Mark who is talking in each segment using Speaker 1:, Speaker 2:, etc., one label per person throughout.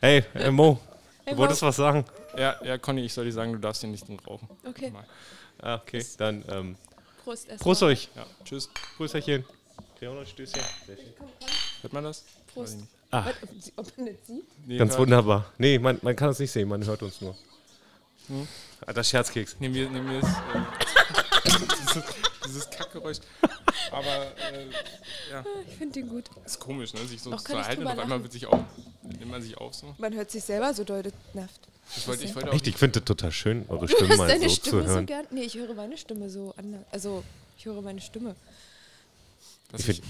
Speaker 1: Hey, äh, Mo,
Speaker 2: Hey,
Speaker 1: du wolltest was sagen?
Speaker 3: Ja, ja, Conny, ich soll dir sagen, du darfst hier nicht drin rauchen.
Speaker 2: Okay,
Speaker 3: Mal.
Speaker 1: Ah, okay, dann ähm,
Speaker 2: Prost erstmal.
Speaker 1: Prost euch.
Speaker 3: Ja, tschüss.
Speaker 1: Prösterchen. Ja, noch ein Stößchen. Sehr schön.
Speaker 3: Hört man das?
Speaker 2: Prost.
Speaker 3: Weiß ich nicht.
Speaker 1: Ah.
Speaker 2: Was, ob sie- ob man das sieht?
Speaker 3: Nee,
Speaker 1: Ganz
Speaker 3: hört-
Speaker 1: wunderbar. Nee, man, man kann es nicht sehen, man hört uns nur. Hm? Ah, Alter Scherzkeks.
Speaker 3: Nehmen wir, nehmen wir es. Äh, dieses, dieses Kackgeräusch. Aber äh,
Speaker 2: Ich finde den gut.
Speaker 3: ist komisch, ne? Sich so
Speaker 2: Doch,
Speaker 3: zu
Speaker 2: kann ich
Speaker 3: verhalten und
Speaker 2: drüber
Speaker 3: auf einmal
Speaker 2: lachen.
Speaker 3: wird sich auch, nimmt man sich auf so.
Speaker 2: Man hört sich selber so deutlich nervt.
Speaker 3: Ich wollte, ich wollte auch.
Speaker 1: Echt, ich finde das total schön, eure
Speaker 2: Du
Speaker 1: Stimme
Speaker 2: hörst
Speaker 1: mal so
Speaker 2: deine
Speaker 1: zu
Speaker 2: Stimme so
Speaker 1: hören.
Speaker 2: gern. Nee, ich höre meine Stimme so anders. Also, ich höre meine Stimme.
Speaker 3: Dass
Speaker 1: Ich
Speaker 3: ich,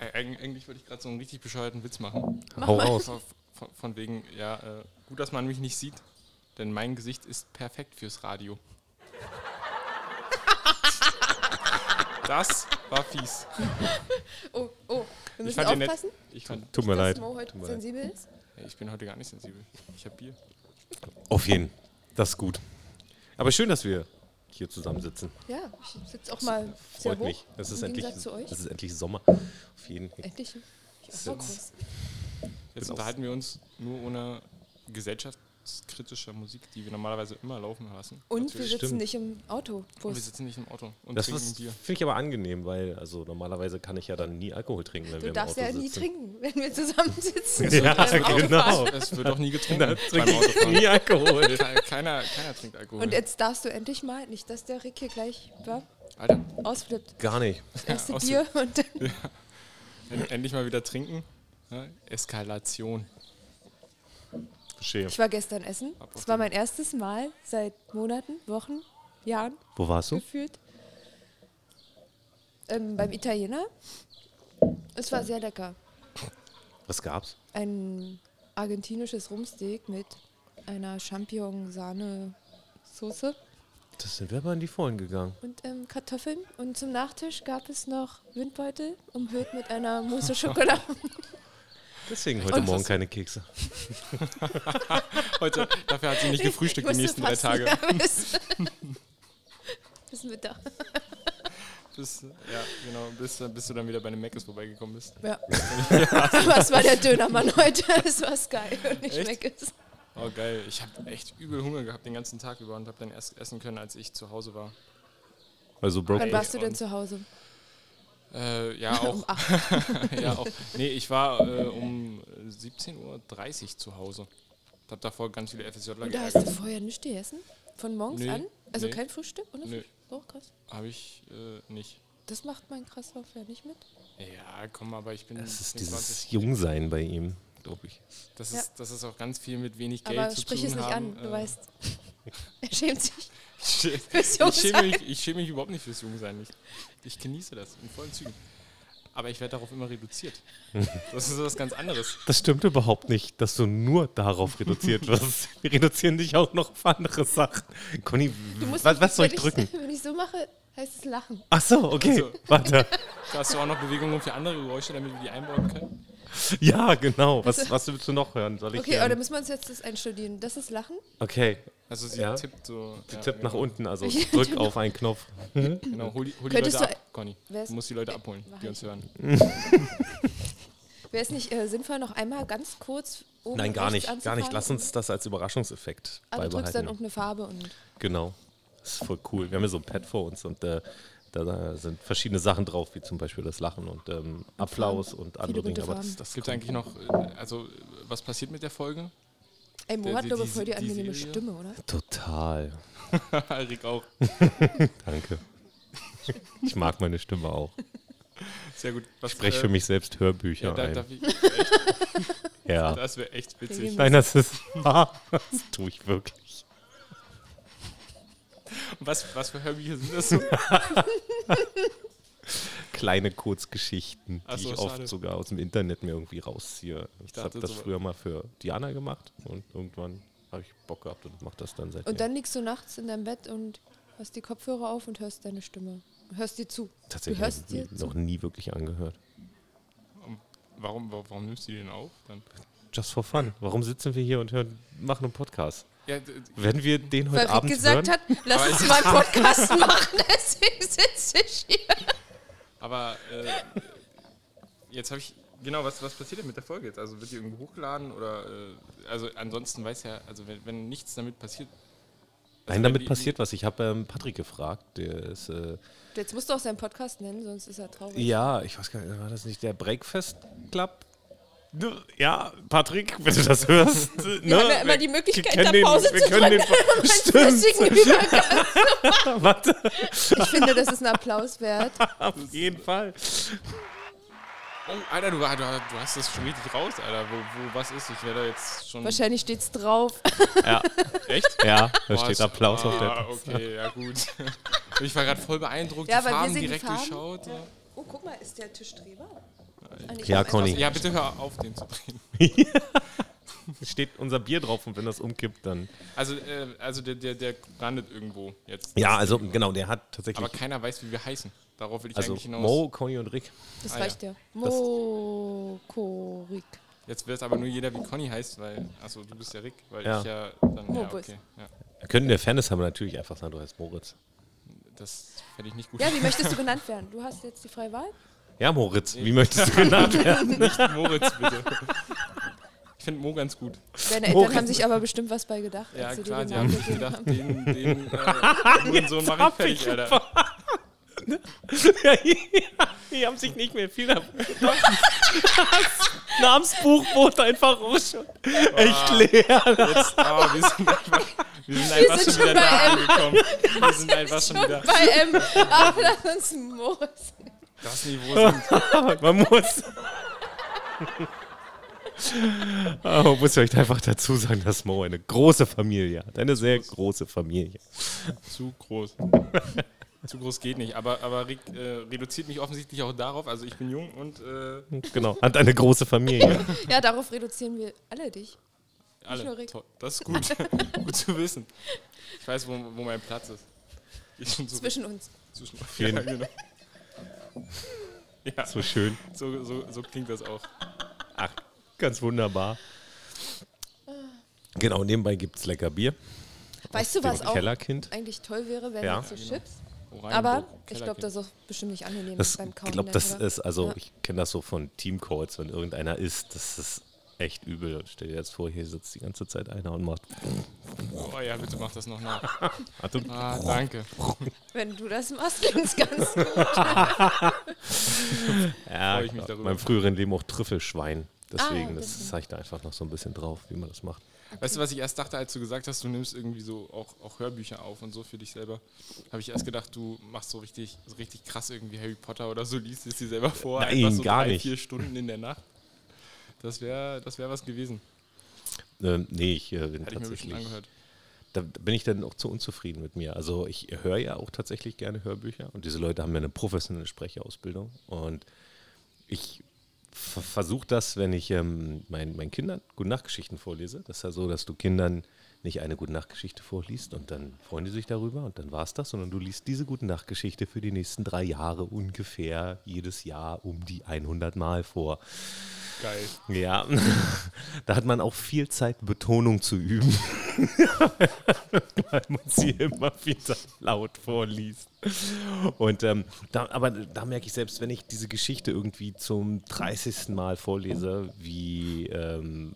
Speaker 3: Eig- eigentlich wollte ich gerade so einen richtig bescheuerten Witz machen.
Speaker 1: Hau raus.
Speaker 3: Von, von- von wegen, ja, äh, gut, dass man mich nicht sieht, denn mein Gesicht ist perfekt fürs Radio. Das war fies.
Speaker 2: Oh, oh. Wir
Speaker 3: Ich
Speaker 2: müssen
Speaker 3: fand den nett.
Speaker 2: aufpassen,
Speaker 3: Ich, fand,
Speaker 1: Tut mir
Speaker 2: dass
Speaker 1: leid.
Speaker 2: Mo heute
Speaker 1: Tut mir leid.
Speaker 2: sensibel ist.
Speaker 3: ey, ich bin heute gar nicht sensibel. Ich habe Bier.
Speaker 1: Auf jeden. Das ist gut. Aber schön, dass wir hier zusammensitzen.
Speaker 2: Ja, ich sitze auch mal sehr
Speaker 1: Freut
Speaker 2: hoch.
Speaker 1: mich. Das ist,
Speaker 2: Im
Speaker 1: endlich,
Speaker 2: Gegensatz zu euch.
Speaker 1: das ist endlich Sommer. Auf jeden.
Speaker 2: Endlich. Ich war
Speaker 1: Sitz.
Speaker 2: groß.
Speaker 3: Jetzt
Speaker 1: Bin auch-
Speaker 3: unterhalten wir uns nur ohne gesellschaftskritische Musik, die wir normalerweise immer laufen lassen.
Speaker 2: Und wir
Speaker 3: Natürlich.
Speaker 2: sitzen
Speaker 1: Stimmt.
Speaker 2: nicht im Auto.
Speaker 3: Und wir
Speaker 2: Bus.
Speaker 3: sitzen nicht im Auto und
Speaker 1: Das
Speaker 3: trinken
Speaker 1: ist-
Speaker 3: Bier.
Speaker 1: finde ich aber angenehm, weil also normalerweise kann ich ja dann nie Alkohol trinken, wenn wir
Speaker 2: Du
Speaker 1: im
Speaker 2: darfst
Speaker 1: Auto
Speaker 2: ja nie
Speaker 1: sitzen.
Speaker 2: trinken, wenn wir zusammensitzen.
Speaker 1: Ja,
Speaker 2: Beim Autofahren.
Speaker 1: genau.
Speaker 3: Es wird doch nie getrunken beim
Speaker 1: Trinke ich
Speaker 3: Autofahren.
Speaker 1: nie Alkohol.
Speaker 3: Ke- Keiner, keiner trinkt Alkohol.
Speaker 2: Und jetzt darfst du endlich mal, nicht, dass der Rick hier gleich wa,
Speaker 3: Alter,
Speaker 2: ausflippt.
Speaker 1: Gar nicht.
Speaker 2: Das erste
Speaker 3: Ja,
Speaker 2: Bier und dann
Speaker 3: en- endlich mal wieder trinken. Ja, Eskalation.
Speaker 1: Verstehe.
Speaker 2: Ich war gestern essen.
Speaker 3: Ab auf
Speaker 2: Es war
Speaker 3: den-
Speaker 2: mein erstes Mal seit Monaten, Wochen, Jahren
Speaker 1: Wo warst du?
Speaker 2: gefühlt. Ähm, beim Italiener. Es war sehr lecker.
Speaker 1: Was gab's?
Speaker 2: Ein argentinisches Rumsteak mit einer Champignon-Sahne-Soße
Speaker 1: Das sind wir aber in die Vollen gegangen.
Speaker 2: und ähm, Kartoffeln. Und zum Nachtisch gab es noch Windbeutel, umhüllt mit einer Mousse Schokolade.
Speaker 1: Deswegen heute
Speaker 2: Und-
Speaker 1: Morgen keine Kekse.
Speaker 3: Heute, dafür hat sie nicht gefrühstückt die
Speaker 2: Ich
Speaker 3: nächsten
Speaker 2: musste
Speaker 3: drei
Speaker 2: passen,
Speaker 3: Tage.
Speaker 2: ja, bis, bis Mittag.
Speaker 3: Bis, ja, genau, bis, bis du dann wieder bei einem Mac vorbeigekommen bist.
Speaker 2: Ja. Aber es war der Dönermann heute. Es war geil und ich
Speaker 3: Echt?
Speaker 2: schmecke es.
Speaker 3: Oh geil, ich habe echt übel Hunger gehabt den ganzen Tag über und habe dann erst essen können, als ich zu Hause war.
Speaker 1: Also
Speaker 2: Wann
Speaker 1: Broke.
Speaker 2: warst du denn zu Hause?
Speaker 3: Äh, ja,
Speaker 2: Um
Speaker 3: auch.
Speaker 2: acht.
Speaker 3: ja, auch. Nee, ich war äh, um 17.30 Uhr zu Hause. Ich habe davor ganz viele FSJler
Speaker 2: Und da hast du
Speaker 3: geärgert.
Speaker 2: vorher nichts gegessen? Von morgens
Speaker 3: Nee,
Speaker 2: an? Also
Speaker 3: nee.
Speaker 2: kein Frühstück? Oder?
Speaker 3: Nö.
Speaker 2: Frühstück? Doch, krass.
Speaker 3: Habe ich äh, nicht.
Speaker 2: Das macht mein Kreislauf ja nicht mit.
Speaker 3: Ja, komm, aber ich bin.
Speaker 1: Das ist
Speaker 3: 24.
Speaker 1: dieses Jungsein bei ihm, glaube ich.
Speaker 3: Das
Speaker 2: Ja.
Speaker 3: ist, das ist auch ganz viel mit wenig Geld
Speaker 2: Aber
Speaker 3: zu
Speaker 2: sprich
Speaker 3: tun
Speaker 2: es nicht
Speaker 3: haben.
Speaker 2: an, du
Speaker 3: äh,
Speaker 2: weißt. Er schämt sich
Speaker 3: Ich,
Speaker 2: fürs
Speaker 3: ich, schäme
Speaker 2: Jungsein.
Speaker 3: mich, ich schäme mich überhaupt nicht fürs Jungsein. Ich, ich genieße das in vollen Zügen. Aber ich werde darauf immer reduziert. Das ist was ganz anderes.
Speaker 1: Das stimmt überhaupt nicht, dass du nur darauf reduziert wirst. Wir reduzieren dich auch noch auf andere Sachen. Conny,
Speaker 2: Du musst
Speaker 1: was, was soll ich
Speaker 2: wenn
Speaker 1: drücken?
Speaker 2: Wenn ich so mache, heißt es Lachen.
Speaker 1: Ach so, okay.
Speaker 3: Also-
Speaker 1: Warte.
Speaker 3: Da hast du auch noch Bewegungen für andere Geräusche, damit wir die einbauen können.
Speaker 1: Ja, genau. Was, was willst du noch hören? Soll ich
Speaker 2: Okay, aber dann
Speaker 1: ähm,
Speaker 2: müssen wir uns jetzt das einstudieren. Das ist Lachen.
Speaker 1: okay.
Speaker 3: Also sie
Speaker 1: Ja.
Speaker 3: tippt so.
Speaker 1: Sie
Speaker 3: ja,
Speaker 1: tippt nach
Speaker 3: genau.
Speaker 1: unten, also drück auf einen Knopf.
Speaker 3: Genau, hol die, hol die
Speaker 2: Könntest
Speaker 3: Leute
Speaker 2: du-
Speaker 3: ab, Conny.
Speaker 2: Wer ist-
Speaker 3: Du musst die Leute abholen,
Speaker 2: Mach
Speaker 3: die
Speaker 2: ich.
Speaker 3: uns hören.
Speaker 2: Wäre es nicht äh, sinnvoll, noch einmal ganz kurz oben
Speaker 1: Nein, gar
Speaker 2: rechts
Speaker 1: nicht. Gar nicht.
Speaker 2: Um anzufangen?
Speaker 1: Lass uns das als Überraschungseffekt
Speaker 2: Ah, du drückst dann
Speaker 1: beibehalten.
Speaker 2: irgendeine Farbe und.
Speaker 1: Genau. Das ist voll cool. Wir haben ja so ein Pad vor uns und äh, da, da sind verschiedene Sachen drauf, wie zum Beispiel das Lachen und ähm, Applaus und andere
Speaker 2: bunte
Speaker 1: Dinge. Aber das,
Speaker 2: Farben.
Speaker 1: das
Speaker 3: Es gibt eigentlich noch, äh, also äh, was passiert mit der Folge?
Speaker 2: Ey, Mo
Speaker 3: Der-
Speaker 2: hat,
Speaker 3: die-
Speaker 2: glaube ich,
Speaker 3: die-
Speaker 2: voll die
Speaker 3: die
Speaker 2: angenehme
Speaker 3: Serie?
Speaker 2: Stimme, oder?
Speaker 1: total.
Speaker 3: Rick auch.
Speaker 1: Danke. Ich mag meine Stimme auch.
Speaker 3: Sehr gut.
Speaker 1: Ich
Speaker 3: Was, äh,
Speaker 1: spreche für mich selbst Hörbücher
Speaker 3: Ja, da,
Speaker 1: ein.
Speaker 3: darf ich, echt,
Speaker 1: ja.
Speaker 3: das wäre echt witzig.
Speaker 1: Nein, das ist wahr. Das tue ich wirklich.
Speaker 3: Was, was für Hörbücher sind das so?
Speaker 1: Kleine Kurzgeschichten, die
Speaker 3: Ach so,
Speaker 1: ich oft
Speaker 3: schade.
Speaker 1: sogar aus dem Internet mir irgendwie rausziehe. Ich habe
Speaker 3: dachte,
Speaker 1: das
Speaker 3: so-
Speaker 1: früher mal für Diana gemacht und irgendwann habe ich Bock gehabt und mache das dann seitdem.
Speaker 2: Und dann liegst du nachts in deinem Bett und hast die Kopfhörer auf und hörst deine Stimme. Hörst dir zu. Du
Speaker 1: Tatsächlich
Speaker 2: hörst
Speaker 1: hab
Speaker 2: dir
Speaker 1: ich
Speaker 2: zu.
Speaker 1: noch nie wirklich angehört.
Speaker 3: Warum, wa- warum nimmst du die denn auf? Dann?
Speaker 1: Just for fun. Warum sitzen wir hier und hören, machen einen Podcast?
Speaker 3: Ja, d- d-
Speaker 1: Werden wir den
Speaker 2: Weil
Speaker 1: heute
Speaker 2: Rick
Speaker 1: Abend
Speaker 2: gesagt
Speaker 1: hören?
Speaker 2: hat, lass uns mal einen Podcast machen, deswegen sitze ich hier.
Speaker 3: aber äh, jetzt habe ich genau, was, was passiert denn mit der Folge jetzt? Also wird die irgendwo hochgeladen oder äh, also ansonsten weiß ja, also wenn, wenn nichts damit passiert. also
Speaker 1: Nein,
Speaker 3: wenn
Speaker 1: damit
Speaker 3: die-
Speaker 1: passiert was. Ich habe ähm, Patrick gefragt, der ist. Äh,
Speaker 2: Jetzt musst du auch seinen Podcast nennen, sonst ist er traurig.
Speaker 1: ja, ich weiß gar nicht, war das nicht der Breakfast Club? Ja, Patrick, wenn du das hörst. Wir ne?
Speaker 2: haben ja immer die Möglichkeit,
Speaker 1: kennen
Speaker 2: in der Pause
Speaker 1: den, wir
Speaker 2: zu
Speaker 1: können den,
Speaker 2: Deswegen
Speaker 1: Stimmt,
Speaker 2: Übergang.
Speaker 1: warte,
Speaker 2: Ich finde, das ist ein Applaus wert.
Speaker 1: auf jeden Fall.
Speaker 3: Oh, Alter, du, du, du hast das schon richtig raus, Alter. Wo, wo was ist? Ich werde da jetzt schon.
Speaker 2: Wahrscheinlich steht's drauf.
Speaker 1: Ja,
Speaker 3: Echt?
Speaker 1: ja da
Speaker 3: Boah,
Speaker 1: steht
Speaker 3: ist-
Speaker 1: Applaus auf der
Speaker 3: Ah, okay, ja gut. Ich war gerade voll beeindruckt,
Speaker 2: Ja,
Speaker 3: die
Speaker 2: weil wir
Speaker 3: Farben
Speaker 2: sehen die
Speaker 3: direkt
Speaker 2: Farben.
Speaker 3: durchschaut. Ja.
Speaker 2: Oh, guck mal, ist der Ah, Tisch drüber?
Speaker 1: Ja, Conny.
Speaker 3: Also, ja, bitte hör auf, den zu drehen.
Speaker 1: Steht unser Bier drauf und wenn das umkippt, dann.
Speaker 3: Also, äh, also der, der, der landet irgendwo jetzt.
Speaker 1: Ja, also genau, der hat tatsächlich.
Speaker 3: Aber keiner weiß, wie wir heißen. Darauf will ich
Speaker 1: Also
Speaker 3: eigentlich hinaus.
Speaker 1: Mo, Conny und Rick.
Speaker 2: Das
Speaker 3: Ah,
Speaker 2: reicht ja. Mokorik.
Speaker 3: Jetzt weiß aber nur jeder, wie Conny heißt, weil. Achso, du bist ja Rick, weil
Speaker 1: Ja.
Speaker 3: ich ja dann. Ja,
Speaker 2: Mobus.
Speaker 3: okay. Ja,
Speaker 1: Wir können der Fairness haben natürlich einfach sagen, du heißt Moritz.
Speaker 3: das fände ich nicht gut.
Speaker 2: Ja, wie möchtest du genannt werden? Du hast jetzt die freie Wahl.
Speaker 1: Ja, Moritz, wie möchtest du genannt werden?
Speaker 3: Moritz, bitte. Ich finde Mo ganz gut.
Speaker 2: Deine Eltern haben sich aber bestimmt was bei gedacht,
Speaker 3: Ja,
Speaker 2: als sie
Speaker 3: klar,
Speaker 2: dir
Speaker 3: die
Speaker 2: den
Speaker 3: haben
Speaker 2: Namen
Speaker 3: sich
Speaker 2: gegeben
Speaker 3: gedacht,
Speaker 2: haben.
Speaker 3: den, den äh, Sohn mache ich
Speaker 1: hab
Speaker 3: fertig,
Speaker 1: ich
Speaker 3: Alter.
Speaker 1: Die haben sich nicht mehr viel Namensbuch wurde einfach echt leer.
Speaker 3: Jetzt, ah, wir sind einfach, wir sind
Speaker 2: Wir
Speaker 3: einfach
Speaker 2: sind
Speaker 3: schon wieder
Speaker 2: schon bei
Speaker 3: da
Speaker 2: M.
Speaker 3: angekommen. Wir sind einfach schon wieder.
Speaker 2: Bei M. Ach, lass uns Moritz.
Speaker 3: Das Niveau sind.
Speaker 1: Man muss. Aber Ah, muss ich euch einfach dazu sagen, dass Mo eine große Familie hat. Eine sehr große Familie.
Speaker 3: Zu groß. Zu groß geht nicht, aber, aber Rick, äh, reduziert mich offensichtlich auch darauf. Also ich bin jung und äh,
Speaker 1: Genau, hat eine große Familie.
Speaker 2: Ja, darauf reduzieren wir alle dich. nur
Speaker 3: alle.
Speaker 2: Rick.
Speaker 3: Toll. Das ist gut. gut zu wissen. Ich weiß, wo, wo mein Platz ist. Ich bin so
Speaker 2: Zwischen uns.
Speaker 3: zwischen
Speaker 1: jeden.
Speaker 3: ja, genau. ja,
Speaker 1: So schön.
Speaker 3: so, so, so klingt das auch.
Speaker 1: Ach, ganz wunderbar. Genau, nebenbei gibt es lecker Bier.
Speaker 2: Weißt du,
Speaker 1: Dem
Speaker 2: was auch
Speaker 1: Kellerkind.
Speaker 2: eigentlich toll wäre, wären
Speaker 1: Ja.
Speaker 2: jetzt so Chips. Aber
Speaker 3: Oranienburg,
Speaker 2: ich glaube,
Speaker 3: Kellerkind.
Speaker 2: das ist auch bestimmt nicht angenehm
Speaker 1: Das,
Speaker 2: beim
Speaker 1: ich
Speaker 2: Kauen.
Speaker 1: glaube,
Speaker 2: dann,
Speaker 1: das
Speaker 2: oder?
Speaker 1: ist, also
Speaker 2: Ja.
Speaker 1: ich kenne das so von Teamcalls, wenn irgendeiner isst, das ist echt übel. Stell dir jetzt vor, hier sitzt die ganze Zeit einer und macht.
Speaker 3: Oh ja, bitte mach das noch nach.
Speaker 1: Achtung.
Speaker 3: Ah, danke.
Speaker 2: Wenn du das machst, klingt ganz gut.
Speaker 1: Ja,
Speaker 3: freu ich mich darüber.
Speaker 1: meinem früheren Leben auch Trüffelschwein. Deswegen, das
Speaker 2: deswegen.
Speaker 1: zeigt da einfach noch so ein bisschen drauf, wie man das macht.
Speaker 3: Weißt du, was ich erst dachte, als du gesagt hast, du nimmst irgendwie so auch, auch Hörbücher auf und so für dich selber, habe ich erst gedacht, du machst so richtig, so richtig krass irgendwie Harry Potter oder so, liest es dir selber vor.
Speaker 1: Nein,
Speaker 3: einfach so
Speaker 1: gar
Speaker 3: drei,
Speaker 1: nicht.
Speaker 3: vier Stunden in der Nacht. Das wäre das wär was gewesen.
Speaker 1: Ähm, nee, ich äh, bin
Speaker 3: Hätte ich mir bestimmt
Speaker 1: tatsächlich.
Speaker 3: angehört.
Speaker 1: Da bin ich dann auch zu unzufrieden mit mir. Also ich höre ja auch tatsächlich gerne Hörbücher und diese Leute haben ja eine professionelle Sprecherausbildung. Und ich ver- versuche das, wenn ich ähm, meinen, meinen Kindern Gute-Nacht-Geschichten vorlese. Das ist ja so, dass du Kindern nicht eine Gute-Nacht-Geschichte vorliest und dann freuen die sich darüber und dann war es das, sondern du liest diese Gute-Nacht-Geschichte für die nächsten drei Jahre ungefähr jedes Jahr um die 100 Mal vor.
Speaker 3: Geil.
Speaker 1: Ja, da hat man auch viel Zeit, Betonung zu üben, weil man sie immer wieder laut vorliest. Und ähm, da, aber da merke ich selbst, wenn ich diese Geschichte irgendwie zum 30. Mal vorlese, wie ähm,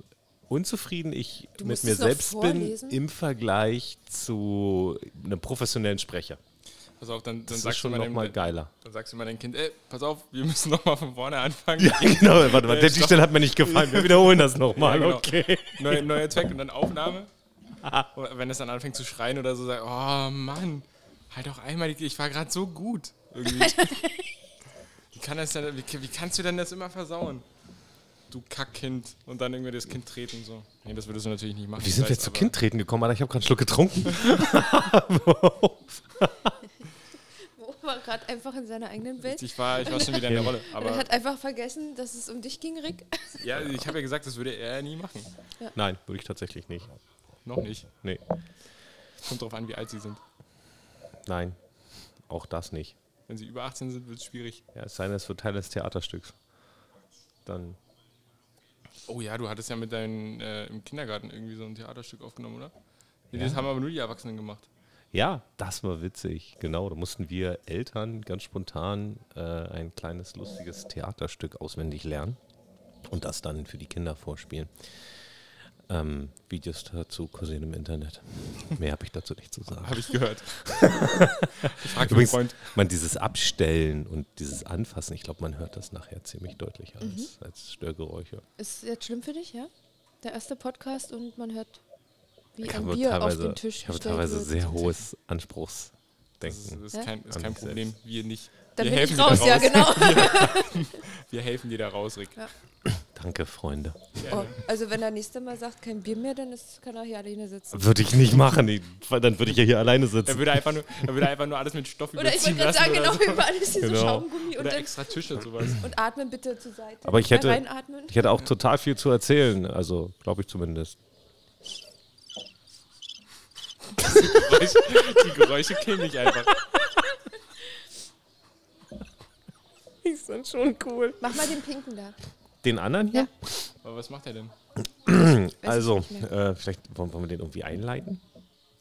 Speaker 1: unzufrieden ich
Speaker 2: Du
Speaker 1: mit
Speaker 2: musst
Speaker 1: mir
Speaker 2: es noch
Speaker 1: selbst
Speaker 2: vorlesen?
Speaker 1: bin im Vergleich zu einem professionellen Sprecher.
Speaker 3: Pass auf, dann, dann
Speaker 1: Das ist
Speaker 3: sagst du
Speaker 1: schon
Speaker 3: mal
Speaker 1: nochmal
Speaker 3: dem,
Speaker 1: geiler.
Speaker 3: dann sagst du mal deinem Kind, ey, pass auf, wir müssen nochmal von vorne anfangen.
Speaker 1: Ja, genau, warte mal,
Speaker 3: Äh,
Speaker 1: der- die
Speaker 3: stopp.
Speaker 1: Stelle hat mir nicht gefallen. Wir wiederholen das nochmal,
Speaker 3: Ja, genau.
Speaker 1: okay.
Speaker 3: Neu, neuer Track und dann Aufnahme. Und wenn es dann anfängt zu schreien oder so, sagt, oh Mann, halt doch einmal, die, ich war gerade so gut. Irgendwie. wie, kann das denn, wie, wie kannst du denn das immer versauen? Du Kackkind. Und dann irgendwie das Kind treten so. Nee, das würdest du natürlich nicht machen.
Speaker 1: Wie sind
Speaker 3: ich
Speaker 1: wir
Speaker 3: weiß,
Speaker 1: zu
Speaker 3: aber-
Speaker 1: Kind treten gekommen, Alter? Ich habe gerade einen Schluck getrunken.
Speaker 2: Wo war gerade einfach in seiner eigenen Welt.
Speaker 3: Ich war, ich war schon wieder in der Rolle.
Speaker 2: Und er
Speaker 3: Aber
Speaker 2: hat einfach vergessen, dass es um dich ging, Rick.
Speaker 3: ja, ich habe ja gesagt, das würde er nie machen.
Speaker 1: Nein, würde ich tatsächlich nicht.
Speaker 3: Noch nicht.
Speaker 1: Oh, Nee,
Speaker 3: Kommt drauf an, wie alt sie sind.
Speaker 1: nein, auch das nicht.
Speaker 3: Wenn sie über 18 sind, wird es schwierig.
Speaker 1: Ja, es sei denn, es wird Teil des Theaterstücks. Dann.
Speaker 3: Oh ja, du hattest ja mit deinen äh, im Kindergarten irgendwie so ein Theaterstück aufgenommen, oder? Nee, Das haben aber nur die Erwachsenen gemacht.
Speaker 1: Ja, das war witzig. Genau, da mussten wir Eltern ganz spontan äh, ein kleines, lustiges Theaterstück auswendig lernen. und das dann für die Kinder vorspielen. Ähm, Videos dazu kursieren im Internet. Mehr habe ich dazu nicht zu sagen.
Speaker 3: Habe ich gehört. ich frage meinen
Speaker 1: Übrigens,
Speaker 3: Freund.
Speaker 1: man dieses Abstellen und dieses Anfassen, ich glaube, man hört das nachher ziemlich
Speaker 2: Mhm.
Speaker 1: deutlich als, als Störgeräusche.
Speaker 2: Ist jetzt schlimm für dich, ja? Der erste Podcast und man hört, wie
Speaker 1: Ich
Speaker 2: ein
Speaker 1: habe
Speaker 2: Bier auf den
Speaker 1: teilweise,
Speaker 2: Tisch
Speaker 1: ich habe
Speaker 2: gestellt
Speaker 1: teilweise
Speaker 2: wird.
Speaker 1: sehr hohes
Speaker 3: Das ist,
Speaker 1: Anspruchsdenken.
Speaker 3: das ist kein, ist
Speaker 1: An
Speaker 3: kein
Speaker 1: mich
Speaker 3: Problem. Wir nicht.
Speaker 2: Dann
Speaker 3: wir
Speaker 2: bin ich
Speaker 3: dir da
Speaker 2: raus, ja genau.
Speaker 3: Wir helfen dir da raus, Rick.
Speaker 1: Danke, Freunde.
Speaker 2: Oh, also wenn er nächste Mal sagt, kein Bier mehr, dann ist, kann er hier alleine sitzen.
Speaker 1: Würde ich nicht machen, ich- weil dann würde ich ja hier alleine
Speaker 3: Er
Speaker 1: sitzen.
Speaker 3: würde einfach nur, er würde einfach nur alles mit Stoff
Speaker 2: Oder ich wollte
Speaker 3: überziehen
Speaker 2: gerade
Speaker 3: lassen
Speaker 2: sagen,
Speaker 3: oder
Speaker 2: genau,
Speaker 3: so.
Speaker 2: über alles hier
Speaker 1: Genau.
Speaker 2: so Schaumgummi und,
Speaker 3: Oder
Speaker 2: dann,
Speaker 3: extra Tische und sowas.
Speaker 2: und atmen bitte zur Seite.
Speaker 1: Aber ich
Speaker 2: Mal
Speaker 1: hätte-
Speaker 2: Reinatmen.
Speaker 1: Ich hätte auch total viel zu erzählen, also glaube ich zumindest.
Speaker 3: Geräusche, die Geräusche killen mich einfach.
Speaker 1: Die sind schon cool.
Speaker 2: Mach mal den Pinken da.
Speaker 1: Den anderen hier?
Speaker 2: Ja.
Speaker 3: Aber was macht er denn?
Speaker 2: ich
Speaker 1: Also,
Speaker 2: nicht mehr.
Speaker 1: äh, vielleicht wollen, wollen wir den irgendwie einleiten?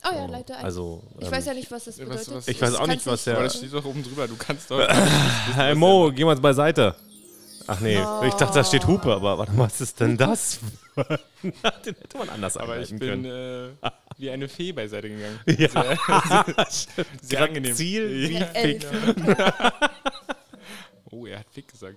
Speaker 2: Oh ja, leite ein.
Speaker 1: Also,
Speaker 2: ich
Speaker 1: ähm,
Speaker 2: weiß ja nicht, was das
Speaker 3: was-
Speaker 2: bedeutet.
Speaker 3: was-
Speaker 1: ich weiß
Speaker 2: Das
Speaker 1: auch nicht,
Speaker 2: kannst du
Speaker 1: was
Speaker 3: Aber
Speaker 1: der.
Speaker 3: das steht doch oben drüber. Du kannst doch.
Speaker 1: Hey Mo, geh mal beiseite. Ach nee, ich dachte, da steht Hupe, aber warte mal, was ist denn das? den hätte man anders
Speaker 3: Aber ich
Speaker 1: einleiten
Speaker 3: bin
Speaker 1: können.
Speaker 3: äh, wie eine Fee beiseite gegangen.
Speaker 1: ja,
Speaker 3: Sehr
Speaker 1: Grad
Speaker 3: angenehm.
Speaker 1: Ziel.
Speaker 3: Ja.
Speaker 2: Eine Elf.
Speaker 3: Oh, er hat Fick gesagt.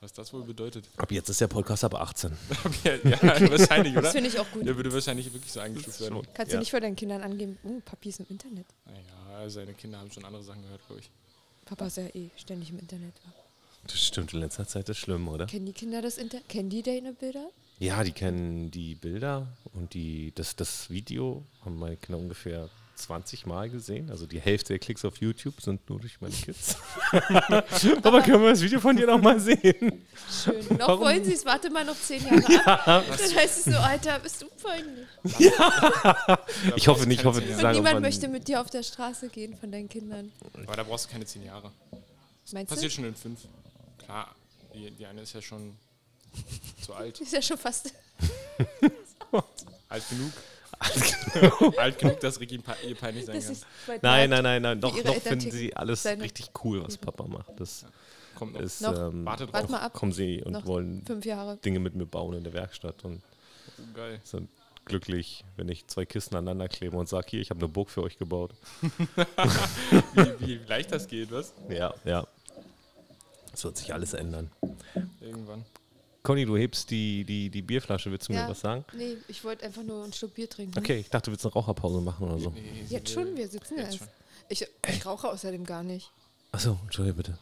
Speaker 3: Was das wohl bedeutet.
Speaker 1: Ab jetzt ist der Podcast ab 18.
Speaker 3: Okay, ja, wahrscheinlich, oder?
Speaker 2: Das finde ich auch gut.
Speaker 3: Der würde wahrscheinlich wirklich so eingestuft werden.
Speaker 2: Kannst
Speaker 1: Ja.
Speaker 2: du nicht vor deinen Kindern angeben, oh, Papi ist im Internet.
Speaker 3: Naja, seine Kinder haben schon andere Sachen gehört, glaube ich.
Speaker 2: Papa ist ja eh ständig im Internet. wa?
Speaker 1: Das stimmt, in letzter Zeit ist schlimm, oder?
Speaker 2: Kennen die Kinder das Internet? Kennen die deine Bilder?
Speaker 1: Ja, die kennen die Bilder und die, das, das Video haben meine Kinder ungefähr 20 Mal gesehen. Also die Hälfte der Klicks auf YouTube sind nur durch meine Kids. Aber können wir das Video von dir nochmal sehen?
Speaker 2: Schön. Noch
Speaker 1: Warum?
Speaker 2: wollen sie es, warte mal noch zehn Jahre ab. Dann heißt es so, Alter, bist du peinlich.
Speaker 1: Ich hoffe nicht, ich hoffe, die
Speaker 2: Und
Speaker 1: sagen
Speaker 2: niemand
Speaker 1: irgendwann-
Speaker 2: möchte mit dir auf der Straße gehen von deinen Kindern.
Speaker 3: Aber da brauchst du keine zehn Jahre.
Speaker 2: Meinst
Speaker 3: Passiert
Speaker 2: du?
Speaker 3: schon in fünf. Klar, die, die eine ist ja schon zu alt.
Speaker 2: Ist ja schon fast.
Speaker 3: Alt genug. alt genug, dass Ricky pe- ihr peinlich sein
Speaker 2: Das
Speaker 3: kann.
Speaker 2: ist weit
Speaker 1: Nein,
Speaker 2: weg.
Speaker 1: nein, nein, nein. Noch,
Speaker 2: ihre
Speaker 1: noch
Speaker 2: Eltern
Speaker 1: finden
Speaker 2: ticken.
Speaker 1: sie alles
Speaker 2: Seine-
Speaker 1: richtig cool, was Papa macht. Das
Speaker 3: Kommt noch.
Speaker 1: ist.
Speaker 2: Noch.
Speaker 1: Ähm,
Speaker 3: Warte drauf.
Speaker 2: Warte mal ab.
Speaker 1: kommen sie und
Speaker 2: Noch
Speaker 1: wollen
Speaker 2: Fünf Jahre.
Speaker 1: Dinge mit mir bauen in der Werkstatt und
Speaker 3: Geil.
Speaker 1: sind glücklich, wenn ich zwei Kisten aneinander klebe und sage: Hier, ich habe eine Burg für euch gebaut.
Speaker 3: Wie, wie leicht das geht, was?
Speaker 1: Ja, ja. Es wird sich alles ändern.
Speaker 3: Irgendwann.
Speaker 1: Conny, du hebst die, die, die Bierflasche. Willst du
Speaker 2: Ja.
Speaker 1: mir was sagen?
Speaker 2: Nee, ich wollte einfach nur einen Schluck Bier trinken.
Speaker 1: Okay, ich dachte, du willst eine Raucherpause machen oder so.
Speaker 2: Jetzt schon, wir sitzen ja
Speaker 3: Jetzt
Speaker 2: erst. Ich, ich rauche außerdem gar nicht.
Speaker 1: Achso, entschuldige bitte.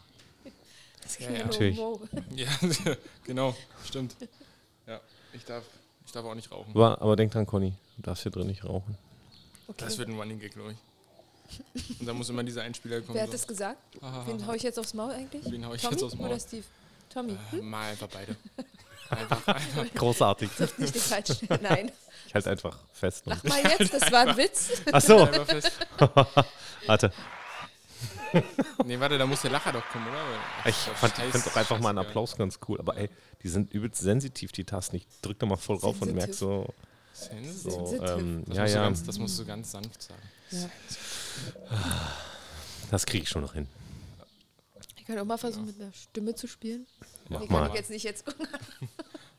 Speaker 2: Das
Speaker 3: Ja,
Speaker 2: ging
Speaker 3: ja.
Speaker 2: nur
Speaker 1: Natürlich.
Speaker 2: um-
Speaker 3: Ja, genau, stimmt. Ja, ich darf, ich darf auch nicht rauchen.
Speaker 1: Aber, aber denk dran, Conny, du darfst hier drin nicht rauchen.
Speaker 3: Das
Speaker 2: Okay.
Speaker 3: wird ein Running Gag, glaube ich. Und da muss immer dieser Einspieler kommen.
Speaker 2: Wer hat
Speaker 3: so.
Speaker 2: das gesagt?
Speaker 3: Ah,
Speaker 2: Wen hau ich jetzt aufs Maul eigentlich?
Speaker 3: Wen hau ich
Speaker 2: Tommy
Speaker 3: jetzt aufs Maul?
Speaker 2: oder Steve? Tommy. Hm?
Speaker 3: äh, mal einfach beide. Einfach, einfach.
Speaker 1: Großartig.
Speaker 2: Nicht die falschen. Nein.
Speaker 1: Ich halte einfach fest.
Speaker 2: Lach mal jetzt, das war ein Witz.
Speaker 1: Achso,
Speaker 3: einfach fest.
Speaker 1: warte.
Speaker 3: Nee, warte, da muss der Lacher doch kommen, oder? Ach,
Speaker 1: Ich
Speaker 3: doch,
Speaker 1: fand- ich
Speaker 3: scheiß-
Speaker 1: finde doch einfach mal einen
Speaker 3: scheißegal.
Speaker 1: Applaus ganz cool. Aber ey, die sind übelst sensitiv, die Tasten. Ich drück da mal voll rauf und merk so.
Speaker 3: Sense?
Speaker 1: so
Speaker 2: Sensitiv.
Speaker 1: ähm,
Speaker 3: Das,
Speaker 1: ja,
Speaker 3: musst du
Speaker 1: ja,
Speaker 3: Ganz, das musst du ganz sanft sagen.
Speaker 2: Ja.
Speaker 1: das kriege ich schon noch hin.
Speaker 2: Ich kann auch mal versuchen, mit einer Stimme zu spielen.
Speaker 1: Mach
Speaker 2: Die kann
Speaker 1: mal.
Speaker 2: ich jetzt nicht jetzt gucken.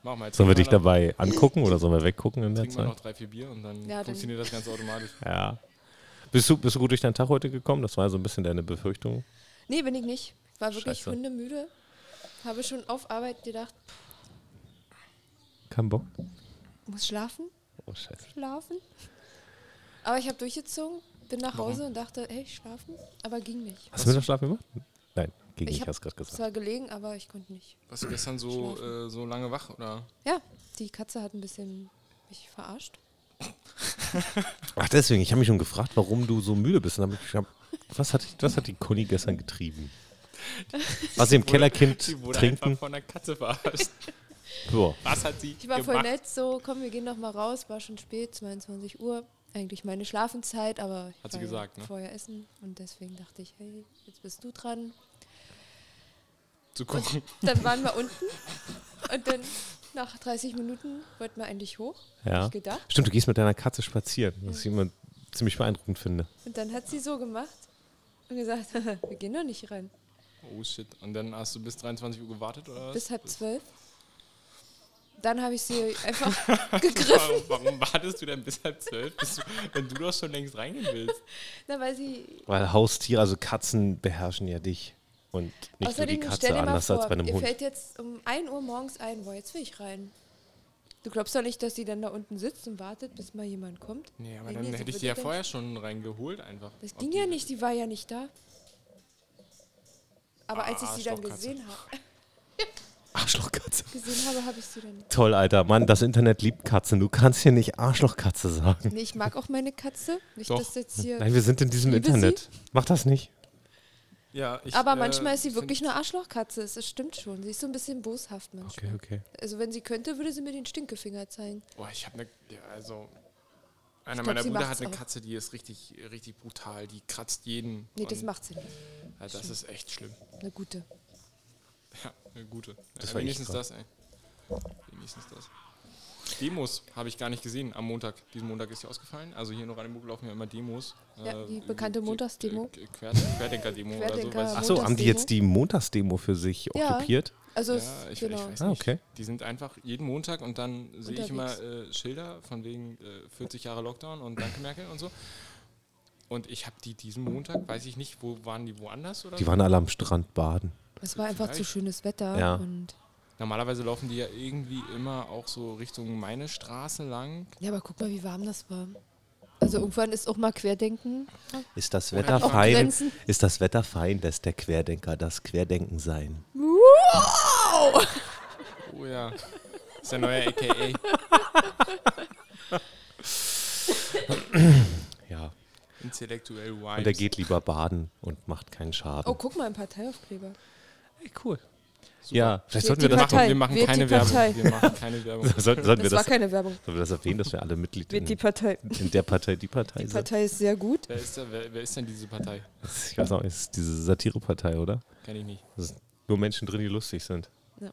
Speaker 3: Mach mal. jetzt
Speaker 1: Sollen wir
Speaker 3: trink
Speaker 1: dich
Speaker 3: mal noch-
Speaker 1: dabei angucken oder sollen wir weggucken in der
Speaker 3: Trink mal
Speaker 1: Zeit?
Speaker 3: noch drei, vier Bier und dann
Speaker 2: Ja, dann-
Speaker 3: funktioniert das Ganze automatisch.
Speaker 1: Ja. Bist du, bist du gut durch deinen Tag heute gekommen? Das war so ein bisschen deine Befürchtung.
Speaker 2: Nee, bin ich nicht. War wirklich
Speaker 1: Scheiße.
Speaker 2: hundemüde. Habe schon auf Arbeit gedacht,
Speaker 1: Kein Bock.
Speaker 2: muss schlafen,
Speaker 1: Oh, scheiße.
Speaker 2: schlafen. Aber ich habe durchgezogen, bin nach Hause und dachte, hey, schlafen. Aber ging nicht.
Speaker 1: Hast du Mittagsschlaf gemacht? Nein, ging
Speaker 2: Ich
Speaker 1: nicht,
Speaker 2: hab-
Speaker 1: hast gerade gesagt.
Speaker 2: Zwar gelegen, aber ich konnte nicht.
Speaker 3: Warst du gestern so, äh, so lange wach, oder?
Speaker 2: Ja, die Katze hat ein bisschen mich verarscht.
Speaker 1: Ach, deswegen, ich habe mich schon gefragt, warum du so müde bist. Und dann hab ich, hab- was, hat, was hat die Conny gestern getrieben? Was sie im Kellerkind
Speaker 3: Sie wurde
Speaker 1: trinken?
Speaker 3: einfach von einer Katze verarscht.
Speaker 1: Boah.
Speaker 3: Was hat sie
Speaker 2: Ich war
Speaker 3: gemacht?
Speaker 2: voll nett, so, komm, wir gehen doch mal raus. War schon spät, 22 Uhr. Eigentlich meine Schlafenszeit, aber ich
Speaker 3: Hat sie
Speaker 2: war ja
Speaker 3: gesagt, ne?
Speaker 2: vorher essen. Und deswegen dachte ich, hey, jetzt bist du dran.
Speaker 3: Zu gucken.
Speaker 2: Dann waren wir unten und dann nach 30 Minuten wollten wir eigentlich hoch.
Speaker 1: Ja.
Speaker 2: Hab ich gedacht.
Speaker 1: Stimmt, du gehst mit deiner Katze spazieren, was ich immer ziemlich beeindruckend finde.
Speaker 2: Und dann hat sie so gemacht und gesagt, wir gehen doch nicht rein.
Speaker 3: Oh shit. Und dann hast du bis 23 Uhr gewartet, oder was?
Speaker 2: Bis halb zwölf. dann habe ich sie einfach
Speaker 3: Warum,
Speaker 2: gegriffen,
Speaker 3: warum wartest du denn bis halb zwölf, bis du, wenn du doch schon längst reingehen willst?
Speaker 2: na, weil sie
Speaker 1: Weil Haustiere, also Katzen beherrschen ja dich. Und nicht
Speaker 2: Außerdem,
Speaker 1: nur die
Speaker 2: stell
Speaker 1: Katze,
Speaker 2: dir mal
Speaker 1: anders
Speaker 2: vor,
Speaker 1: als bei einem
Speaker 2: ihr
Speaker 1: Hund.
Speaker 2: fällt jetzt um 1 Uhr morgens ein, boah, jetzt will ich rein. Du glaubst doch nicht, dass sie dann da unten sitzt und wartet, bis mal jemand kommt?
Speaker 3: Nee, aber dann
Speaker 2: so
Speaker 3: hätte ich
Speaker 2: wird
Speaker 3: die ja
Speaker 2: dann-
Speaker 3: vorher schon reingeholt einfach.
Speaker 2: Das
Speaker 3: Ob
Speaker 2: ging
Speaker 3: die-
Speaker 2: ja nicht, die war ja nicht da. Aber als ich
Speaker 3: Ah,
Speaker 2: sie dann
Speaker 3: Arschlochkatze.
Speaker 2: gesehen, ha
Speaker 1: Arschlochkatze.
Speaker 2: gesehen habe, habe ich sie dann nicht.
Speaker 1: Toll, Alter. Mann, das Internet liebt Katzen. Du kannst hier nicht Arschlochkatze sagen.
Speaker 2: Nee, ich mag auch meine Katze. Nicht,
Speaker 3: Doch.
Speaker 2: dass jetzt hier.
Speaker 1: Nein, wir sind in diesem
Speaker 2: Liebe
Speaker 1: Internet. Mach das nicht.
Speaker 3: Ja, ich,
Speaker 2: aber
Speaker 3: äh,
Speaker 2: manchmal ist sie
Speaker 3: find-
Speaker 2: wirklich eine Arschlochkatze. Es es stimmt schon. Sie ist so ein bisschen boshaft manchmal.
Speaker 1: Okay, okay.
Speaker 2: Also wenn sie könnte, würde sie mir den Stinkefinger zeigen.
Speaker 3: Boah, ich habe eine. Ja, also. Einer
Speaker 2: glaub,
Speaker 3: meiner
Speaker 2: sie
Speaker 3: Brüder
Speaker 2: macht's
Speaker 3: hat eine
Speaker 2: auch.
Speaker 3: Katze, die ist richtig, richtig brutal. Die kratzt jeden.
Speaker 2: Nee, das
Speaker 3: und-
Speaker 2: macht sie nicht.
Speaker 3: Ja, das ist echt schlimm.
Speaker 2: Eine gute.
Speaker 3: Ja, eine gute.
Speaker 1: Das
Speaker 3: ja,
Speaker 1: war ich
Speaker 3: wenigstens
Speaker 1: grad.
Speaker 3: das, ey. Wenigstens das. Demos habe ich gar nicht gesehen am Montag. Diesen Montag ist sie ausgefallen. Also hier in Oranienburg laufen ja immer Demos.
Speaker 2: Ja,
Speaker 3: Äh,
Speaker 2: die bekannte
Speaker 3: die-
Speaker 2: Montagsdemo.
Speaker 3: äh, Quer, Querdenker-Demo oder so.
Speaker 2: Querdenker-
Speaker 1: Ach
Speaker 3: Weiß
Speaker 1: so, haben die
Speaker 2: Montagsdemo?
Speaker 1: jetzt die Montagsdemo für sich
Speaker 2: Ja.
Speaker 1: okkupiert?
Speaker 2: Also
Speaker 3: ich,
Speaker 2: es-
Speaker 3: ja, ich,
Speaker 2: genau.
Speaker 3: ich weiß
Speaker 1: Ah,
Speaker 3: nicht.
Speaker 1: okay.
Speaker 3: Die sind einfach jeden Montag und dann sehe ich immer
Speaker 2: Unterwegs.
Speaker 3: äh, Schilder von wegen äh, 40 Jahre Lockdown und Danke Merkel und so. Und ich habe die diesen Montag, weiß ich nicht, wo waren die woanders oder
Speaker 1: Die
Speaker 3: so?
Speaker 1: waren alle am Strand baden.
Speaker 2: Es war einfach zu
Speaker 3: Vielleicht.
Speaker 2: schönes Wetter
Speaker 1: Ja.
Speaker 2: und
Speaker 3: Normalerweise laufen die ja irgendwie immer auch so Richtung meine Straße lang.
Speaker 2: ja, aber guck mal, wie warm das war. Also irgendwann ist auch mal Querdenken.
Speaker 1: Ist das
Speaker 3: Oder
Speaker 1: Wetter
Speaker 3: die
Speaker 1: fein?
Speaker 2: Grenzen.
Speaker 1: Ist das Wetter fein, lässt der Querdenker das Querdenken sein.
Speaker 2: Wow!
Speaker 3: Oh ja. Ist der neue AKA.
Speaker 1: Ja.
Speaker 3: Intellektuell
Speaker 1: Und er
Speaker 3: Wild.
Speaker 1: geht lieber baden und macht keinen Schaden.
Speaker 2: Oh, guck mal, ein Parteiaufkleber.
Speaker 1: Ey, cool. Ja, vielleicht
Speaker 2: Wählt
Speaker 1: sollten wir,
Speaker 2: die
Speaker 1: das,
Speaker 2: Partei.
Speaker 3: machen, wir machen
Speaker 2: Wählt die
Speaker 3: keine Werbung.
Speaker 2: Partei.
Speaker 3: Wir machen keine Werbung.
Speaker 1: sollten, sollten, wir
Speaker 2: Das war
Speaker 1: das,
Speaker 2: keine Werbung.
Speaker 1: sollten wir das erwähnen, dass wir alle Mitglied
Speaker 2: Wird die
Speaker 1: in,
Speaker 2: Partei.
Speaker 1: in der Partei die Partei
Speaker 2: Die
Speaker 1: sind.
Speaker 2: Partei ist sehr gut.
Speaker 3: Wer ist, da, wer, wer ist denn diese Partei?
Speaker 1: Ich weiß auch nicht, ist diese Satirepartei, oder?
Speaker 3: Kenn ich nicht.
Speaker 1: Da sind nur Menschen drin, die lustig sind.
Speaker 2: Ja.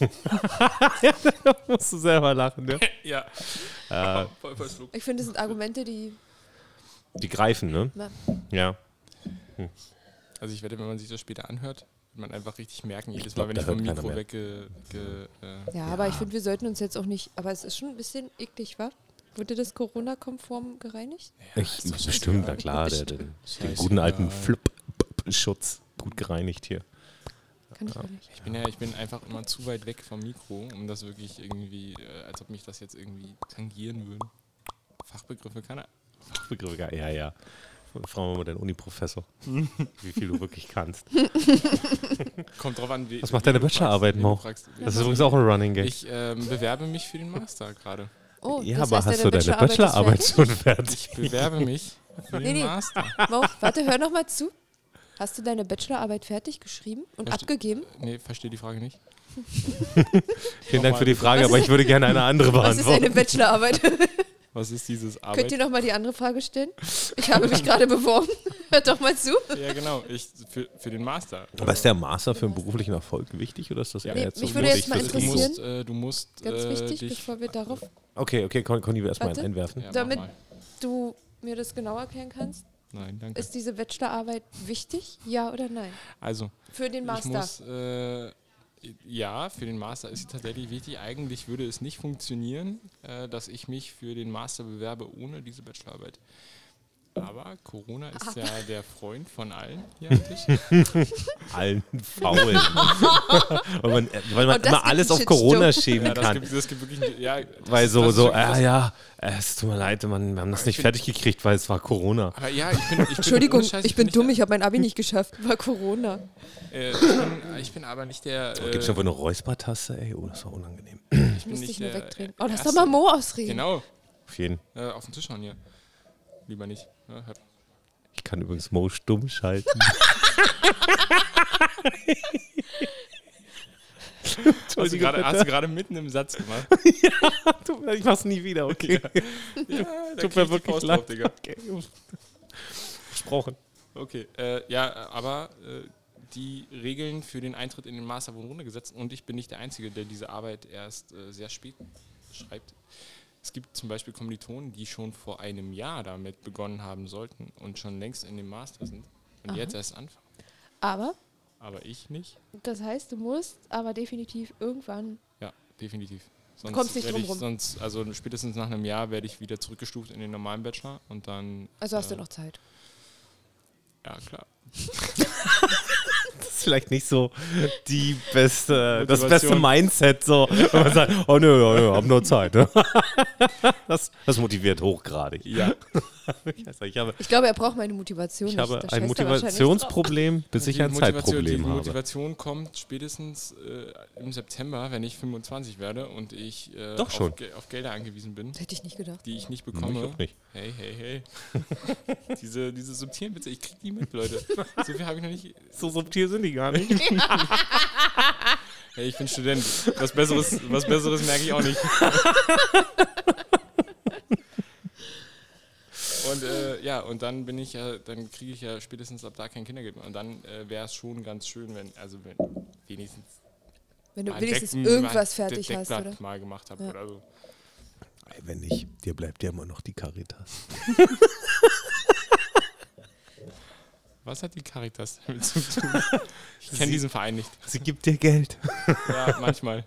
Speaker 1: da musst du selber lachen, ne? Äh,
Speaker 3: Ja. Voll verschluckt.
Speaker 2: Ich finde, das sind Argumente, die.
Speaker 1: Die greifen, ne?
Speaker 2: Na,
Speaker 1: Ja.
Speaker 3: Also ich werde, wenn man sich das später anhört, wird man einfach richtig merken, jedes
Speaker 1: glaub,
Speaker 3: Mal, wenn
Speaker 1: da
Speaker 3: ich vom
Speaker 1: hört keiner
Speaker 3: Mikro
Speaker 1: mehr.
Speaker 3: wegge... Ge, äh,
Speaker 2: ja, aber ich finde, wir sollten uns jetzt auch nicht. Aber es ist schon ein bisschen eklig, wa? Wurde das Corona-konform gereinigt?
Speaker 1: Ich,
Speaker 3: ist doch
Speaker 1: bestimmt,
Speaker 3: scheißegal.
Speaker 1: na klar, der, der, den
Speaker 3: Scheißegal.
Speaker 1: guten alten Flup-Schutz. Gut gereinigt hier.
Speaker 2: Kann ich gar nicht.
Speaker 3: Ich bin ja, ich bin einfach immer zu weit weg vom Mikro, um das wirklich irgendwie, äh, als ob mich das jetzt irgendwie tangieren würde. Fachbegriffe kann er.
Speaker 1: Begriffe, gar- ja, ja. Fragen wir mal deinen Uni-Professor, wie viel du wirklich kannst.
Speaker 3: Kommt drauf an, wie.
Speaker 1: Was macht deine
Speaker 3: wie du fragst,
Speaker 1: Bachelorarbeit,
Speaker 3: wie du
Speaker 1: Mo?
Speaker 3: fragst.
Speaker 1: Das ist übrigens auch ein Running Gag.
Speaker 3: Ich ähm, bewerbe mich für den Master gerade.
Speaker 2: Oh,
Speaker 1: ja,
Speaker 2: das
Speaker 1: aber
Speaker 2: heißt,
Speaker 1: hast du deine
Speaker 2: Bachelorarbeit ist
Speaker 1: Bachelorarbeit
Speaker 2: fertig?
Speaker 1: schon fertig?
Speaker 3: Ich bewerbe mich für
Speaker 2: Nee,
Speaker 3: den
Speaker 2: nee.
Speaker 3: Master.
Speaker 2: Mo, warte, hör noch mal zu. Hast du deine Bachelorarbeit fertig geschrieben und
Speaker 3: Verste-
Speaker 2: abgegeben?
Speaker 3: Nee, verstehe die Frage nicht.
Speaker 1: Vielen Dank für die Frage,
Speaker 2: Was
Speaker 1: aber
Speaker 2: ist-
Speaker 1: ich würde gerne eine andere
Speaker 2: Was ist eine
Speaker 1: beantworten.
Speaker 2: Bachelorarbeit?
Speaker 3: Was ist dieses
Speaker 2: Könnt
Speaker 3: Arbeit?
Speaker 2: ihr noch mal die andere Frage stellen? Ich habe mich gerade beworben. Hört doch mal zu.
Speaker 3: Ja, genau. Ich, für, für den Master.
Speaker 1: Aber ist der Master für einen beruflichen Erfolg wichtig oder ist das eher
Speaker 2: Nee,
Speaker 1: jetzt so
Speaker 2: mich würde
Speaker 1: lustig
Speaker 2: jetzt mal
Speaker 1: fürs
Speaker 3: Du
Speaker 1: Ego?
Speaker 2: interessieren.
Speaker 3: musst, äh, du musst
Speaker 2: Ganz
Speaker 3: äh,
Speaker 2: wichtig,
Speaker 3: dich.
Speaker 2: bevor wir darauf,
Speaker 1: Okay, okay, Con Conny will erstmal einen
Speaker 2: Warte.
Speaker 1: einwerfen.
Speaker 3: Ja, mach
Speaker 2: damit
Speaker 3: mal.
Speaker 2: du mir das genau erklären kannst,
Speaker 3: Nein, danke.
Speaker 2: ist diese Bachelorarbeit wichtig? Ja oder nein?
Speaker 3: Also,
Speaker 2: Für den
Speaker 3: Ich
Speaker 2: Master.
Speaker 3: muss, äh, ja, für den Master ist sie tatsächlich wichtig. Eigentlich würde es nicht funktionieren, äh, dass ich mich für den Master bewerbe ohne diese Bachelorarbeit. Aber Corona
Speaker 2: Ah.
Speaker 3: ist ja der Freund von allen hier am Tisch.
Speaker 1: Allen Faulen. weil man, weil man
Speaker 2: Und Oh, das
Speaker 1: immer
Speaker 2: gibt
Speaker 1: alles
Speaker 2: einen
Speaker 1: auf
Speaker 2: Shitstorm.
Speaker 1: Corona schieben
Speaker 3: Ja, das
Speaker 1: kann.
Speaker 3: gibt, das gibt wirklich ein- ja, das-
Speaker 1: Weil so,
Speaker 3: das ist
Speaker 1: so,
Speaker 3: wirklich
Speaker 1: ah
Speaker 3: das-
Speaker 1: ja, äh, es tut mir leid, man, wir haben das nicht
Speaker 3: find-
Speaker 1: fertig gekriegt, weil es war Corona.
Speaker 3: Aber ja, ich bin, ich bin
Speaker 2: Entschuldigung,
Speaker 3: ohne Scheiß,
Speaker 2: ich bin
Speaker 3: nicht
Speaker 2: dumm, ich habe mein Abi nicht geschafft. War Corona.
Speaker 3: Der, äh, ich, bin, ich bin aber nicht der. Äh,
Speaker 1: Gibt es irgendwo eine Räuspertaste? Ey, oh, das war unangenehm.
Speaker 3: ich bin
Speaker 2: Musste ich
Speaker 3: nicht
Speaker 2: nur
Speaker 3: der
Speaker 2: wegdrehen. Oh, lass doch
Speaker 3: Erste.
Speaker 2: mal Mo ausreden.
Speaker 3: Genau,
Speaker 1: Auf jeden
Speaker 3: äh, auf den Tisch hauen hier. Lieber nicht. ne? Ja, hört
Speaker 1: Ich kann übrigens Mo stumm schalten.
Speaker 3: Hast du
Speaker 1: Entschuldige
Speaker 3: gerade- hast
Speaker 1: bitte.
Speaker 3: du gerade mitten im Satz gemacht?
Speaker 1: Tut mir leid, Ich mach's nie wieder, okay?
Speaker 3: Ja, da
Speaker 1: Tut
Speaker 3: krieg ich
Speaker 1: mir
Speaker 3: die
Speaker 1: wirklich
Speaker 3: Faust
Speaker 1: leid.
Speaker 3: drauf, Digga.
Speaker 1: Okay. Versprochen.
Speaker 3: Okay, äh, ja, aber äh, die Regeln für den Eintritt in den Master wurden runtergesetzt und ich bin nicht der Einzige, der diese Arbeit erst äh, sehr spät schreibt. Es gibt zum Beispiel Kommilitonen, die schon vor einem Jahr damit begonnen haben sollten und schon längst in dem Master sind und jetzt erst anfangen.
Speaker 2: Aber
Speaker 3: Aber ich nicht.
Speaker 2: das heißt, du musst aber definitiv irgendwann
Speaker 3: Ja, definitiv. Sonst
Speaker 2: kommst nicht
Speaker 3: werd
Speaker 2: drum
Speaker 3: ich,
Speaker 2: rum.
Speaker 3: Sonst, also spätestens nach einem Jahr werde ich wieder zurückgestuft in den normalen Bachelor und dann.
Speaker 2: Also hast
Speaker 3: äh,
Speaker 2: du noch Zeit.
Speaker 3: Ja, klar.
Speaker 1: ist vielleicht nicht so die beste, das
Speaker 3: Motivation.
Speaker 1: beste Mindset, so. Wenn man sagt, oh nö, ja, ja, hab nur Zeit. ne? Das, das motiviert hochgradig.
Speaker 3: Ja.
Speaker 1: Also ich habe,
Speaker 2: Ich glaube, er braucht meine Motivation
Speaker 1: ich
Speaker 2: nicht.
Speaker 1: habe
Speaker 2: Da
Speaker 1: ein
Speaker 2: scheißt er wahrscheinlich drauf.
Speaker 1: Motivationsproblem, bis ich
Speaker 3: Die
Speaker 1: ein
Speaker 3: Motivation-
Speaker 1: Zeitproblem
Speaker 3: Die
Speaker 1: habe.
Speaker 3: Motivation kommt spätestens äh, im September, wenn ich 25 werde und ich äh,
Speaker 1: Doch schon.
Speaker 3: Auf, Ge- auf Gelder angewiesen bin,
Speaker 2: Das Hätte ich nicht gedacht.
Speaker 3: die ich nicht
Speaker 1: Ich
Speaker 3: bekomme.
Speaker 1: auch nicht.
Speaker 3: Hey, hey, hey. diese, diese subtilen Witze, ich krieg die mit, Leute. So viel habe ich noch nicht.
Speaker 1: So subtil sind die gar nicht.
Speaker 3: Hey, ich bin Student. Was Besseres, was Besseres merke ich auch nicht. Und äh, ja, und dann bin ich ja, dann kriege ich ja spätestens ab da kein Kindergeld mehr. Und dann äh, wäre es schon ganz schön, wenn, also wenn wenigstens
Speaker 2: Wenn du
Speaker 3: mal ein
Speaker 2: wenigstens
Speaker 3: Decken-
Speaker 2: irgendwas
Speaker 3: mal ein
Speaker 2: fertig
Speaker 3: De-
Speaker 2: hast,
Speaker 3: Deckblatt
Speaker 2: oder?
Speaker 3: mal gemacht habe
Speaker 2: Ja.
Speaker 3: oder so.
Speaker 1: Wenn nicht, dir bleibt ja immer noch die Caritas.
Speaker 3: Was hat die Caritas damit zu tun? Ich kenne diesen Verein nicht.
Speaker 1: Sie gibt dir Geld
Speaker 3: Ja, manchmal.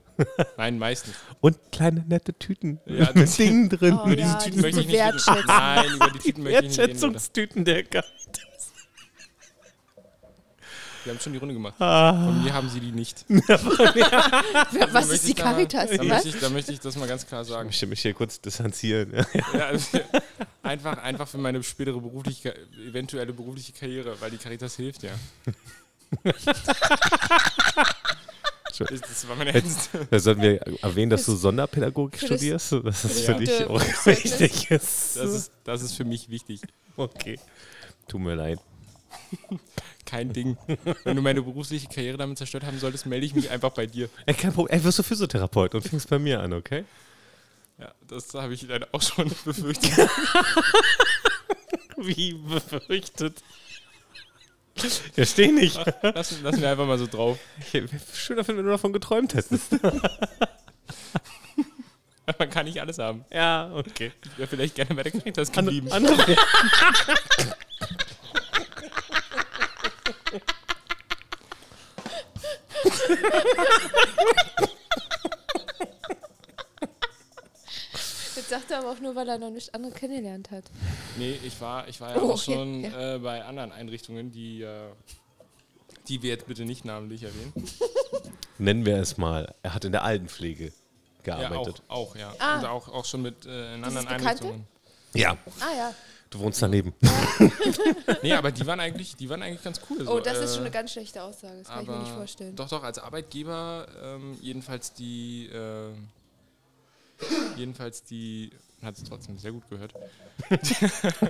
Speaker 3: Nein, meistens.
Speaker 1: und kleine nette Tüten
Speaker 3: Ja, das-
Speaker 1: mit Dingen drin.
Speaker 2: Oh,
Speaker 3: Über
Speaker 2: ja,
Speaker 3: die Tüten
Speaker 2: diese
Speaker 3: möchte ich nicht reden.
Speaker 2: Wertschätzung.
Speaker 3: Nein, über die Tüten möchte ich nicht reden. Leute.
Speaker 1: Wertschätzungstüten der Caritas.
Speaker 3: Wir haben schon die Runde gemacht. Von mir haben sie die nicht.
Speaker 2: Was Ah. ist die Caritas? ne?
Speaker 3: Da, mal,
Speaker 2: Was?
Speaker 3: da, möchte ich, da möchte ich das mal ganz klar sagen.
Speaker 1: Ich möchte mich hier kurz distanzieren.
Speaker 3: Ja, also, einfach, einfach für meine spätere berufliche, eventuelle berufliche Karriere, weil die Caritas hilft ja. Das, das war meine ernste.
Speaker 1: Da sollten wir erwähnen, dass du Sonderpädagogik
Speaker 2: für das-
Speaker 1: studierst. Das ist
Speaker 2: für
Speaker 1: für
Speaker 2: das
Speaker 1: dich
Speaker 2: gute
Speaker 1: auch
Speaker 2: Berufszeugnis.
Speaker 1: wichtig. Ist.
Speaker 3: Das ist, das ist für mich wichtig.
Speaker 1: Okay. Tut mir leid.
Speaker 3: Kein Ding. Wenn du meine berufliche Karriere damit zerstört haben solltest, melde ich mich einfach bei dir.
Speaker 1: Ey, kein Problem. Ey, wirst du Physiotherapeut und fängst bei mir an, okay?
Speaker 3: Ja, das habe ich leider auch schon befürchtet.
Speaker 1: Wie befürchtet. Ja, steh nicht.
Speaker 3: Lassen, lassen wir einfach mal so drauf.
Speaker 1: Ich wär schöner finden, wenn du davon geträumt hättest.
Speaker 3: Man kann nicht alles haben.
Speaker 1: Ja, okay.
Speaker 3: Ich wäre vielleicht gerne bei der Caritas
Speaker 1: Andere,
Speaker 3: geblieben.
Speaker 1: andere,
Speaker 2: Das sagt er aber auch nur, weil er noch nichts anderes kennengelernt hat.
Speaker 3: Nee, ich war, ich war ja
Speaker 2: Oh,
Speaker 3: auch
Speaker 2: okay,
Speaker 3: schon Äh, bei anderen Einrichtungen, die, äh, die wir jetzt bitte nicht namentlich erwähnen.
Speaker 1: Nennen wir es mal. Er hat in der Altenpflege
Speaker 3: Ja, auch,
Speaker 1: gearbeitet.
Speaker 3: auch, ja.
Speaker 2: Ah.
Speaker 3: Und auch, auch schon mit äh, in anderen
Speaker 2: Bekannte?
Speaker 3: Einrichtungen.
Speaker 1: Ja,
Speaker 2: Ah ja.
Speaker 1: du wohnst daneben.
Speaker 3: Nee, aber die waren eigentlich, die waren eigentlich ganz cool. So.
Speaker 2: Oh, das
Speaker 3: äh,
Speaker 2: ist schon eine ganz schlechte Aussage. Das kann ich mir
Speaker 3: aber
Speaker 2: nicht vorstellen.
Speaker 3: Doch, doch, als Arbeitgeber ähm, jedenfalls die, äh, jedenfalls die, hat es trotzdem sehr gut gehört.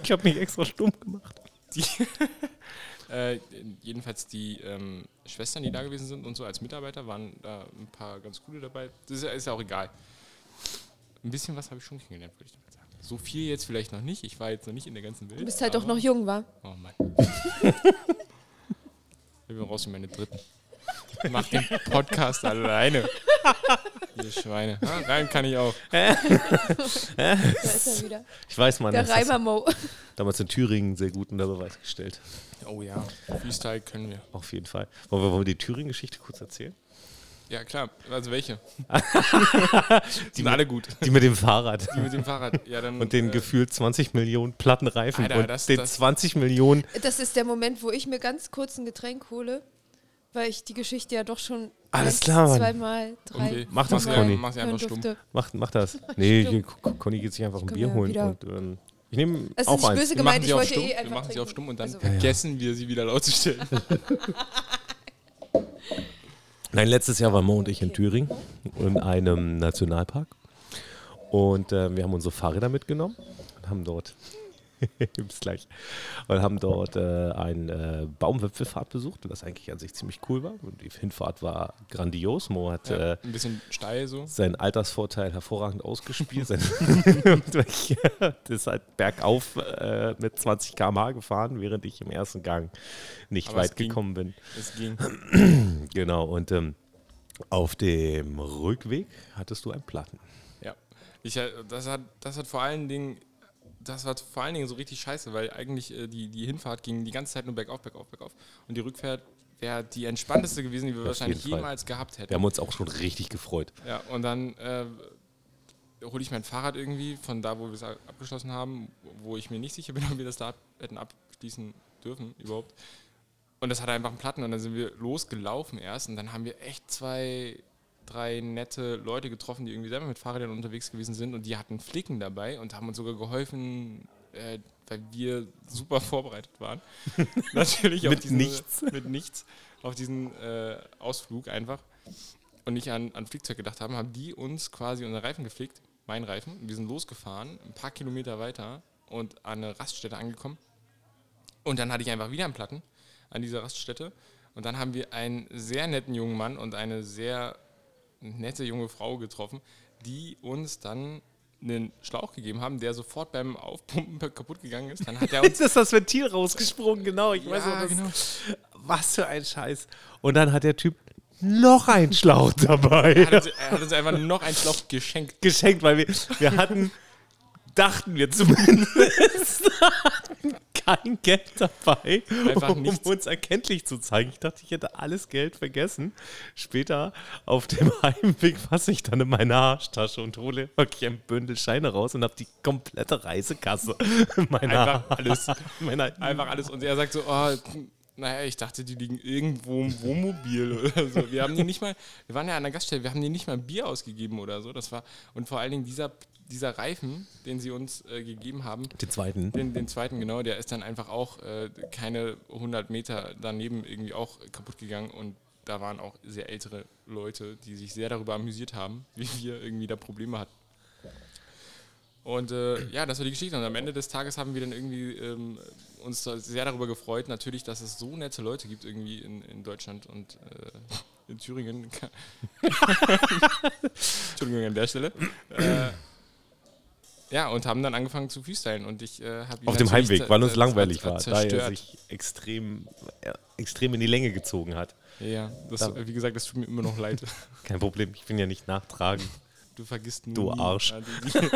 Speaker 1: Ich habe mich extra stumm gemacht.
Speaker 3: die, äh, jedenfalls die ähm, Schwestern, die da gewesen sind und so als Mitarbeiter, waren da ein paar ganz coole dabei. Das ist ja, ist ja auch egal. Ein bisschen was habe ich schon kennengelernt, würde ich damit sagen. So viel jetzt vielleicht noch nicht. Ich war jetzt noch nicht in der ganzen Welt.
Speaker 2: Du bist halt doch
Speaker 3: aber-
Speaker 2: noch jung, wa?
Speaker 3: Oh Mann. ich bin raus in meine dritten. Mach den Podcast alleine. Ihr Schweine. Ah, rein kann ich auch.
Speaker 2: Da ist er wieder.
Speaker 1: Ich weiß, man
Speaker 2: Der
Speaker 1: hat das
Speaker 2: Reimermo.
Speaker 1: damals in Thüringen sehr gut unter Beweis gestellt.
Speaker 3: Oh ja. Freestyle können wir.
Speaker 1: Auf jeden Fall. Wollen wir, wollen wir die Thüringen-Geschichte kurz erzählen?
Speaker 3: Ja, klar. Also welche? die sind alle gut.
Speaker 1: Die mit dem Fahrrad.
Speaker 3: Die mit dem Fahrrad. Ja, dann,
Speaker 1: Und den
Speaker 3: äh,
Speaker 1: gefühlt 20 Millionen Plattenreifen
Speaker 3: Alter,
Speaker 1: und
Speaker 3: das-
Speaker 1: den
Speaker 3: das-
Speaker 1: 20 Millionen.
Speaker 2: Das ist der Moment, wo ich mir ganz kurz ein Getränk hole, weil ich die Geschichte ja doch schon
Speaker 1: Alles
Speaker 2: eins,
Speaker 1: klar, Mann.
Speaker 2: zweimal, drei,
Speaker 3: Okay,
Speaker 1: Mach das,
Speaker 3: mach
Speaker 1: Conny.
Speaker 3: Mach sie
Speaker 2: hören
Speaker 3: einfach stumm.
Speaker 2: durfte.
Speaker 1: Mach, mach das. Nee,
Speaker 2: Stimmt.
Speaker 1: hier, Con- Conny geht sich einfach ein
Speaker 2: kann
Speaker 1: Bier
Speaker 2: mir
Speaker 1: holen.
Speaker 2: wieder-
Speaker 1: Und, ähm, ich nehme
Speaker 2: Es ist
Speaker 1: auch
Speaker 2: nicht
Speaker 1: eins.
Speaker 2: böse
Speaker 3: Wir
Speaker 2: gemeint,
Speaker 3: machen,
Speaker 2: ich
Speaker 3: sie auf,
Speaker 2: wollte
Speaker 3: stumm,
Speaker 2: eh
Speaker 3: wir
Speaker 2: einfach
Speaker 3: machen sie auf
Speaker 2: trinken.
Speaker 3: stumm und dann
Speaker 2: Also,
Speaker 3: vergessen wir sie wieder laut zu stellen.
Speaker 1: Nein, letztes Jahr waren Mo und ich in Thüringen in einem Nationalpark. Und äh, wir haben unsere Fahrräder mitgenommen und haben dort. Bis gleich. Und haben dort äh, eine äh, Baumwipfelfahrt besucht, was eigentlich an sich ziemlich cool war. Und die Hinfahrt war grandios. Mo hat
Speaker 3: Ja,
Speaker 1: äh,
Speaker 3: ein bisschen steil so.
Speaker 1: seinen Altersvorteil hervorragend ausgespielt. Sein- Und ich, äh, das ist halt bergauf äh, mit 20 km/h gefahren, während ich im ersten Gang nicht
Speaker 3: Aber es
Speaker 1: weit
Speaker 3: ging.
Speaker 1: gekommen bin.
Speaker 3: Es ging.
Speaker 1: Genau, und ähm, auf dem Rückweg hattest du einen Platten.
Speaker 3: Ja. Ich, äh, das, hat, das hat vor allen Dingen, das war vor allen Dingen so richtig scheiße, weil eigentlich äh, die, die Hinfahrt ging die ganze Zeit nur bergauf, bergauf, bergauf. Und die Rückfahrt wäre die entspannteste gewesen, die wir
Speaker 1: auf
Speaker 3: wahrscheinlich
Speaker 1: jeden Fall.
Speaker 3: jemals gehabt hätten.
Speaker 1: Wir haben uns auch schon richtig gefreut.
Speaker 3: Ja, und dann äh, hole ich mein Fahrrad irgendwie von da, wo wir es a- abgeschlossen haben, wo ich mir nicht sicher bin, ob wir das da hätten abschließen dürfen überhaupt. Und das hatte einfach einen Platten und dann sind wir losgelaufen erst und dann haben wir echt zwei, drei nette Leute getroffen, die irgendwie selber mit Fahrrädern unterwegs gewesen sind und die hatten Flicken dabei und haben uns sogar geholfen, äh, weil wir super vorbereitet waren. Natürlich auf
Speaker 1: Mit
Speaker 3: diesen, äh,
Speaker 1: nichts.
Speaker 3: mit nichts auf diesen äh, Ausflug einfach und nicht an, an Flickzeug gedacht haben, haben die uns quasi unseren Reifen geflickt, meinen Reifen. Wir sind losgefahren, ein paar Kilometer weiter und an eine Raststätte angekommen. Und dann hatte ich einfach wieder einen Platten an dieser Raststätte. Und dann haben wir einen sehr netten jungen Mann und eine sehr nette junge Frau getroffen, die uns dann einen Schlauch gegeben haben, der sofort beim Aufpumpen kaputt gegangen ist. Dann hat er uns
Speaker 1: ist das Ventil rausgesprungen, genau. Ich
Speaker 3: Ja, genau.
Speaker 1: Was für ein Scheiß. Und dann hat der Typ noch einen Schlauch dabei.
Speaker 3: hat uns, er hat uns einfach noch einen Schlauch geschenkt.
Speaker 1: geschenkt, weil wir, wir hatten, dachten wir zumindest, hatten kein Geld dabei,
Speaker 3: Einfach
Speaker 1: um
Speaker 3: nichts.
Speaker 1: uns erkenntlich zu zeigen. Ich dachte, ich hätte alles Geld vergessen. Später auf dem Heimweg fasse ich dann in meine Arschtasche und hole wirklich ein Bündel Scheine raus und habe die komplette Reisekasse in meiner,
Speaker 3: Einfach alles.
Speaker 1: meiner
Speaker 3: einfach alles. Und er sagt so, oh, naja, ich dachte, die liegen irgendwo im Wohnmobil oder so. Wir haben die nicht mal, wir waren ja an der Gaststelle, wir haben die nicht mal ein Bier ausgegeben oder so. Das war, und vor allen Dingen dieser, dieser Reifen, den sie uns äh, gegeben haben,
Speaker 1: den zweiten.
Speaker 3: den, den zweiten genau, der ist dann einfach auch äh, keine 100 Meter daneben irgendwie auch kaputt gegangen und da waren auch sehr ältere Leute, die sich sehr darüber amüsiert haben, wie wir irgendwie da Probleme hatten. Und äh, ja, das war die Geschichte. Und am Ende des Tages haben wir dann irgendwie ähm, uns da sehr darüber gefreut, natürlich, dass es so nette Leute gibt irgendwie in, in Deutschland und äh, in Thüringen. Entschuldigung an der Stelle. Äh, ja, und haben dann angefangen zu freestylen. Und ich äh, habe ihn
Speaker 1: Auf dem
Speaker 3: natürlich
Speaker 1: Heimweg,
Speaker 3: zer-
Speaker 1: weil uns
Speaker 3: zer-
Speaker 1: langweilig
Speaker 3: zer-
Speaker 1: war, da
Speaker 3: Zerstört.
Speaker 1: er sich extrem, äh, extrem in die Länge gezogen hat.
Speaker 3: ja, das, äh,
Speaker 1: Da-
Speaker 3: wie gesagt, das tut mir immer noch leid.
Speaker 1: Kein Problem, ich bin ja nicht nachtragend.
Speaker 3: Du vergisst nur.
Speaker 1: Du
Speaker 3: nie.
Speaker 1: Arsch.
Speaker 3: Ja, die, die,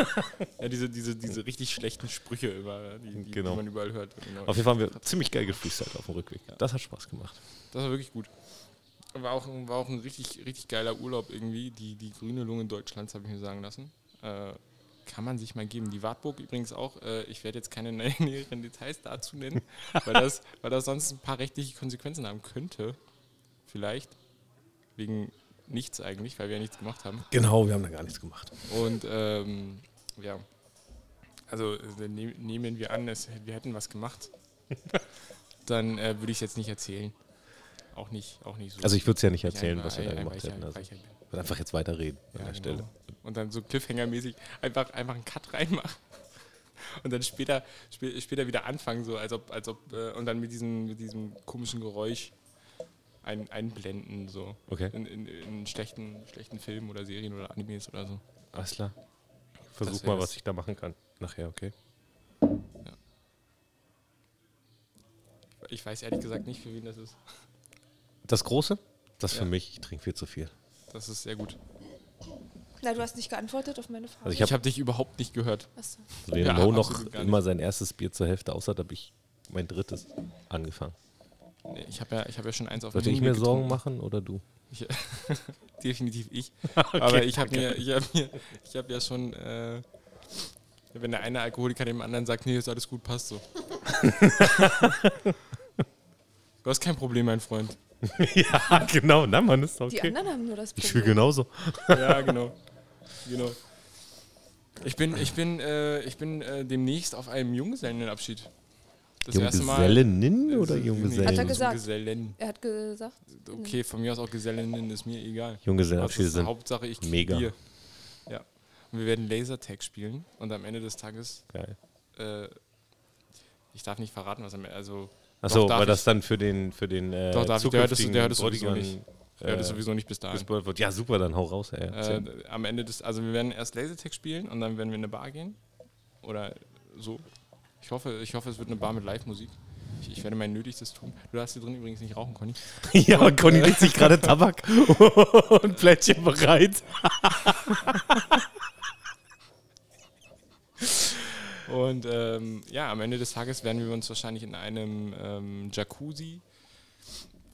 Speaker 3: ja diese, diese, diese richtig schlechten Sprüche immer, die, die,
Speaker 1: Genau.
Speaker 3: die man überall hört. Genau.
Speaker 1: Auf jeden Fall haben wir ziemlich geil gefreestylt auf dem Rückweg. Das hat Spaß gemacht.
Speaker 3: Das war wirklich gut. War auch, war auch ein richtig, richtig geiler Urlaub irgendwie. Die, die grüne Lunge Deutschlands, habe ich mir sagen lassen. Äh, kann man sich mal geben. Die Wartburg übrigens auch. Äh, ich werde jetzt keine nä- näheren Details dazu nennen, weil das, weil das sonst ein paar rechtliche Konsequenzen haben könnte. Vielleicht. Wegen nichts eigentlich, weil wir ja nichts gemacht haben.
Speaker 1: Genau, wir haben da gar nichts gemacht.
Speaker 3: Und ähm, ja, also äh, ne, nehmen wir an, es, wir hätten was gemacht, dann äh, würde ich es jetzt nicht erzählen. Auch nicht, auch nicht so.
Speaker 1: Also ich würde es ja nicht
Speaker 3: Weil ich
Speaker 1: erzählen,
Speaker 3: ein-
Speaker 1: was wir da
Speaker 3: ein- ein
Speaker 1: gemacht
Speaker 3: weicher-
Speaker 1: hätten. Also ich
Speaker 3: weicher bin.
Speaker 1: würde einfach jetzt weiterreden an
Speaker 3: Ja,
Speaker 1: der
Speaker 3: genau.
Speaker 1: Stelle.
Speaker 3: Und dann so Cliffhanger-mäßig einfach, einfach einen Cut reinmachen. Und dann später, spä- später wieder anfangen, so als ob, als ob, äh, und dann mit diesem, mit diesem komischen Geräusch ein, einblenden, so.
Speaker 1: Okay.
Speaker 3: In, in, in schlechten, schlechten Filmen oder Serien oder Animes oder so.
Speaker 1: Alles klar.
Speaker 3: Das
Speaker 1: Versuch
Speaker 3: wär's.
Speaker 1: mal, was ich da machen kann. Nachher, okay.
Speaker 3: Ich weiß ehrlich gesagt nicht, für wen das ist.
Speaker 1: Das Große? Das
Speaker 3: Ja.
Speaker 1: für mich, ich trinke viel zu viel.
Speaker 3: Das ist sehr gut.
Speaker 2: Na, du hast nicht geantwortet auf meine Frage.
Speaker 1: Also ich
Speaker 3: Ich
Speaker 1: habe
Speaker 3: habe dich überhaupt nicht gehört.
Speaker 2: Achso.
Speaker 1: weder
Speaker 3: Ja,
Speaker 1: Also Mo
Speaker 3: absolut
Speaker 1: noch
Speaker 3: gar nicht.
Speaker 1: immer sein erstes Bier zur Hälfte aus hat, habe ich mein drittes angefangen.
Speaker 3: Nee, Ich habe ja, ich hab ja schon eins auf
Speaker 1: Sollte
Speaker 3: dem
Speaker 1: ich mir
Speaker 3: Handy
Speaker 1: Sorgen
Speaker 3: getrunken.
Speaker 1: machen oder du?
Speaker 3: Ich, definitiv ich. Aber ich habe mir, ich habe mir, ich habe ja schon, äh, wenn der eine Alkoholiker dem anderen sagt, nee, ist alles gut, passt so. du hast kein Problem, mein Freund.
Speaker 1: ja, genau. Na, man ist doch
Speaker 2: Die
Speaker 1: okay.
Speaker 2: anderen haben nur das
Speaker 1: Ich fühle
Speaker 2: Problem.
Speaker 1: genauso.
Speaker 3: Ja, genau. genau. Ich bin, ich bin, äh, ich bin äh, demnächst auf einem Junggesellenabschied. Das
Speaker 1: Junggesellinnen oder
Speaker 3: Äh,
Speaker 2: Hat er
Speaker 3: nee,
Speaker 1: Junggesellen?
Speaker 2: gesagt?
Speaker 3: Junggesellen.
Speaker 2: Er hat gesagt,
Speaker 3: Okay, von mir aus auch Gesellinnen, ist mir egal.
Speaker 1: Junggesellenabschiede
Speaker 3: Also,
Speaker 1: sind
Speaker 3: Hauptsache ich krieg
Speaker 1: mega.
Speaker 3: Bier. Ja. Und wir werden Lasertag spielen und am Ende des Tages,
Speaker 1: geil.
Speaker 3: äh, ich darf nicht verraten, was am Ende, also
Speaker 1: Achso,
Speaker 3: Doch, darf
Speaker 1: war das
Speaker 3: ich-
Speaker 1: dann für den für den äh,
Speaker 3: Doch, darf ich- der hört es-
Speaker 1: zukünftigen
Speaker 3: der hört es sowieso
Speaker 1: Bräutigam,
Speaker 3: nicht.
Speaker 1: äh,
Speaker 3: ja, das sowieso nicht bis dahin.
Speaker 1: gespoilt wird. Ja, super, dann hau raus. Ey. Erzähl.
Speaker 3: Äh, am Ende des, also wir werden erst Lasertag spielen und dann werden wir in eine Bar gehen oder so. Ich hoffe, ich hoffe, es wird eine Bar mit Live-Musik. Ich, ich werde mein Nötigstes tun. Du darfst hier drin übrigens nicht rauchen, Conny.
Speaker 1: ja, und Conny
Speaker 3: äh,
Speaker 1: legt sich gerade Tabak und Plättchen bereit.
Speaker 3: Und ähm, ja, am Ende des Tages werden wir uns wahrscheinlich in einem ähm, Jacuzzi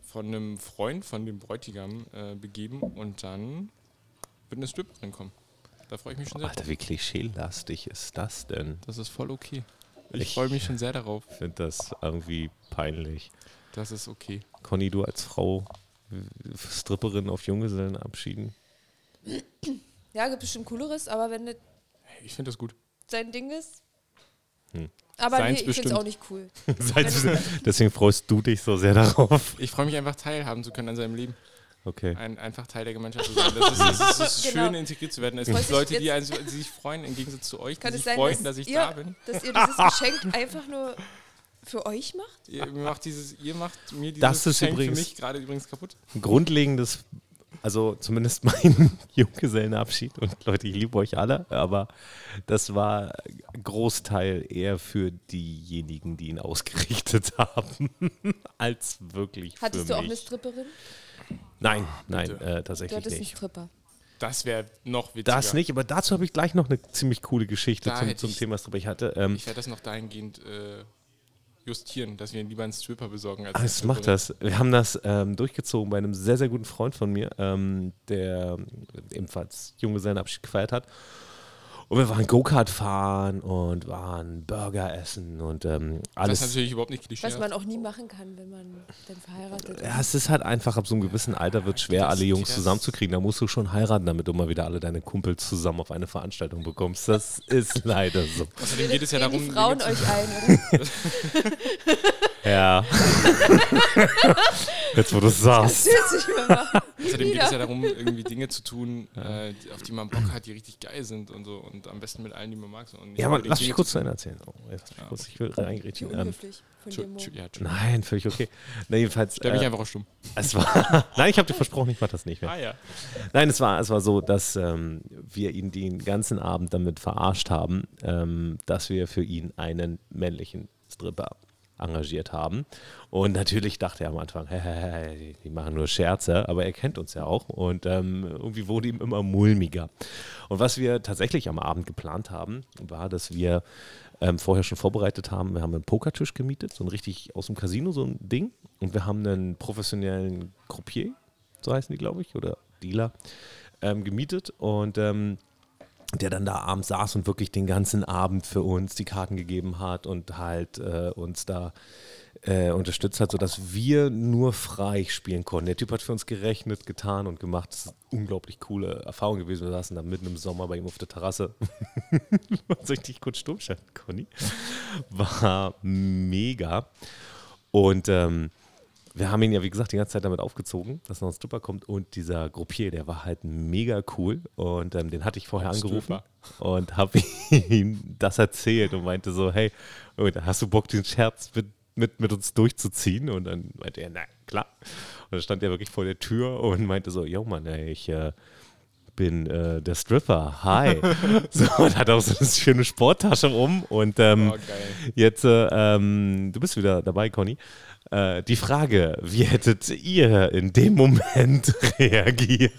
Speaker 3: von einem Freund von dem Bräutigam äh, begeben und dann wird eine Stripperin kommen. Da freue ich mich schon sehr.
Speaker 1: Alter, wie klischeelastig ist das denn?
Speaker 3: Das ist voll okay. Ich,
Speaker 1: Ich-
Speaker 3: freue mich schon sehr darauf.
Speaker 1: Ich finde das irgendwie peinlich.
Speaker 3: Das ist okay.
Speaker 1: Conny, du als Frau, äh, Stripperin auf Junggesellenabschieden.
Speaker 2: Ja, gibt bestimmt Cooleres, aber wenn das
Speaker 3: Hey, ich finde das gut.
Speaker 2: sein Ding ist.
Speaker 1: Hm.
Speaker 2: Aber
Speaker 3: Seins
Speaker 2: nee, ich finde es
Speaker 3: bestimmt.
Speaker 2: auch nicht cool.
Speaker 1: Deswegen freust du dich so sehr darauf.
Speaker 3: Ich freue mich einfach teilhaben zu können an seinem Leben.
Speaker 1: Okay.
Speaker 3: Ein, einfach Teil der Gemeinschaft zu sein. Das ist, das ist, das ist
Speaker 2: Genau.
Speaker 3: schön, integriert zu werden. Es
Speaker 2: Wollte
Speaker 3: gibt
Speaker 2: ich
Speaker 3: Leute, die,
Speaker 2: jetzt-
Speaker 3: eins- die sich freuen, im Gegensatz zu euch, die
Speaker 2: Kann
Speaker 3: sich
Speaker 2: es sein,
Speaker 3: freuen,
Speaker 2: dass,
Speaker 3: dass ich
Speaker 2: ihr,
Speaker 3: da bin.
Speaker 2: dass ihr dieses Geschenk einfach nur für euch macht?
Speaker 3: Ihr macht, dieses, ihr macht mir dieses
Speaker 1: Das ist
Speaker 3: Geschenk
Speaker 1: übrigens-
Speaker 3: für mich gerade übrigens kaputt.
Speaker 1: Ein grundlegendes, also zumindest mein Junggesellenabschied. Und Leute, ich liebe euch alle, aber das war Großteil eher für diejenigen, die ihn ausgerichtet haben, als wirklich
Speaker 2: Hattest
Speaker 1: für
Speaker 2: du auch
Speaker 1: mich.
Speaker 2: eine Stripperin?
Speaker 1: Nein, nein,
Speaker 3: Bitte.
Speaker 1: äh,
Speaker 2: Du
Speaker 1: tatsächlich
Speaker 2: hattest einen
Speaker 1: nicht.
Speaker 2: Stripper.
Speaker 3: Das wäre noch witziger.
Speaker 1: Das nicht, aber dazu habe ich gleich noch eine ziemlich coole Geschichte
Speaker 3: Da
Speaker 1: zum,
Speaker 3: hätte
Speaker 1: zum
Speaker 3: ich-
Speaker 1: Thema Stripper. Ich hatte, ähm,
Speaker 3: Ich werde das noch dahingehend äh, justieren, dass wir lieber einen Stripper besorgen als
Speaker 1: Ah,
Speaker 3: eine
Speaker 1: es macht
Speaker 3: Stripperin.
Speaker 1: das. Wir haben das ähm, durchgezogen bei einem sehr, sehr guten Freund von mir, ähm, der äh, ebenfalls Junggesellenabschied gefeiert hat. Und wir waren Go-Kart fahren und waren Burger essen und ähm,
Speaker 3: Das
Speaker 1: alles.
Speaker 3: ist natürlich überhaupt nicht klischee.
Speaker 2: Was man auch nie machen kann, wenn man dann verheiratet
Speaker 1: ja, es ist halt einfach, ab so einem gewissen Alter wird schwer,
Speaker 3: Das-
Speaker 1: alle Jungs
Speaker 3: das-
Speaker 1: zusammenzukriegen. Da musst du schon heiraten, damit du mal wieder alle deine Kumpels zusammen auf eine Veranstaltung bekommst. Das ist leider so.
Speaker 3: Außerdem geht es ja
Speaker 2: Gehen
Speaker 3: darum,
Speaker 2: die Frauen
Speaker 3: Dinge zu-
Speaker 2: euch ein, oder?
Speaker 1: Ja. Jetzt, wo du es sagst.
Speaker 2: Das will ich mal machen.
Speaker 3: außerdem geht es ja darum, irgendwie Dinge zu tun, äh, die- auf die man Bock hat, die richtig geil sind und so. Und am besten mit allen, die man mag. So. Und nicht
Speaker 1: Ja, aber
Speaker 3: unbedingt
Speaker 1: lass mich
Speaker 3: Dinge
Speaker 1: kurz
Speaker 3: zu-
Speaker 1: zu Ende erzählen. Oh, jetzt, lass mich kurz, ich will
Speaker 2: Wie
Speaker 1: reingrätschen. Ähm,
Speaker 2: unhöflich von dir,
Speaker 3: Tschu-
Speaker 2: Mo.
Speaker 3: tschu- Ja, tschu-
Speaker 1: Nein, völlig okay. Na, jedenfalls,
Speaker 3: Stell mich
Speaker 1: äh,
Speaker 3: einfach auch stumm.
Speaker 1: es war. Nein, ich habe dir versprochen, ich mache das nicht mehr.
Speaker 3: Ah ja.
Speaker 1: Nein, es war, es war so, dass ähm, wir ihn den ganzen Abend damit verarscht haben, ähm, dass wir für ihn einen männlichen Stripper engagiert haben. Und natürlich dachte er am Anfang, "Hä, hä, hä, die- die machen nur Scherze, aber er kennt uns ja auch. Und ähm, irgendwie wurde ihm immer mulmiger. Und was wir tatsächlich am Abend geplant haben, war, dass wir ähm, vorher schon vorbereitet haben. Wir haben einen Pokertisch gemietet, so ein richtig aus dem Casino, so ein Ding. Und wir haben einen professionellen Croupier, so heißen die, glaube ich, oder Dealer, ähm, gemietet und ähm, der dann da abends saß und wirklich den ganzen Abend für uns die Karten gegeben hat und halt äh, uns da äh, unterstützt hat, sodass wir nur frei spielen konnten. Der Typ hat für uns gerechnet, getan und gemacht. Das ist eine unglaublich coole Erfahrung gewesen. Wir saßen da mitten im Sommer bei ihm auf der Terrasse. Soll ich dich kurz stumm schalten, Conny? War mega. Und ähm, wir haben ihn ja, wie gesagt, die ganze Zeit damit aufgezogen, dass noch ein Stripper kommt. Und dieser Gruppier, der war halt mega cool. Und ähm, den hatte ich vorher angerufen
Speaker 3: Stripper.
Speaker 1: und habe ihm das erzählt und meinte so, hey, oh, hast du Bock, den Scherz mit, mit, mit uns durchzuziehen? Und dann meinte er, na klar. Und dann stand er wirklich vor der Tür und meinte so, yo Mann, ey, ich... Äh, bin äh, der Stripper, hi. so, und hat auch so eine schöne Sporttasche um. Und ähm,
Speaker 3: Oh, geil.
Speaker 1: jetzt, äh, ähm, du bist wieder dabei, Conny. Äh, die Frage, wie hättet ihr in dem Moment reagiert?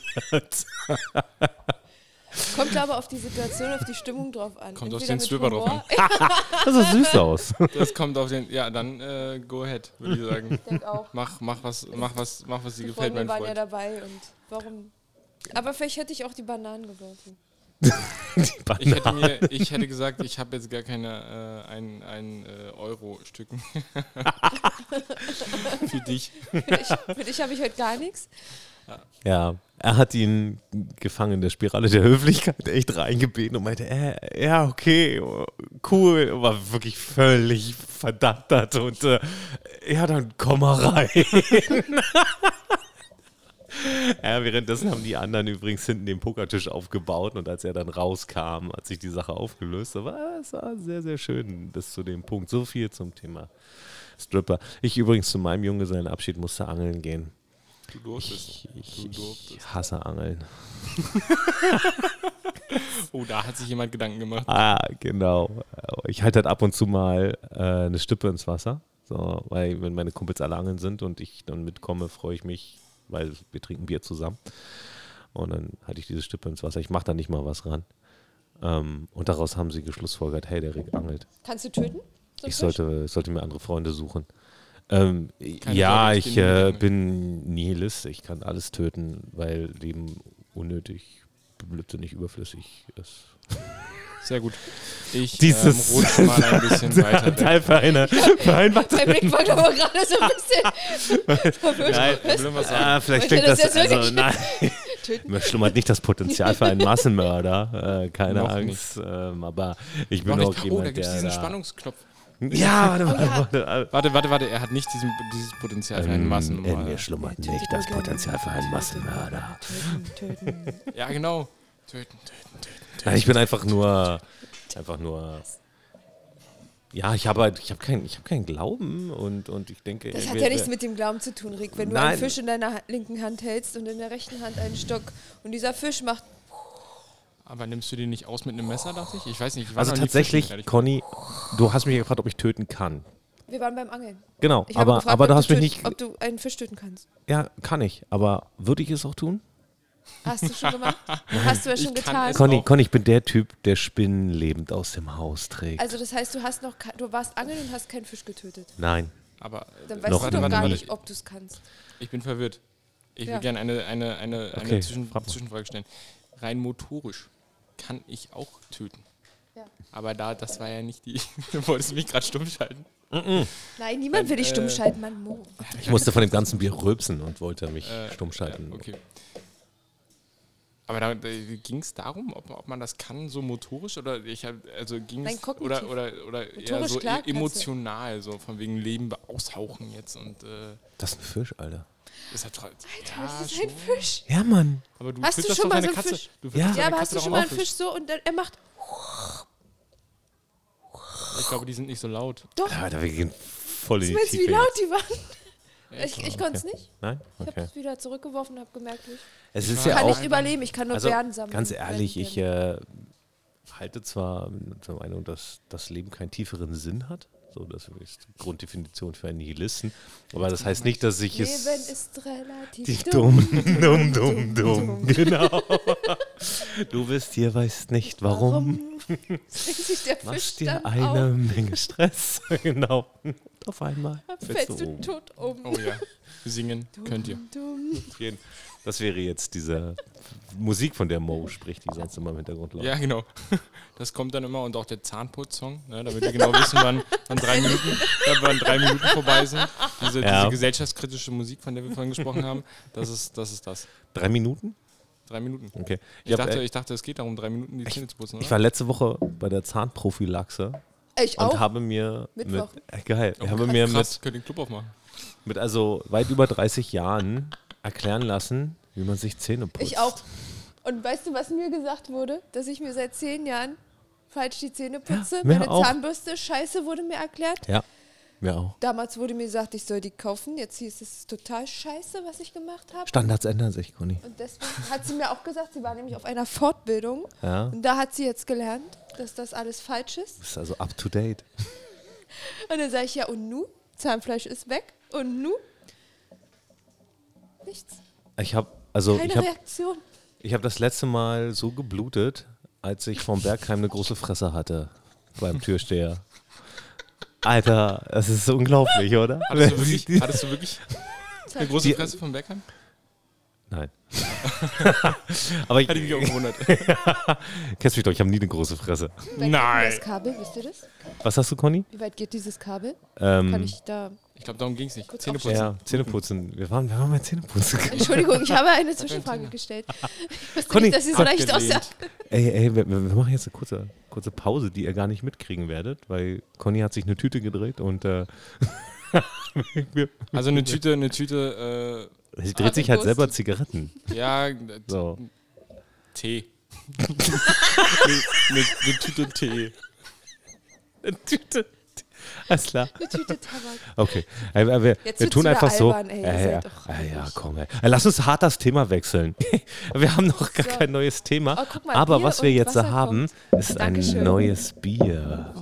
Speaker 2: Kommt aber auf die Situation, auf die Stimmung drauf an.
Speaker 3: Kommt auf
Speaker 2: Entweder
Speaker 3: den
Speaker 2: mit
Speaker 3: Stripper drauf
Speaker 2: Humor-
Speaker 1: Das sah süß aus.
Speaker 3: Das kommt auf den. Ja, dann äh, go ahead, würde ich sagen.
Speaker 2: Ich denke auch.
Speaker 3: Mach, mach was, mach was, mach was dir
Speaker 2: Die
Speaker 3: gefällt,
Speaker 2: Freunde
Speaker 3: mein
Speaker 2: waren ja
Speaker 3: Freund.
Speaker 2: dabei und warum? Aber vielleicht hätte ich auch die Bananen geworfen.
Speaker 1: Die
Speaker 3: Ich
Speaker 1: Banane.
Speaker 3: hätte, mir, ich hätte gesagt, ich habe jetzt gar keine äh, ein, ein äh, Euro-Stücken. Für dich.
Speaker 2: Für dich, für dich habe ich heute gar nichts.
Speaker 1: Ja, er hat ihn gefangen in der Spirale der Höflichkeit echt reingebeten und meinte, äh, ja, okay, oh, cool, war wirklich völlig verdattert und äh, ja, dann komm mal rein. Ja, währenddessen haben die anderen übrigens hinten den Pokertisch aufgebaut und als er dann rauskam, hat sich die Sache aufgelöst. Aber äh, es war sehr, sehr schön bis zu dem Punkt. So viel zum Thema Stripper. Ich übrigens zu meinem Junggesellenabschied musste angeln gehen.
Speaker 3: Du durftest.
Speaker 1: Ich, ich,
Speaker 3: Du durftest.
Speaker 1: ich hasse Angeln.
Speaker 3: Oh, da hat sich jemand Gedanken gemacht.
Speaker 1: Ah, genau. Ich halte halt ab und zu mal äh, eine Stippe ins Wasser. So, weil wenn meine Kumpels alle angeln sind und ich dann mitkomme, freue ich mich, weil wir trinken Bier zusammen. Und dann halte ich diese Stippe ins Wasser. Ich mache da nicht mal was ran. Ähm, und daraus haben sie geschlussfolgert, hey, der Rick angelt.
Speaker 2: Kannst du töten? so einen
Speaker 1: Ich
Speaker 2: Fisch?
Speaker 1: sollte, ich sollte mir andere Freunde suchen. Ähm,
Speaker 3: Keine
Speaker 1: ja,
Speaker 3: Sorge, ich
Speaker 1: ich äh,
Speaker 3: bin Nihilist.
Speaker 1: bin Nihilist. Ich kann alles töten, weil Leben unnötig, blödsinnig, überflüssig ist.
Speaker 3: Sehr gut. Ich
Speaker 1: Dieses-
Speaker 3: ähm, rutsche mal ein bisschen weiter weg.
Speaker 1: Teil für eine vereinfachte.
Speaker 2: Mein Blick war aber gerade so ein bisschen verwirrt.
Speaker 3: Problem, was sagen.
Speaker 1: Ah, vielleicht
Speaker 2: Wollte
Speaker 1: klingt das,
Speaker 2: das jetzt
Speaker 1: also
Speaker 2: wirklich
Speaker 1: nein.
Speaker 2: töten?
Speaker 1: Mir schlummert nicht das Potenzial für einen Massenmörder, äh, keine
Speaker 3: Noch
Speaker 1: Angst. Ähm, aber ich
Speaker 3: Noch
Speaker 1: bin auch
Speaker 3: nicht. Oh,
Speaker 1: jemand,
Speaker 3: da gibt es
Speaker 1: der
Speaker 3: diesen Oh,
Speaker 1: da-
Speaker 3: Spannungsknopf.
Speaker 1: Ja, warte, warte, warte.
Speaker 3: Warte, warte, warte, er hat nicht diesen, dieses Potenzial
Speaker 1: Ähm,
Speaker 3: für einen
Speaker 1: In
Speaker 3: Massenmörder.
Speaker 1: mir schlummert
Speaker 2: Töten,
Speaker 1: nicht das
Speaker 2: töten,
Speaker 1: Potenzial für einen
Speaker 2: töten,
Speaker 1: Massenmörder.
Speaker 2: Töten, töten.
Speaker 3: Ja, genau. Töten, töten, töten.
Speaker 1: Nein, ich bin einfach nur, einfach nur. Ja, ich habe, halt- ich habe keinen, ich habe keinen Glauben und und ich denke.
Speaker 2: Das
Speaker 1: ey,
Speaker 2: hat
Speaker 1: wir-
Speaker 2: ja
Speaker 1: wir-
Speaker 2: nichts mit dem Glauben zu tun, Rick. Wenn du
Speaker 1: Nein.
Speaker 2: einen Fisch in deiner Ha- linken Hand hältst und in der rechten Hand einen Stock und dieser Fisch macht.
Speaker 3: Aber nimmst du den nicht aus mit einem Messer, dachte ich? Ich weiß nicht. Ich war
Speaker 1: Also
Speaker 3: noch nie
Speaker 1: tatsächlich,
Speaker 3: fischen, ehrlich
Speaker 1: Conny, du hast mich ja gefragt, ob ich töten kann.
Speaker 2: Wir waren beim Angeln.
Speaker 1: Genau,
Speaker 2: Ich habe
Speaker 1: aber,
Speaker 2: gefragt,
Speaker 1: aber
Speaker 2: ob
Speaker 1: du hast mich nicht.
Speaker 2: töten- Ob du einen Fisch töten kannst.
Speaker 1: Ja, kann ich. Aber würde ich es auch tun?
Speaker 2: Hast du schon gemacht? Hast du ja schon
Speaker 3: Ich kann
Speaker 2: getan.
Speaker 3: es.
Speaker 1: Conny,
Speaker 3: auch.
Speaker 1: Conny, ich bin der Typ, der Spinnen lebend aus dem Haus trägt.
Speaker 2: Also das heißt, du hast noch ke- du warst angeln und hast keinen Fisch getötet.
Speaker 1: Nein.
Speaker 3: Aber
Speaker 2: Dann
Speaker 3: äh,
Speaker 2: weißt
Speaker 1: Noch
Speaker 2: du doch
Speaker 1: warte,
Speaker 2: gar
Speaker 1: warte.
Speaker 2: nicht, ob du es kannst.
Speaker 3: ich bin verwirrt. Ich
Speaker 2: Ja.
Speaker 3: will gerne eine, eine, eine, eine
Speaker 1: Okay,
Speaker 3: Zwischen
Speaker 1: frag mal.
Speaker 3: Zwischenfrage stellen. Rein motorisch kann ich auch töten.
Speaker 2: Ja.
Speaker 3: Aber da, das war ja nicht die. du wolltest mich gerade stumm schalten.
Speaker 2: Nein, niemand will dich
Speaker 3: Dann,
Speaker 2: stumm
Speaker 3: äh,
Speaker 2: schalten, Mann Mo.
Speaker 1: Ich musste von dem ganzen Bier rülpsen und wollte mich
Speaker 3: Äh,
Speaker 1: stumm schalten.
Speaker 3: Ja, okay. Aber da, da ging es darum, ob, ob man das kann, so motorisch oder ich hab, also ging
Speaker 2: Nein,
Speaker 3: es
Speaker 2: kognitiv.
Speaker 3: oder, oder, oder eher
Speaker 2: Motorisch,
Speaker 3: so
Speaker 2: klar,
Speaker 3: e-
Speaker 2: kannst du.
Speaker 3: emotional, so von wegen Leben aushauchen jetzt und äh,
Speaker 1: Das ist ein Fisch, Alter.
Speaker 3: ist halt toll.
Speaker 1: Ah,
Speaker 2: Ja, das ist ein Fisch.
Speaker 1: Ja, Mann.
Speaker 3: Aber du
Speaker 2: Hast du
Speaker 3: fütterst
Speaker 2: schon
Speaker 3: doch
Speaker 2: mal
Speaker 3: deine
Speaker 2: so einen
Speaker 3: Katze.
Speaker 2: Fisch?
Speaker 3: Du
Speaker 1: Ja.
Speaker 3: fütterst
Speaker 2: Ja,
Speaker 3: deine
Speaker 2: aber hast
Speaker 3: Katze
Speaker 2: du
Speaker 3: doch
Speaker 2: schon
Speaker 3: auch
Speaker 2: mal einen
Speaker 3: Fisch.
Speaker 2: Fisch so und dann, er macht.
Speaker 3: Ich glaube, die sind nicht so laut.
Speaker 2: Doch,
Speaker 1: Alter, wir gehen voll in die
Speaker 2: weißt du,
Speaker 1: Tiefe.
Speaker 2: wie laut
Speaker 1: jetzt.
Speaker 2: die waren? Ich, ich konnte es nicht.
Speaker 1: Nein?
Speaker 2: Ich habe
Speaker 1: Okay.
Speaker 2: es wieder zurückgeworfen und habe gemerkt, ich
Speaker 1: Es ist
Speaker 3: Ja,
Speaker 1: ja
Speaker 2: kann
Speaker 1: auch.
Speaker 2: nicht überleben, ich kann nur
Speaker 1: Also,
Speaker 2: Bären sammeln.
Speaker 1: ganz ehrlich, ich
Speaker 2: Ja,
Speaker 1: äh, halte zwar zur Meinung, dass das Leben keinen tieferen Sinn hat. So, das ist die Grunddefinition für einen Nihilisten. Aber das heißt nicht, dass äh, ich es.
Speaker 2: Leben ist relativ
Speaker 1: Die
Speaker 2: dumm.
Speaker 1: dumm, dumm, dumm, dumm. Genau. Du bist hier, weißt nicht warum.
Speaker 2: Singt sich der Fisch
Speaker 1: Machst dir
Speaker 2: dann
Speaker 1: eine Menge Stress. Genau. Und auf einmal
Speaker 2: auf, fällst du tot um.
Speaker 3: Oh ja. Singen könnt ihr.
Speaker 2: Dumm.
Speaker 1: Jeden- Das wäre jetzt diese Musik, von der Mo spricht, die sonst immer im Hintergrund läuft.
Speaker 3: Ja, genau. Das kommt dann immer und auch der Zahnputz-Song, ne, damit wir genau wissen, wann, wann, drei Minuten, äh, wann drei Minuten vorbei sind. Diese,
Speaker 1: Ja.
Speaker 3: diese gesellschaftskritische Musik, von der wir vorhin gesprochen haben, das ist das. Ist das.
Speaker 1: Drei Minuten?
Speaker 3: Drei Minuten.
Speaker 1: Okay.
Speaker 3: Ich,
Speaker 1: hab,
Speaker 3: dachte,
Speaker 1: äh,
Speaker 3: ich dachte, es geht darum, drei Minuten die Zähne zu putzen.
Speaker 1: ich
Speaker 3: Oder?
Speaker 1: war letzte Woche bei der Zahnprophylaxe
Speaker 2: Ich
Speaker 1: und
Speaker 2: auch.
Speaker 1: habe mir
Speaker 2: Mittwoch. Oh
Speaker 1: mit äh, geil, ich habe
Speaker 3: krass,
Speaker 1: mir mit,
Speaker 3: Oh, krass, könnt den Club aufmachen.
Speaker 1: mit also weit über 30 Jahren erklären lassen, wie man sich Zähne putzt.
Speaker 2: Ich auch. Und weißt du, was mir gesagt wurde? Dass ich mir seit zehn Jahren falsch die Zähne putze.
Speaker 1: Ja, mir
Speaker 2: Meine
Speaker 1: auch.
Speaker 2: Zahnbürste, scheiße, wurde mir erklärt.
Speaker 1: Ja, mir auch.
Speaker 2: Damals wurde mir gesagt, ich soll die kaufen. Jetzt hieß es total scheiße, was ich gemacht habe.
Speaker 1: Standards ändern sich, Conny.
Speaker 2: Und deswegen hat sie mir auch gesagt, sie war nämlich auf einer Fortbildung.
Speaker 1: Ja.
Speaker 2: Und da hat sie jetzt gelernt, dass das alles falsch ist.
Speaker 1: Du bist also up to date.
Speaker 2: Und dann sage ich ja, und nu? Zahnfleisch ist weg. Und nu? Nichts.
Speaker 1: Ich habe also
Speaker 2: Keine
Speaker 1: ich habe
Speaker 2: Reaktion.
Speaker 1: ich habe das letzte Mal so geblutet, als ich vom Bergheim eine große Fresse hatte beim Türsteher. Alter, das ist so unglaublich, oder?
Speaker 3: Hattest du wirklich, hattest du wirklich eine große
Speaker 1: Die-
Speaker 3: Fresse vom Beckham?
Speaker 1: Nein. Aber ich,
Speaker 3: Hätte ich mich auch gewundert.
Speaker 1: kennst mich doch, ich habe nie eine große Fresse.
Speaker 2: Das
Speaker 3: Nein.
Speaker 2: Kabel, wisst ihr das?
Speaker 1: Was hast du, Conny?
Speaker 2: Wie weit geht dieses Kabel? Kann
Speaker 1: Ähm,
Speaker 2: ich da.
Speaker 3: Ich glaube, darum ging es nicht.
Speaker 2: Kurz
Speaker 3: Zähne putzen.
Speaker 1: ja, Zähneputzen. Wir waren, wir waren bei Zähneputzen.
Speaker 2: Entschuldigung, ich habe eine Zwischenfrage gestellt. Ich wusste
Speaker 1: Conny,
Speaker 2: nicht, dass sie so leicht aussah.
Speaker 3: Abgelehnt.
Speaker 1: Ey, ey, wir, wir wir machen jetzt eine kurze, kurze Pause, die ihr gar nicht mitkriegen werdet, weil Conny hat sich eine Tüte gedreht und äh, wir-
Speaker 3: Also eine Tüte, eine Tüte,
Speaker 1: sie
Speaker 2: Ah,
Speaker 1: dreht sich halt selber Zigaretten.
Speaker 3: äh, ja, d-
Speaker 1: So.
Speaker 3: Tee. eine, eine, eine Tüte Tee.
Speaker 1: Eine Tüte. Alles klar.
Speaker 2: Eine Tüte Tabak.
Speaker 1: Okay. Äh, äh, wir
Speaker 2: Jetzt
Speaker 1: wir
Speaker 2: wird's
Speaker 1: tun
Speaker 2: wieder
Speaker 1: einfach so.
Speaker 2: albern, ey, ihr
Speaker 1: äh, ja,
Speaker 2: seid doch
Speaker 1: äh, ja,
Speaker 2: ruhig.
Speaker 1: komm. Ey. Äh, Lass uns hart das Thema wechseln. wir haben noch gar
Speaker 2: So.
Speaker 1: kein neues Thema.
Speaker 2: Oh, guck mal,
Speaker 1: Aber
Speaker 2: Bier
Speaker 1: was wir
Speaker 2: und
Speaker 1: jetzt
Speaker 2: Wasser
Speaker 1: haben, ist ein
Speaker 2: Dankeschön.
Speaker 1: neues Bier.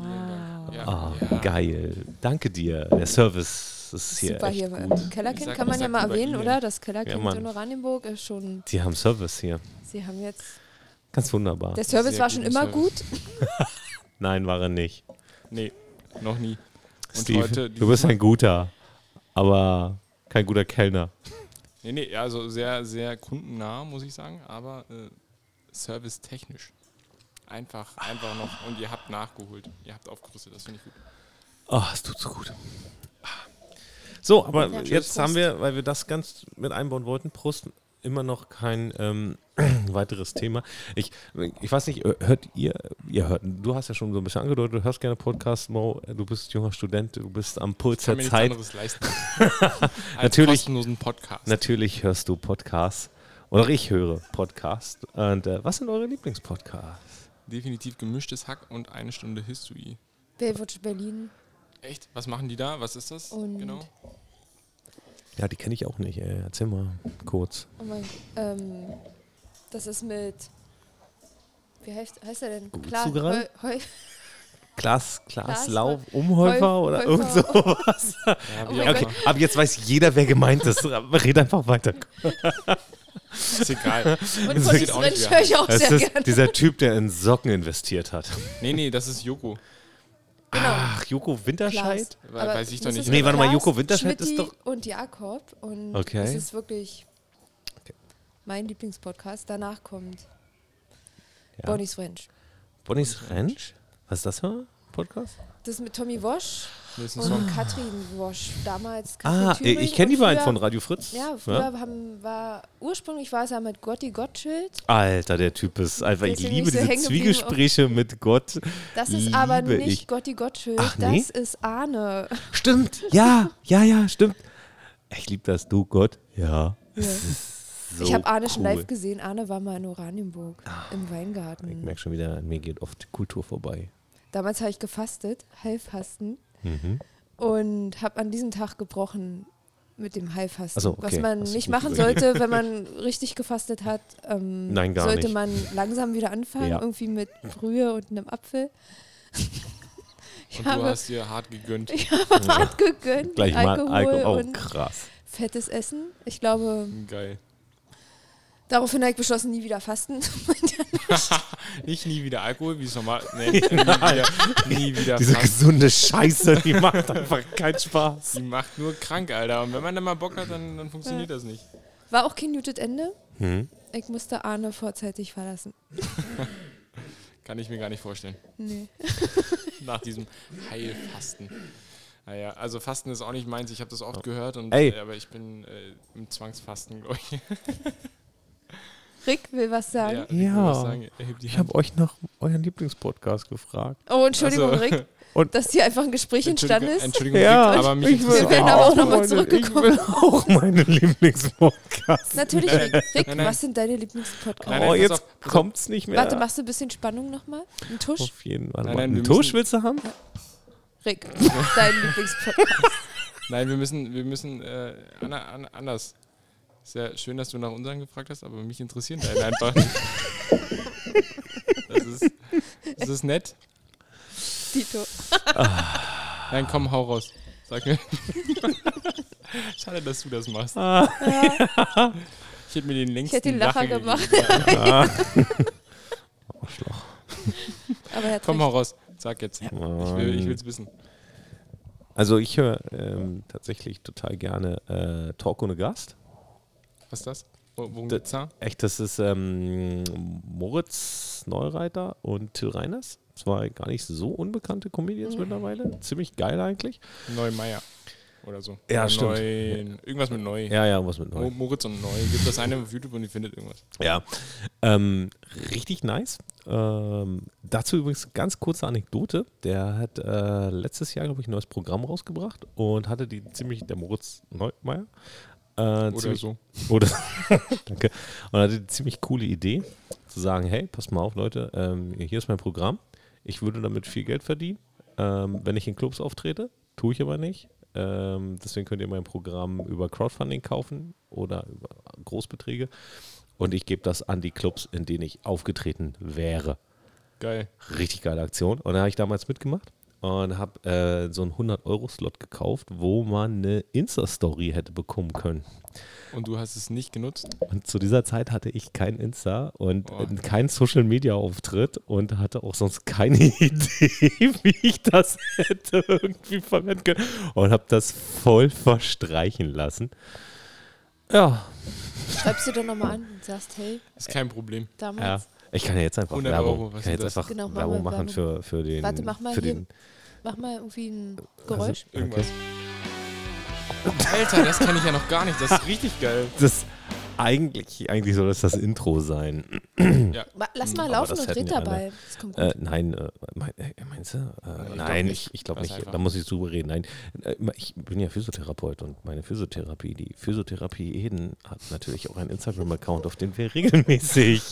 Speaker 3: Ja.
Speaker 1: Ah, Geil. Danke dir. Der Service ist hier.
Speaker 2: Super
Speaker 1: Echt.
Speaker 2: hier. äh, Kellerkind
Speaker 3: Sag-
Speaker 2: kann man ja
Speaker 3: sag
Speaker 2: mal
Speaker 3: über
Speaker 2: erwähnen,
Speaker 3: ihn.
Speaker 2: oder? Das Kellerkind
Speaker 1: Ja, Mann.
Speaker 2: in Oranienburg ist schon.
Speaker 1: Die haben Service hier.
Speaker 2: Sie haben jetzt.
Speaker 1: Ganz wunderbar.
Speaker 2: Der Service
Speaker 3: Sehr
Speaker 2: war schon
Speaker 3: guten
Speaker 2: immer
Speaker 3: Service.
Speaker 2: gut.
Speaker 1: Nein, war er nicht.
Speaker 3: Nee, noch nie. Und
Speaker 1: Steve,
Speaker 3: heute,
Speaker 1: du bist ein guter. aber kein guter Kellner.
Speaker 3: Nee, nee, also sehr, sehr kundennah, muss ich sagen, aber äh, servicetechnisch. Einfach, einfach noch. Und ihr habt nachgeholt. Ihr habt aufgerüstet, das finde ich gut.
Speaker 1: Oh, es tut so gut. So, aber
Speaker 2: Ja,
Speaker 1: jetzt
Speaker 2: Prost.
Speaker 1: haben wir, weil wir das ganz mit einbauen wollten, Prost, immer noch kein ähm, weiteres Thema. Ich, ich weiß nicht, hört ihr, ihr hört, du hast ja schon so ein bisschen angedeutet, du hörst gerne Podcasts, Mo, du bist junger Student, du bist am Puls
Speaker 3: Kann
Speaker 1: der
Speaker 3: mir nichts
Speaker 1: Zeit.
Speaker 3: anderes leisten. Als
Speaker 1: Natürlich.
Speaker 3: kostenlosen Podcast.
Speaker 1: Natürlich hörst du Podcasts. Oder ich höre Podcasts. Und äh, was sind eure Lieblingspodcasts?
Speaker 3: Definitiv gemischtes Hack und eine Stunde History.
Speaker 2: Baywatch Berlin.
Speaker 3: Echt? Was machen die da? Was ist das?
Speaker 2: Und-
Speaker 3: genau.
Speaker 1: Ja, die kenne ich auch nicht. Ey. Erzähl mal kurz.
Speaker 2: Oh mein, ähm, das ist mit. Wie heißt, heißt er denn?
Speaker 1: Googlest
Speaker 2: Klar,
Speaker 1: du gerade?
Speaker 2: Heu, Heu,
Speaker 1: Klaas, Klaas
Speaker 2: Klaas-
Speaker 1: Lauf, Umhäufer
Speaker 2: Heu-
Speaker 1: oder
Speaker 2: Häufer.
Speaker 1: irgend sowas.
Speaker 3: Ja,
Speaker 2: Oh
Speaker 3: wie
Speaker 2: mein
Speaker 3: auch
Speaker 1: Okay,
Speaker 3: immer.
Speaker 1: ab jetzt weiß jeder, wer gemeint ist. Red einfach weiter.
Speaker 3: Ist egal.
Speaker 2: Und
Speaker 1: Das
Speaker 2: von
Speaker 1: geht
Speaker 2: diesem
Speaker 3: auch nicht
Speaker 2: Mensch
Speaker 3: mehr.
Speaker 2: höre ich auch
Speaker 1: Es
Speaker 2: sehr
Speaker 1: ist
Speaker 2: gerne.
Speaker 1: dieser Typ, der in Socken investiert hat.
Speaker 3: Nee, nee, das ist Joko.
Speaker 1: Ach, Joko Winterscheid?
Speaker 2: Klaas.
Speaker 3: We- weiß ich doch
Speaker 2: das
Speaker 3: nicht.
Speaker 2: ist
Speaker 1: Nee, warte mal,
Speaker 2: Klaas,
Speaker 1: Joko Winterscheid ist
Speaker 2: Schmidti
Speaker 1: doch-
Speaker 2: Und Jakob. Und
Speaker 1: Okay.
Speaker 2: das ist wirklich
Speaker 1: Okay.
Speaker 2: mein Lieblingspodcast. Danach kommt
Speaker 1: Ja.
Speaker 2: Bonnie's Ranch.
Speaker 1: Bonnie's Ranch? Was ist das für ein Podcast?
Speaker 2: Das mit Tommy Wosch
Speaker 3: Das ist ein
Speaker 2: und
Speaker 3: Song.
Speaker 2: Katrin Wosch. Damals Katrin
Speaker 1: Ah,
Speaker 2: Thüring
Speaker 1: ich kenne die
Speaker 2: und früher-
Speaker 1: beiden von Radio Fritz.
Speaker 2: Ja, früher Haben, war ursprünglich war es ja mit Gotti Gottschild.
Speaker 1: Alter, der Typ ist einfach, ich
Speaker 2: Deswegen
Speaker 1: liebe
Speaker 2: ist er
Speaker 1: diese
Speaker 2: hängen geblieben auf-
Speaker 1: Zwiegespräche mit Gott.
Speaker 2: Das ist aber
Speaker 1: Liebe
Speaker 2: nicht
Speaker 1: ich.
Speaker 2: Gotti Gottschild,
Speaker 1: Ach, nee?
Speaker 2: das ist Arne.
Speaker 1: Stimmt, ja, ja, ja, stimmt. Ich liebe das, du Gott. Ja.
Speaker 2: Ja.
Speaker 1: So
Speaker 2: ich habe Arne schon
Speaker 1: Oh, cool. Ah.
Speaker 2: live gesehen. Arne war mal in Oranienburg im Weingarten.
Speaker 1: Ich merke schon wieder, an mir geht oft Kultur vorbei.
Speaker 2: Damals habe ich gefastet, Heilfasten.
Speaker 1: Mhm.
Speaker 2: Und habe an diesem Tag gebrochen mit dem Heilfasten.
Speaker 1: Ach so, okay.
Speaker 2: Was man
Speaker 1: Hast du
Speaker 2: nicht
Speaker 1: gut
Speaker 2: machen
Speaker 1: gesagt.
Speaker 2: sollte, wenn man richtig gefastet hat, ähm,
Speaker 1: Nein, gar
Speaker 2: sollte
Speaker 1: nicht.
Speaker 2: man langsam wieder anfangen.
Speaker 1: Ja.
Speaker 2: Irgendwie mit Brühe und einem Apfel. ich
Speaker 3: Und
Speaker 2: habe
Speaker 3: du hast dir hart gegönnt.
Speaker 2: hart gegönnt.
Speaker 1: Gleich
Speaker 2: Alkohol,
Speaker 1: mal Alkohol. Oh,
Speaker 2: und
Speaker 1: krass.
Speaker 2: fettes Essen. Ich glaube,
Speaker 3: Geil.
Speaker 2: daraufhin habe ich beschlossen, nie wieder fasten.
Speaker 3: Nicht nie wieder Alkohol, wie es normal. Nee, nie wieder, nie wieder
Speaker 1: Diese
Speaker 3: Fass.
Speaker 1: gesunde Scheiße, die macht einfach keinen Spaß.
Speaker 3: Die macht nur krank, Alter. Und wenn man dann mal Bock hat, dann, dann funktioniert das nicht.
Speaker 2: War auch kein muted Ende.
Speaker 1: Hm.
Speaker 2: Ich musste Arne vorzeitig verlassen.
Speaker 3: Kann ich mir gar nicht vorstellen.
Speaker 2: Nee.
Speaker 3: Nach diesem Heilfasten. Naja, also Fasten ist auch nicht meins. Ich habe das oft gehört. Und,
Speaker 1: Oh. Ey.
Speaker 3: äh, Aber ich bin äh, im Zwangsfasten, glaube ich.
Speaker 2: Rick will was sagen.
Speaker 3: ich will
Speaker 1: Ja.
Speaker 3: was sagen. Erheb die
Speaker 1: Ich
Speaker 3: Hand.
Speaker 1: habe euch nach euren Lieblingspodcast gefragt.
Speaker 2: Oh, Entschuldigung,
Speaker 3: Also-
Speaker 2: Rick,
Speaker 1: Und-
Speaker 2: dass hier einfach ein Gespräch entstanden ist.
Speaker 3: Entschuldigung, Entschuldigung Rick, aber mich
Speaker 2: will
Speaker 3: interessiert
Speaker 2: Wir werden aber auch noch mal
Speaker 1: meine-
Speaker 2: zurückgekommen.
Speaker 1: Ich will auch meine Lieblingspodcasts.
Speaker 2: Natürlich, Rick. Rick
Speaker 3: Nein, nein.
Speaker 2: was sind deine Lieblingspodcasts?
Speaker 3: Nein,
Speaker 1: oh,
Speaker 3: pass
Speaker 1: jetzt
Speaker 3: auf, pass auf.
Speaker 1: kommt's nicht mehr.
Speaker 2: Warte, machst du ein bisschen Spannung nochmal? Ein Tusch?
Speaker 3: Oh.
Speaker 1: Auf jeden Fall.
Speaker 3: Nein, nein, wir
Speaker 1: Einen
Speaker 3: müssen-
Speaker 1: Tusch willst du haben?
Speaker 2: Rick, dein Lieblingspodcast.
Speaker 3: Nein, wir müssen, wir müssen äh, an, an, anders. Ist ja schön, dass du nach unseren gefragt hast, aber mich interessieren deine einfach nicht. Das ist, das ist nett.
Speaker 2: Tito.
Speaker 3: Nein, komm, hau raus. Sag mir. Schade, dass du das machst.
Speaker 1: Ah.
Speaker 3: Ich hätte mir den
Speaker 2: Ich
Speaker 3: längsten
Speaker 2: hätte den Lacher gemacht.
Speaker 3: Gegeben.
Speaker 2: Aber er hat
Speaker 3: Komm, hau
Speaker 2: recht.
Speaker 3: raus. Sag jetzt. Ich will, ich will's wissen.
Speaker 1: Also ich höre ähm, tatsächlich total gerne äh, Talk ohne Gast.
Speaker 3: Was ist das? Wo- Worum
Speaker 1: Da-
Speaker 3: geht's da?
Speaker 1: Echt, das ist ähm, Moritz Neureiter und Till Reiners. Zwei gar nicht so unbekannte Comedians
Speaker 3: Mhm.
Speaker 1: mittlerweile. Ziemlich geil eigentlich.
Speaker 3: Neumeier. Oder so.
Speaker 1: Ja,
Speaker 3: Oder
Speaker 1: stimmt.
Speaker 3: Neun- irgendwas mit Neu.
Speaker 1: Ja, ja, was mit
Speaker 3: Mo-
Speaker 1: neu.
Speaker 3: Moritz und Neu. Gibt das eine auf YouTube und die findet irgendwas.
Speaker 1: Ja. Ähm, richtig nice. Ähm, dazu übrigens ganz kurze Anekdote. Der hat äh, letztes Jahr, glaube ich, ein neues Programm rausgebracht und hatte die ziemlich, der Moritz Neumeier. Äh,
Speaker 3: Oder
Speaker 1: ziemlich,
Speaker 3: so.
Speaker 1: Oder, danke. Und hatte eine ziemlich coole Idee, zu sagen, hey, passt mal auf, Leute, ähm, hier ist mein Programm. Ich würde damit viel Geld verdienen, ähm, wenn ich in Clubs auftrete. Tue ich aber nicht. Ähm, deswegen könnt ihr mein Programm über Crowdfunding kaufen oder über Großbeträge. Und ich gebe das an die Clubs, in denen ich aufgetreten wäre.
Speaker 3: Geil.
Speaker 1: Richtig geile Aktion. Und da habe ich damals mitgemacht und habe äh, so einen 100-Euro-Slot gekauft, wo man eine Insta-Story hätte bekommen können.
Speaker 3: Und du hast es nicht genutzt?
Speaker 1: Und zu dieser Zeit hatte ich kein Insta und
Speaker 3: Boah.
Speaker 1: äh, keinen Social-Media-Auftritt und hatte auch sonst keine Idee, wie ich das hätte irgendwie verwenden können. Und habe das voll verstreichen lassen. Ja,
Speaker 2: Schreibst du doch nochmal an und sagst, hey,
Speaker 3: Ist kein Problem.
Speaker 1: ja.
Speaker 2: damals.
Speaker 1: Ich kann ja jetzt einfach
Speaker 3: 100
Speaker 1: Werbung,
Speaker 3: Euro, was
Speaker 1: kann
Speaker 3: ist
Speaker 1: jetzt
Speaker 3: das?
Speaker 1: einfach
Speaker 2: Genau, mach
Speaker 1: Werbung
Speaker 2: mal
Speaker 1: machen für, für den.
Speaker 2: Warte, mach mal
Speaker 1: für
Speaker 2: hier
Speaker 1: den,
Speaker 2: Mach mal irgendwie ein
Speaker 3: Also,
Speaker 2: Geräusch.
Speaker 3: Irgendwas. Alter, das kann ich ja noch gar nicht. Das ist richtig geil.
Speaker 1: Das, eigentlich, eigentlich soll das das Intro sein. Hm.
Speaker 3: Ja.
Speaker 2: Ma- Lass
Speaker 3: hm,
Speaker 2: mal
Speaker 1: aber
Speaker 2: laufen
Speaker 1: das
Speaker 2: und
Speaker 1: hätten
Speaker 2: red
Speaker 1: wir alle.
Speaker 2: dabei. Das kommt gut.
Speaker 1: Äh, nein, äh, mein, äh, meinst du? Äh, nein,
Speaker 3: ich glaub
Speaker 1: ich,
Speaker 3: nicht.
Speaker 1: ich glaube
Speaker 3: Lass
Speaker 1: nicht.
Speaker 3: einfach.
Speaker 1: Da muss ich drüber reden. Nein, äh, ich bin ja Physiotherapeut und meine Physiotherapie, die Physiotherapie Eden, hat natürlich auch einen Instagram-Account, auf dem wir regelmäßig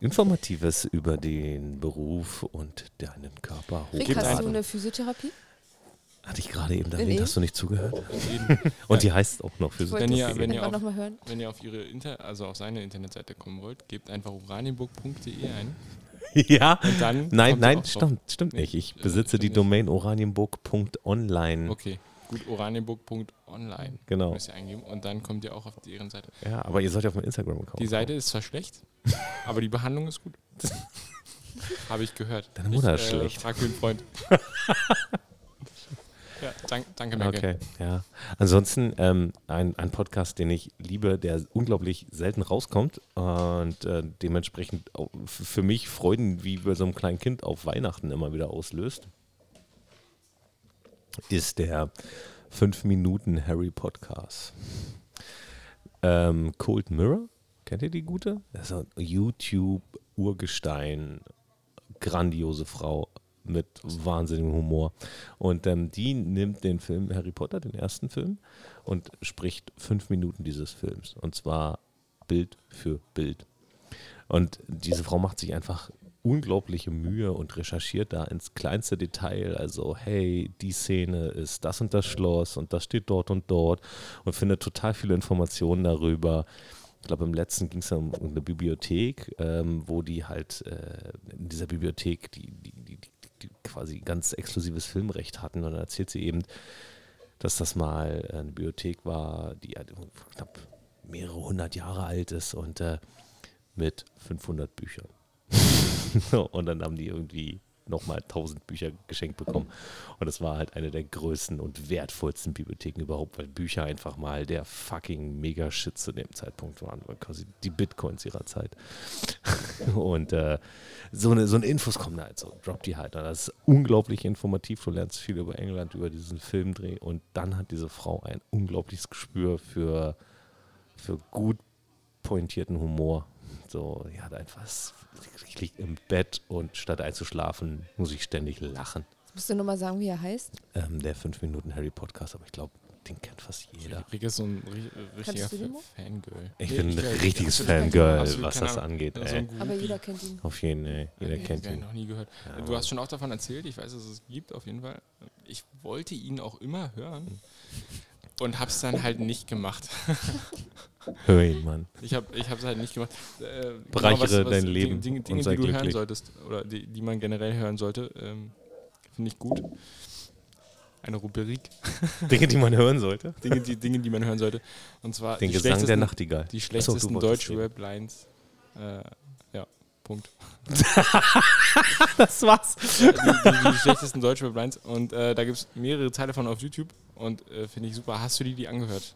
Speaker 1: Informatives über den Beruf und deinen Körper
Speaker 2: Rick, hast du
Speaker 3: also.
Speaker 1: hochladen.
Speaker 2: eine Physiotherapie?
Speaker 1: Hatte ich gerade eben
Speaker 2: Nee.
Speaker 1: erwähnt, hast du nicht zugehört?
Speaker 3: Jeden.
Speaker 1: Und die heißt auch noch
Speaker 2: wollte
Speaker 1: Physiotherapie.
Speaker 3: Wenn ihr,
Speaker 1: Eden.
Speaker 3: Also, wenn ihr
Speaker 2: Einfach
Speaker 3: auf,
Speaker 2: nochmal hören.
Speaker 3: wenn ihr auf ihre Inter also auf seine Internetseite kommen wollt, gebt einfach oranienburg.de ein.
Speaker 1: Ja. Nein,
Speaker 3: Dann kommt ihr auch
Speaker 1: nein,
Speaker 3: drauf.
Speaker 1: stimmt, stimmt
Speaker 3: Nee,
Speaker 1: nicht. Ich
Speaker 3: äh,
Speaker 1: besitze
Speaker 3: stimmt
Speaker 1: die
Speaker 3: nicht.
Speaker 1: Domain oranienburg.online.
Speaker 3: Okay, gut, oranienburg.online
Speaker 1: Hm. Genau.
Speaker 3: müsst ihr eingeben und dann kommt ihr auch auf deren Seite.
Speaker 1: Ja, aber ihr sollt ja auf meinen Instagram-Account.
Speaker 3: Die Seite ist zwar schlecht, aber die Behandlung ist gut. Habe ich gehört.
Speaker 1: Deine Mutter
Speaker 3: ich, äh,
Speaker 1: ist schlecht.
Speaker 3: Frag für einen Freund. ja, dank, danke, Merkel.
Speaker 1: Okay, ja. Ansonsten ähm, ein, ein Podcast, den ich liebe, der unglaublich selten rauskommt und äh, dementsprechend auch f- für mich Freuden wie bei so einem kleinen Kind auf Weihnachten immer wieder auslöst, ist der 5 Minuten Harry Podcast. Ähm, Cold Mirror, kennt ihr die gute? Das ist ein YouTube-Urgestein, grandiose Frau mit wahnsinnigem Humor. Und ähm, die nimmt den Film Harry Potter, den ersten Film, und spricht fünf Minuten dieses Films. Und zwar Bild für Bild. Und diese Frau macht sich einfach unglaubliche Mühe und recherchiert da ins kleinste Detail. Also, hey, die Szene ist das und das Schloss und das steht dort und dort und findet total viele Informationen darüber. Ich glaube, im letzten ging es ja um eine Bibliothek, ähm, wo die halt äh, in dieser Bibliothek die, die, die, die, die quasi ganz exklusives Filmrecht hatten. Und dann erzählt sie eben, dass das mal eine Bibliothek war, die halt knapp mehrere hundert Jahre alt ist und äh, mit 500 Büchern. und dann haben die irgendwie nochmal 1000 Bücher geschenkt bekommen. Und das war halt eine der größten und wertvollsten Bibliotheken überhaupt, weil Bücher einfach mal der fucking Mega-Shit zu dem Zeitpunkt waren. War quasi die Bitcoins ihrer Zeit. und äh, so eine, so eine Infos kommen da halt so, drop die halt. Und das ist unglaublich informativ. Du lernst viel über England, über diesen Filmdreh. Und dann hat diese Frau ein unglaubliches Gespür für, für gut pointierten Humor. So, die hat einfach, ich liege im Bett und statt einzuschlafen, muss ich ständig lachen.
Speaker 2: Jetzt musst du nochmal sagen, wie er heißt.
Speaker 3: Mhm.
Speaker 1: Ähm, der 5-Minuten-Harry-Podcast, aber ich glaube, den kennt fast jeder.
Speaker 3: Rick ist so ein ri- äh, richtiger
Speaker 2: Kannst du den
Speaker 3: Fa-
Speaker 2: noch?
Speaker 3: Fangirl.
Speaker 1: Ich
Speaker 3: Nee,
Speaker 1: bin ein
Speaker 3: glaub,
Speaker 1: richtiges
Speaker 3: absolut-
Speaker 1: Fangirl,
Speaker 3: absolut
Speaker 1: was
Speaker 3: keine
Speaker 1: das
Speaker 3: Ahnung.
Speaker 1: angeht.
Speaker 3: So
Speaker 1: Ey.
Speaker 3: ein
Speaker 2: Aber
Speaker 3: Groupie.
Speaker 2: jeder kennt ihn.
Speaker 1: Auf jeden Fall, jeder
Speaker 3: Nee, genau.
Speaker 1: kennt
Speaker 3: hab ich
Speaker 1: ihn.
Speaker 3: noch nie gehört. Du hast schon auch davon erzählt, ich weiß, dass es gibt auf jeden Fall. Ich wollte ihn auch immer
Speaker 1: Hm.
Speaker 3: hören und hab's dann halt nicht gemacht.
Speaker 1: Hör ihn, Mann.
Speaker 3: Ich habe ich hab's halt nicht gemacht. Äh,
Speaker 1: Bereichere dein Leben
Speaker 3: Dinge,
Speaker 1: und
Speaker 3: Dinge
Speaker 1: sei
Speaker 3: die du hören
Speaker 1: glücklich.
Speaker 3: solltest oder die, die man generell hören sollte, ähm, finde ich gut. Eine Rubrik.
Speaker 1: Dinge, die man hören sollte.
Speaker 3: Dinge die, Dinge, die man hören sollte. Und zwar
Speaker 1: Den
Speaker 3: Also die
Speaker 1: Gesang der
Speaker 3: schlechtesten-
Speaker 1: Nachtigall.
Speaker 3: Die
Speaker 1: Ach so, du
Speaker 3: schlechtesten
Speaker 1: wolltest reden.
Speaker 3: Deutsch-Rap-Lines. Äh, ja, Punkt.
Speaker 1: Das war's.
Speaker 3: Ja, die, die, die schlechtesten Deutsch-Rap-Lines. Und äh, da gibt es mehrere Teile von auf YouTube. Und äh, finde ich super. Hast du die, die angehört?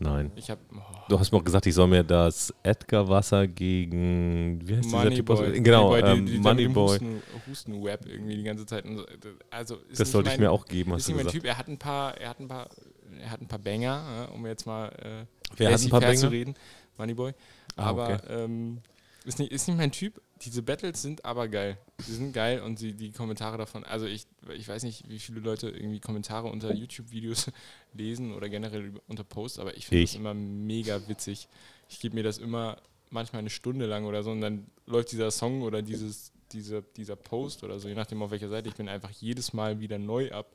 Speaker 1: Nein.
Speaker 3: Ich oh, habe.
Speaker 1: Du hast mir auch gesagt, ich soll mir das Edgar-Wasser gegen. Wie heißt dieser Typ aus-
Speaker 3: Moneyboy.
Speaker 1: Genau,
Speaker 3: Moneyboy, die-
Speaker 1: ähm,
Speaker 3: die- die- mit dem
Speaker 1: Moneyboy.
Speaker 3: Husten- Husten-Web irgendwie die ganze Zeit. Und so. Also, ist
Speaker 1: Das
Speaker 3: nicht
Speaker 1: sollte ich
Speaker 3: mein-
Speaker 1: mir auch geben,
Speaker 3: Ist
Speaker 1: hast du
Speaker 3: nicht mein
Speaker 1: gesagt.
Speaker 3: Typ. Er hat ein paar, er hat ein paar, er hat ein paar Banger, äh, um jetzt mal äh,
Speaker 1: Wer hat
Speaker 3: fancy
Speaker 1: ein paar
Speaker 3: fair zu
Speaker 1: Bänge?
Speaker 3: reden. Moneyboy.
Speaker 1: Ah,
Speaker 3: aber
Speaker 1: okay.
Speaker 3: ähm, ist, nicht, ist nicht mein Typ. Diese Battles sind aber geil. Sie sind geil und sie, die Kommentare davon, also ich, ich weiß nicht, wie viele Leute irgendwie Kommentare unter YouTube-Videos lesen oder generell über- unter Posts, aber ich finde das
Speaker 1: Ich.
Speaker 3: immer mega witzig. Ich gebe mir das immer manchmal eine Stunde lang oder so und dann läuft dieser Song oder dieses, diese, dieser Post oder so, je nachdem auf welcher Seite ich bin, einfach jedes Mal wieder neu ab.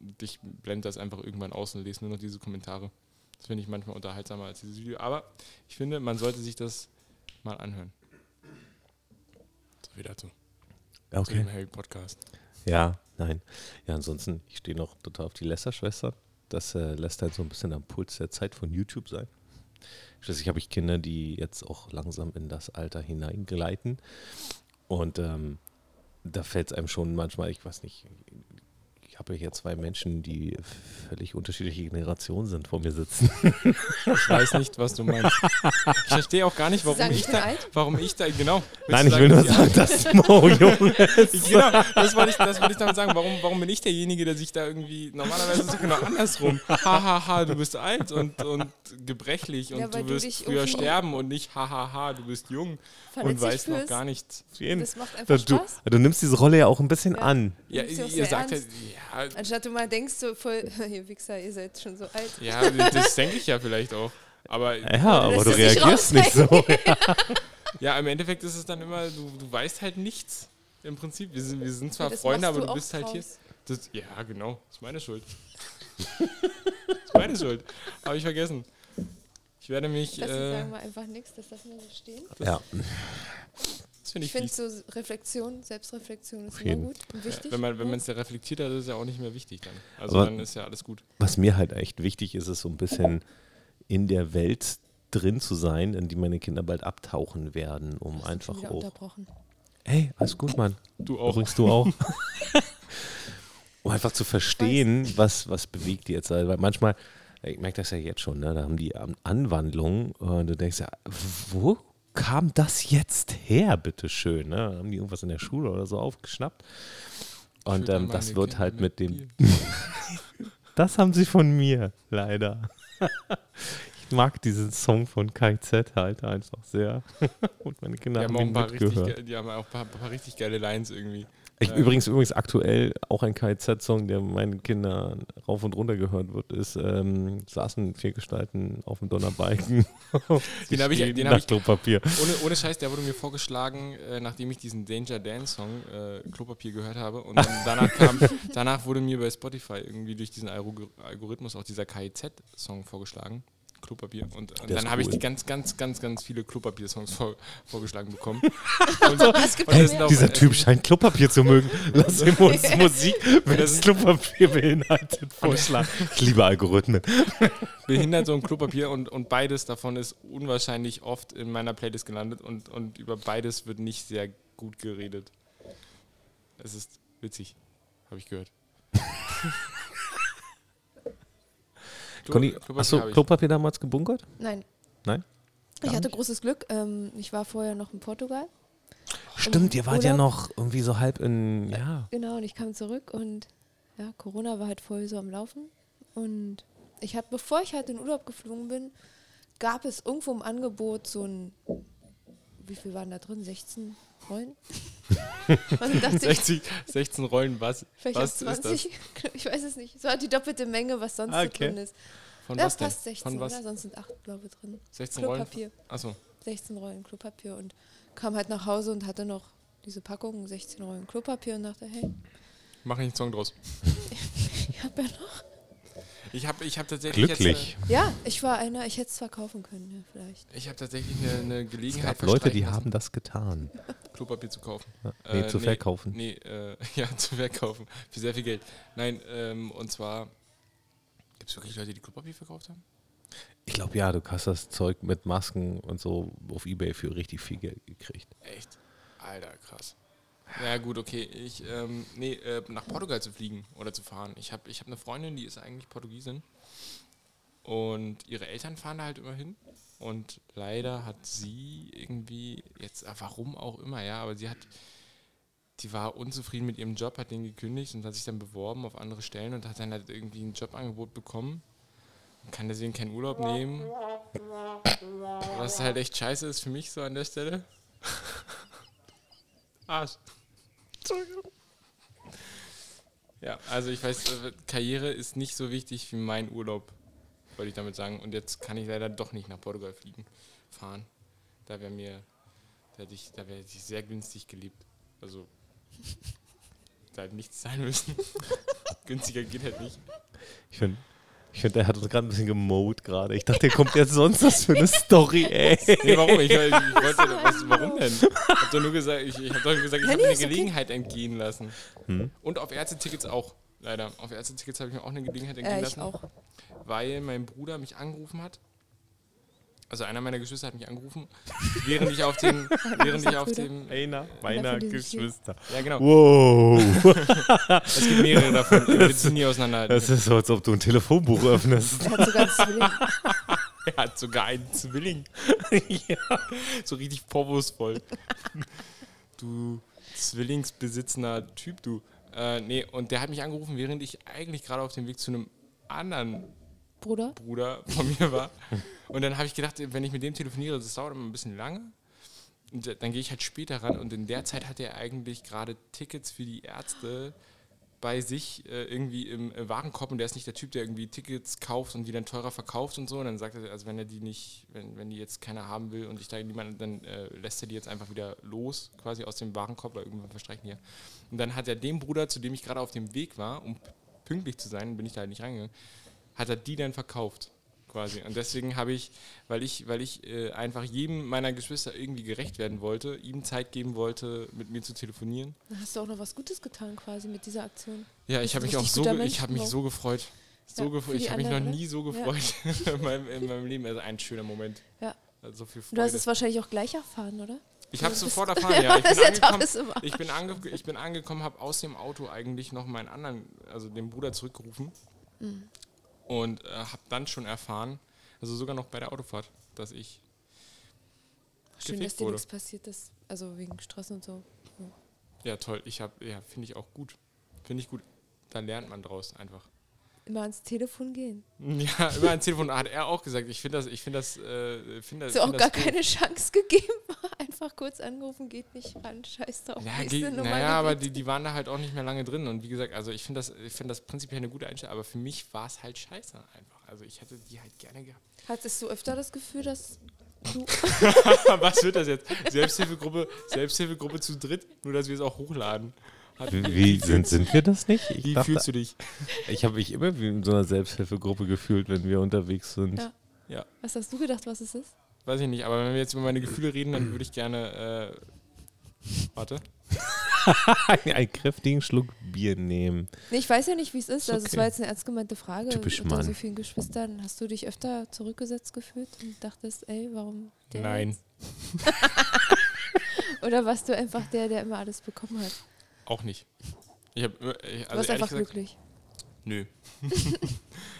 Speaker 3: Und Ich blende das einfach irgendwann aus und lese nur noch diese Kommentare. Das finde ich manchmal unterhaltsamer als dieses Video. Aber ich finde, man sollte sich das mal anhören. So viel dazu.
Speaker 1: Ja,
Speaker 3: Zu
Speaker 1: Okay.
Speaker 3: dem Harry Podcast.
Speaker 1: Ja, nein. Ja, ansonsten, ich stehe noch total auf die Lester-Schwestern. Das äh, lässt halt so ein bisschen am Puls der Zeit von YouTube sein. Schließlich habe ich Kinder, die jetzt auch langsam in das Alter hineingleiten. Und ähm, da fällt es einem schon manchmal, ich weiß nicht, ich habe ja hier zwei Menschen, die völlig unterschiedliche Generationen sind, vor mir sitzen.
Speaker 3: Ich weiß nicht, was du meinst. Ich verstehe auch gar nicht, warum
Speaker 2: Sagen
Speaker 3: ich
Speaker 2: Sie
Speaker 3: da,
Speaker 2: alt?
Speaker 3: warum ich da, genau. Willst
Speaker 1: Nein,
Speaker 3: du
Speaker 1: ich will nur
Speaker 3: dass die
Speaker 1: sagen, dass Mo jung ist.
Speaker 3: Genau, das wollte ich, das wollte ich damit sagen. Warum, warum bin ich derjenige, der sich da irgendwie. Normalerweise ist es genau andersrum. Hahaha, ha, ha, du bist alt und, und gebrechlich und
Speaker 2: Ja, weil
Speaker 3: du
Speaker 2: du
Speaker 3: wirst
Speaker 2: dich
Speaker 3: früher
Speaker 2: irgendwie-
Speaker 3: sterben und nicht hahaha, ha, ha, du bist jung und
Speaker 2: Verletzlich
Speaker 3: weißt noch
Speaker 2: fühlst.
Speaker 3: gar nichts.
Speaker 2: Das macht einfach
Speaker 1: Du,
Speaker 2: Spaß.
Speaker 1: du nimmst diese Rolle ja auch ein bisschen an.
Speaker 3: Ja,
Speaker 2: nimmst du auch
Speaker 3: ihr
Speaker 2: sehr
Speaker 3: sagt halt,
Speaker 2: ernst.
Speaker 3: ja,
Speaker 2: Anstatt du mal denkst, so voll, ihr Wichser, ihr seid schon so alt.
Speaker 3: ja, das denke ich ja vielleicht auch. Aber
Speaker 1: Ja, aber
Speaker 2: lässt
Speaker 1: du
Speaker 2: es sich
Speaker 1: reagierst nicht so.
Speaker 3: ja, im Endeffekt ist es dann immer, du, du weißt halt nichts. Im Prinzip, wir sind, wir sind zwar
Speaker 2: das
Speaker 3: Freunde,
Speaker 2: machst
Speaker 3: aber
Speaker 2: du
Speaker 3: du,
Speaker 2: auch
Speaker 3: bist halt hier.
Speaker 2: draus.
Speaker 3: Das, ja, genau. Ist meine Schuld. ist meine Schuld. Habe ich vergessen. Ich werde mich.
Speaker 2: Das
Speaker 3: Äh,
Speaker 2: sagen wir einfach nichts, das lassen wir so stehen.
Speaker 1: Ja,
Speaker 3: das finde
Speaker 2: Ich
Speaker 3: ich
Speaker 2: finde
Speaker 3: fies.
Speaker 2: so Reflexion, Selbstreflexion ist
Speaker 1: Auf
Speaker 2: immer
Speaker 1: jeden.
Speaker 2: gut und wichtig.
Speaker 3: Wenn man wenn es ja reflektiert hat, ist es ja auch nicht mehr wichtig dann. Also
Speaker 1: Aber-
Speaker 3: dann ist ja alles gut.
Speaker 1: was mir halt echt wichtig ist, ist so ein bisschen in der Welt drin zu sein, in die meine Kinder bald abtauchen werden, um
Speaker 2: Schon
Speaker 1: einfach
Speaker 2: wieder
Speaker 1: auch.
Speaker 2: unterbrochen.
Speaker 1: Hey, alles gut, Mann.
Speaker 3: Du auch.
Speaker 1: Übrigens du auch. um einfach zu verstehen, was, was bewegt die jetzt. halt. Weil manchmal, ich merke das ja jetzt schon, ne? da haben die An- Anwandlungen und du denkst ja, wo kam das jetzt her, bitteschön? Ne? Haben die irgendwas in der Schule oder so aufgeschnappt? Und
Speaker 3: Schütter
Speaker 1: ähm,
Speaker 3: meine
Speaker 1: das wird
Speaker 3: Kinder
Speaker 1: halt mit dem,
Speaker 3: Bier.
Speaker 1: das haben sie von mir, leider. Ich mag diesen Song von KZ halt einfach sehr. Und meine Kinder
Speaker 3: Die
Speaker 1: haben
Speaker 3: haben, auch
Speaker 1: ihn
Speaker 3: ein paar richtig,
Speaker 1: mitgehört.
Speaker 3: ge- die haben auch ein paar, paar richtig geile Lines irgendwie.
Speaker 1: Ich,
Speaker 3: Ja.
Speaker 1: übrigens, übrigens aktuell auch ein KZ-Song, der meinen Kindern rauf und runter gehört wird, ist ähm, saßen vier Gestalten auf dem Donnerbalken.
Speaker 3: Den habe ich-
Speaker 1: Stehen
Speaker 3: den
Speaker 1: nach
Speaker 3: habe ich-
Speaker 1: Klopapier.
Speaker 3: Ohne, ohne Scheiß, der wurde mir vorgeschlagen, äh, nachdem ich diesen Danger Dan Song äh, Klopapier gehört habe. Und dann danach, kam, danach wurde mir bei Spotify irgendwie durch diesen Algo- Algorithmus auch dieser KIZ Song vorgeschlagen. Klopapier. Und, und
Speaker 1: Der
Speaker 3: dann
Speaker 1: ist
Speaker 3: habe ich
Speaker 1: cool.
Speaker 3: die ganz, ganz, ganz, ganz viele Klopapier-Songs vor, vorgeschlagen bekommen.
Speaker 2: Es gibt
Speaker 3: Und
Speaker 2: noch
Speaker 3: das ist
Speaker 2: mehr.
Speaker 3: auch-
Speaker 1: Dieser Typ scheint Klopapier zu mögen. Lass ihm uns Musik, wenn
Speaker 3: Das
Speaker 1: es
Speaker 3: ist-
Speaker 1: Klopapier beinhaltet, vorschlagen. Ich liebe Algorithmen.
Speaker 3: behindert so ein Klopapier und, und beides davon ist unwahrscheinlich oft in meiner Playlist gelandet und, und über beides wird nicht sehr gut geredet. Es ist witzig, habe ich gehört. Klo-
Speaker 1: Conny,
Speaker 3: Klopapier
Speaker 1: hast du
Speaker 3: hab ich.
Speaker 1: Klopapier damals gebunkert?
Speaker 2: Nein.
Speaker 1: Nein?
Speaker 2: Ich
Speaker 1: Gar
Speaker 2: hatte
Speaker 1: nicht?
Speaker 2: großes Glück. Ähm, ich war vorher noch in Portugal.
Speaker 1: Stimmt, ihr wart ja
Speaker 2: Urlaub?
Speaker 1: noch irgendwie so halb in, ja.
Speaker 2: Genau, und ich kam zurück und ja, Corona war halt voll so am Laufen. Und ich habe, bevor ich halt in Urlaub geflogen bin, gab es irgendwo im Angebot so ein, wie viel waren da drin? 16 Rollen? und dann dachte ich,
Speaker 3: 60, 16 Rollen, was,
Speaker 2: vielleicht auch
Speaker 3: was ist das?
Speaker 2: 20, ich weiß es nicht. Es war die doppelte Menge, was sonst so
Speaker 1: Okay.
Speaker 2: drin ist.
Speaker 3: Von
Speaker 2: ja,
Speaker 3: was denn?
Speaker 2: passt 16,
Speaker 3: Von was?
Speaker 2: oder? Sonst sind 8, glaube ich, drin.
Speaker 3: 16 Rollen?
Speaker 2: Klopapier.
Speaker 3: Achso,
Speaker 2: 16 Rollen Klopapier und kam halt nach Hause und hatte noch diese Packung, 16 Rollen Klopapier und dachte, hey,
Speaker 3: mache ich einen Song draus.
Speaker 2: ich habe ja noch.
Speaker 3: Ich habe ich hab tatsächlich Jetzt,
Speaker 1: Glücklich.
Speaker 2: Ja, ich war einer, ich hätte es verkaufen können, ja, vielleicht.
Speaker 3: äh, ich habe tatsächlich eine, eine
Speaker 1: Es
Speaker 3: Gelegenheit
Speaker 1: gab Leute,
Speaker 3: verstreichen
Speaker 1: die
Speaker 3: lassen.
Speaker 1: haben das getan. ne?
Speaker 3: Klopapier zu kaufen.
Speaker 1: nee, zu verkaufen.
Speaker 3: Äh, Nee, äh, ja, zu verkaufen. Für sehr viel Geld. Nein, ähm, und zwar. Gibt es wirklich Leute, die Klopapier verkauft haben?
Speaker 1: Ich glaube, ja, du hast das Zeug mit Masken und so auf Ebay für richtig viel Geld gekriegt.
Speaker 3: Echt? Alter, krass. Ja gut, okay. Ich, ähm, nee, äh, nach Portugal zu fliegen oder zu fahren. Ich habe ich hab eine Freundin, die ist eigentlich Portugiesin. Und ihre Eltern fahren da halt immer hin. Und leider hat sie irgendwie, jetzt ah, warum auch immer, ja, aber sie hat, die war unzufrieden mit ihrem Job, hat den gekündigt und hat sich dann beworben auf andere Stellen und hat dann halt irgendwie ein Jobangebot bekommen. Und kann deswegen keinen Urlaub nehmen. Was halt echt scheiße ist für mich so an der Stelle. Arsch. Ja, also ich weiß, äh, Karriere ist nicht so wichtig wie mein Urlaub, wollte ich damit sagen. Und jetzt kann ich leider doch nicht nach Portugal fliegen, fahren. Da wäre mir, da hätte ich, da wäre ich sehr günstig gelebt. Also, da hätte nichts sein müssen. Günstiger geht halt nicht.
Speaker 1: Ich finde, Ich finde, der hat uns gerade ein bisschen gemowt gerade. Ich dachte, der kommt jetzt sonst was für eine Story, ey.
Speaker 3: Nee, warum? Ich, ich wollte, was, warum denn? Ich hab doch nur gesagt, ich, ich hab doch nur gesagt, ich
Speaker 2: Ja, nee,
Speaker 3: habe mir eine
Speaker 2: ist okay.
Speaker 3: Gelegenheit entgehen lassen.
Speaker 1: Hm?
Speaker 3: Und auf Ärztetickets auch, leider. Auf Ärztetickets habe ich mir auch eine Gelegenheit entgehen
Speaker 2: Äh, ich
Speaker 3: lassen.
Speaker 2: auch.
Speaker 3: weil mein Bruder mich angerufen hat. Also einer meiner Geschwister hat mich angerufen, während ich auf dem, während ich auf
Speaker 2: Brüder.
Speaker 3: dem,
Speaker 1: Einer
Speaker 2: meiner Davon dieses Geschwister.
Speaker 3: ja genau,
Speaker 1: Wow.
Speaker 3: es gibt mehrere davon, wir sind nie auseinander.
Speaker 1: Das ist so, als ob du ein Telefonbuch öffnest.
Speaker 2: Er hat sogar einen Zwilling.
Speaker 3: Er hat sogar einen Zwilling. ja. So richtig vorwurfsvoll. Du zwillingsbesitzender Typ, du. Äh, nee, und der hat mich angerufen, während ich eigentlich gerade auf dem Weg zu einem anderen
Speaker 2: Bruder.
Speaker 3: Bruder von mir war. Und dann habe ich gedacht, wenn ich mit dem telefoniere, das dauert immer ein bisschen lange. Und da- dann gehe ich halt später ran. Und in der Zeit hat er eigentlich gerade Tickets für die Ärzte bei sich äh, irgendwie im äh, Warenkorb. Und der ist nicht der Typ, der irgendwie Tickets kauft und die dann teurer verkauft und so. Und dann sagt er, also wenn er die nicht, wenn, wenn die jetzt keiner haben will und ich da niemanden, dann äh, lässt er die jetzt einfach wieder los, quasi aus dem Warenkorb, weil irgendwann verstreichen die ja. Und dann hat er den Bruder, zu dem ich gerade auf dem Weg war, um pünktlich zu sein, bin ich da halt nicht reingegangen, hat er die dann verkauft. Quasi. Und deswegen habe ich, weil ich, weil ich äh, einfach jedem meiner Geschwister irgendwie gerecht werden wollte, ihm Zeit geben wollte, mit mir zu telefonieren.
Speaker 2: Da hast du auch noch was Gutes getan quasi mit dieser Aktion.
Speaker 3: Ja,
Speaker 2: Bist
Speaker 3: ich habe
Speaker 2: ein
Speaker 3: mich auch
Speaker 2: richtig
Speaker 3: so,
Speaker 2: guter
Speaker 3: ge-
Speaker 2: Mensch,
Speaker 3: ich habe mich
Speaker 2: Mo.
Speaker 3: so gefreut. So
Speaker 2: Ja,
Speaker 3: gefreut.
Speaker 2: für die
Speaker 3: Ich habe mich noch
Speaker 2: anderen, ne?
Speaker 3: nie so gefreut in, meinem, in meinem Leben. Also ein schöner Moment.
Speaker 2: Ja.
Speaker 3: Also so viel Freude.
Speaker 2: Du hast es wahrscheinlich auch gleich erfahren, oder?
Speaker 3: Ich habe
Speaker 2: Du
Speaker 3: sofort
Speaker 2: bist-
Speaker 3: erfahren, ja.
Speaker 2: Ja,
Speaker 3: Ich
Speaker 2: das ist
Speaker 3: bin
Speaker 2: ja
Speaker 3: angekommen,
Speaker 2: alles immer.
Speaker 3: ich bin, ange ich bin angekommen habe aus dem Auto eigentlich noch meinen anderen, also den Bruder zurückgerufen
Speaker 2: Mhm.
Speaker 3: und äh, habe dann schon erfahren, also sogar noch bei der Autofahrt, dass ich
Speaker 2: Schön,
Speaker 3: Gefickt
Speaker 2: dass dir
Speaker 3: wurde.
Speaker 2: nichts passiert ist. Also wegen Stress und so. Ja.
Speaker 3: Ja, toll. Ich habe, ja, finde ich auch gut. Finde ich gut. Da lernt man draus einfach.
Speaker 2: Immer ans Telefon gehen.
Speaker 1: Mhm.
Speaker 3: Ja, über ein Telefon hat er auch gesagt. Ich finde das, ich finde das, äh, finde das.
Speaker 2: Ist ja auch
Speaker 3: find
Speaker 2: gar
Speaker 3: das
Speaker 2: keine Chance gegeben. Einfach kurz angerufen, geht nicht ran, scheiß drauf.
Speaker 3: Ja,
Speaker 2: nächste
Speaker 3: ge-
Speaker 2: Nummer
Speaker 3: naja, aber
Speaker 2: gewählt.
Speaker 3: die, die waren da halt auch nicht mehr lange drin. Und wie gesagt, also ich finde das, ich finde das prinzipiell eine gute Einstellung, aber für mich war es halt scheiße einfach. Also ich hätte die halt gerne gehabt.
Speaker 2: Hattest du öfter das Gefühl, dass du.
Speaker 3: Was wird das jetzt? Selbsthilfegruppe, Selbsthilfegruppe zu dritt, nur dass wir es auch hochladen. Hat-
Speaker 1: Wie, wie sind, sind wir das nicht? Ich,
Speaker 3: Wie
Speaker 1: dachte,
Speaker 3: fühlst du dich?
Speaker 1: ich habe mich immer wie in so einer Selbsthilfegruppe gefühlt, wenn wir unterwegs sind.
Speaker 2: Ja.
Speaker 3: Ja,
Speaker 2: Was hast du gedacht, was es ist?
Speaker 3: weiß ich nicht, aber wenn wir jetzt über meine Gefühle reden, dann würde ich gerne. Äh, warte.
Speaker 1: Einen, einen kräftigen Schluck Bier nehmen.
Speaker 2: Nee, ich weiß ja nicht, wie es ist.
Speaker 1: Ist
Speaker 2: Also, es
Speaker 1: okay.
Speaker 2: war jetzt eine ernst gemeinte Frage.
Speaker 1: Typisch
Speaker 2: Unter
Speaker 1: Mann.
Speaker 2: so vielen Geschwistern. Hast du dich öfter zurückgesetzt gefühlt und dachtest, ey, warum. der
Speaker 3: Nein,
Speaker 2: jetzt? Oder warst du einfach der, der immer alles bekommen hat?
Speaker 3: auch nicht. Ich habe. Also
Speaker 2: Du warst
Speaker 3: ehrlich
Speaker 2: einfach
Speaker 3: gesagt,
Speaker 2: glücklich.
Speaker 3: Nö.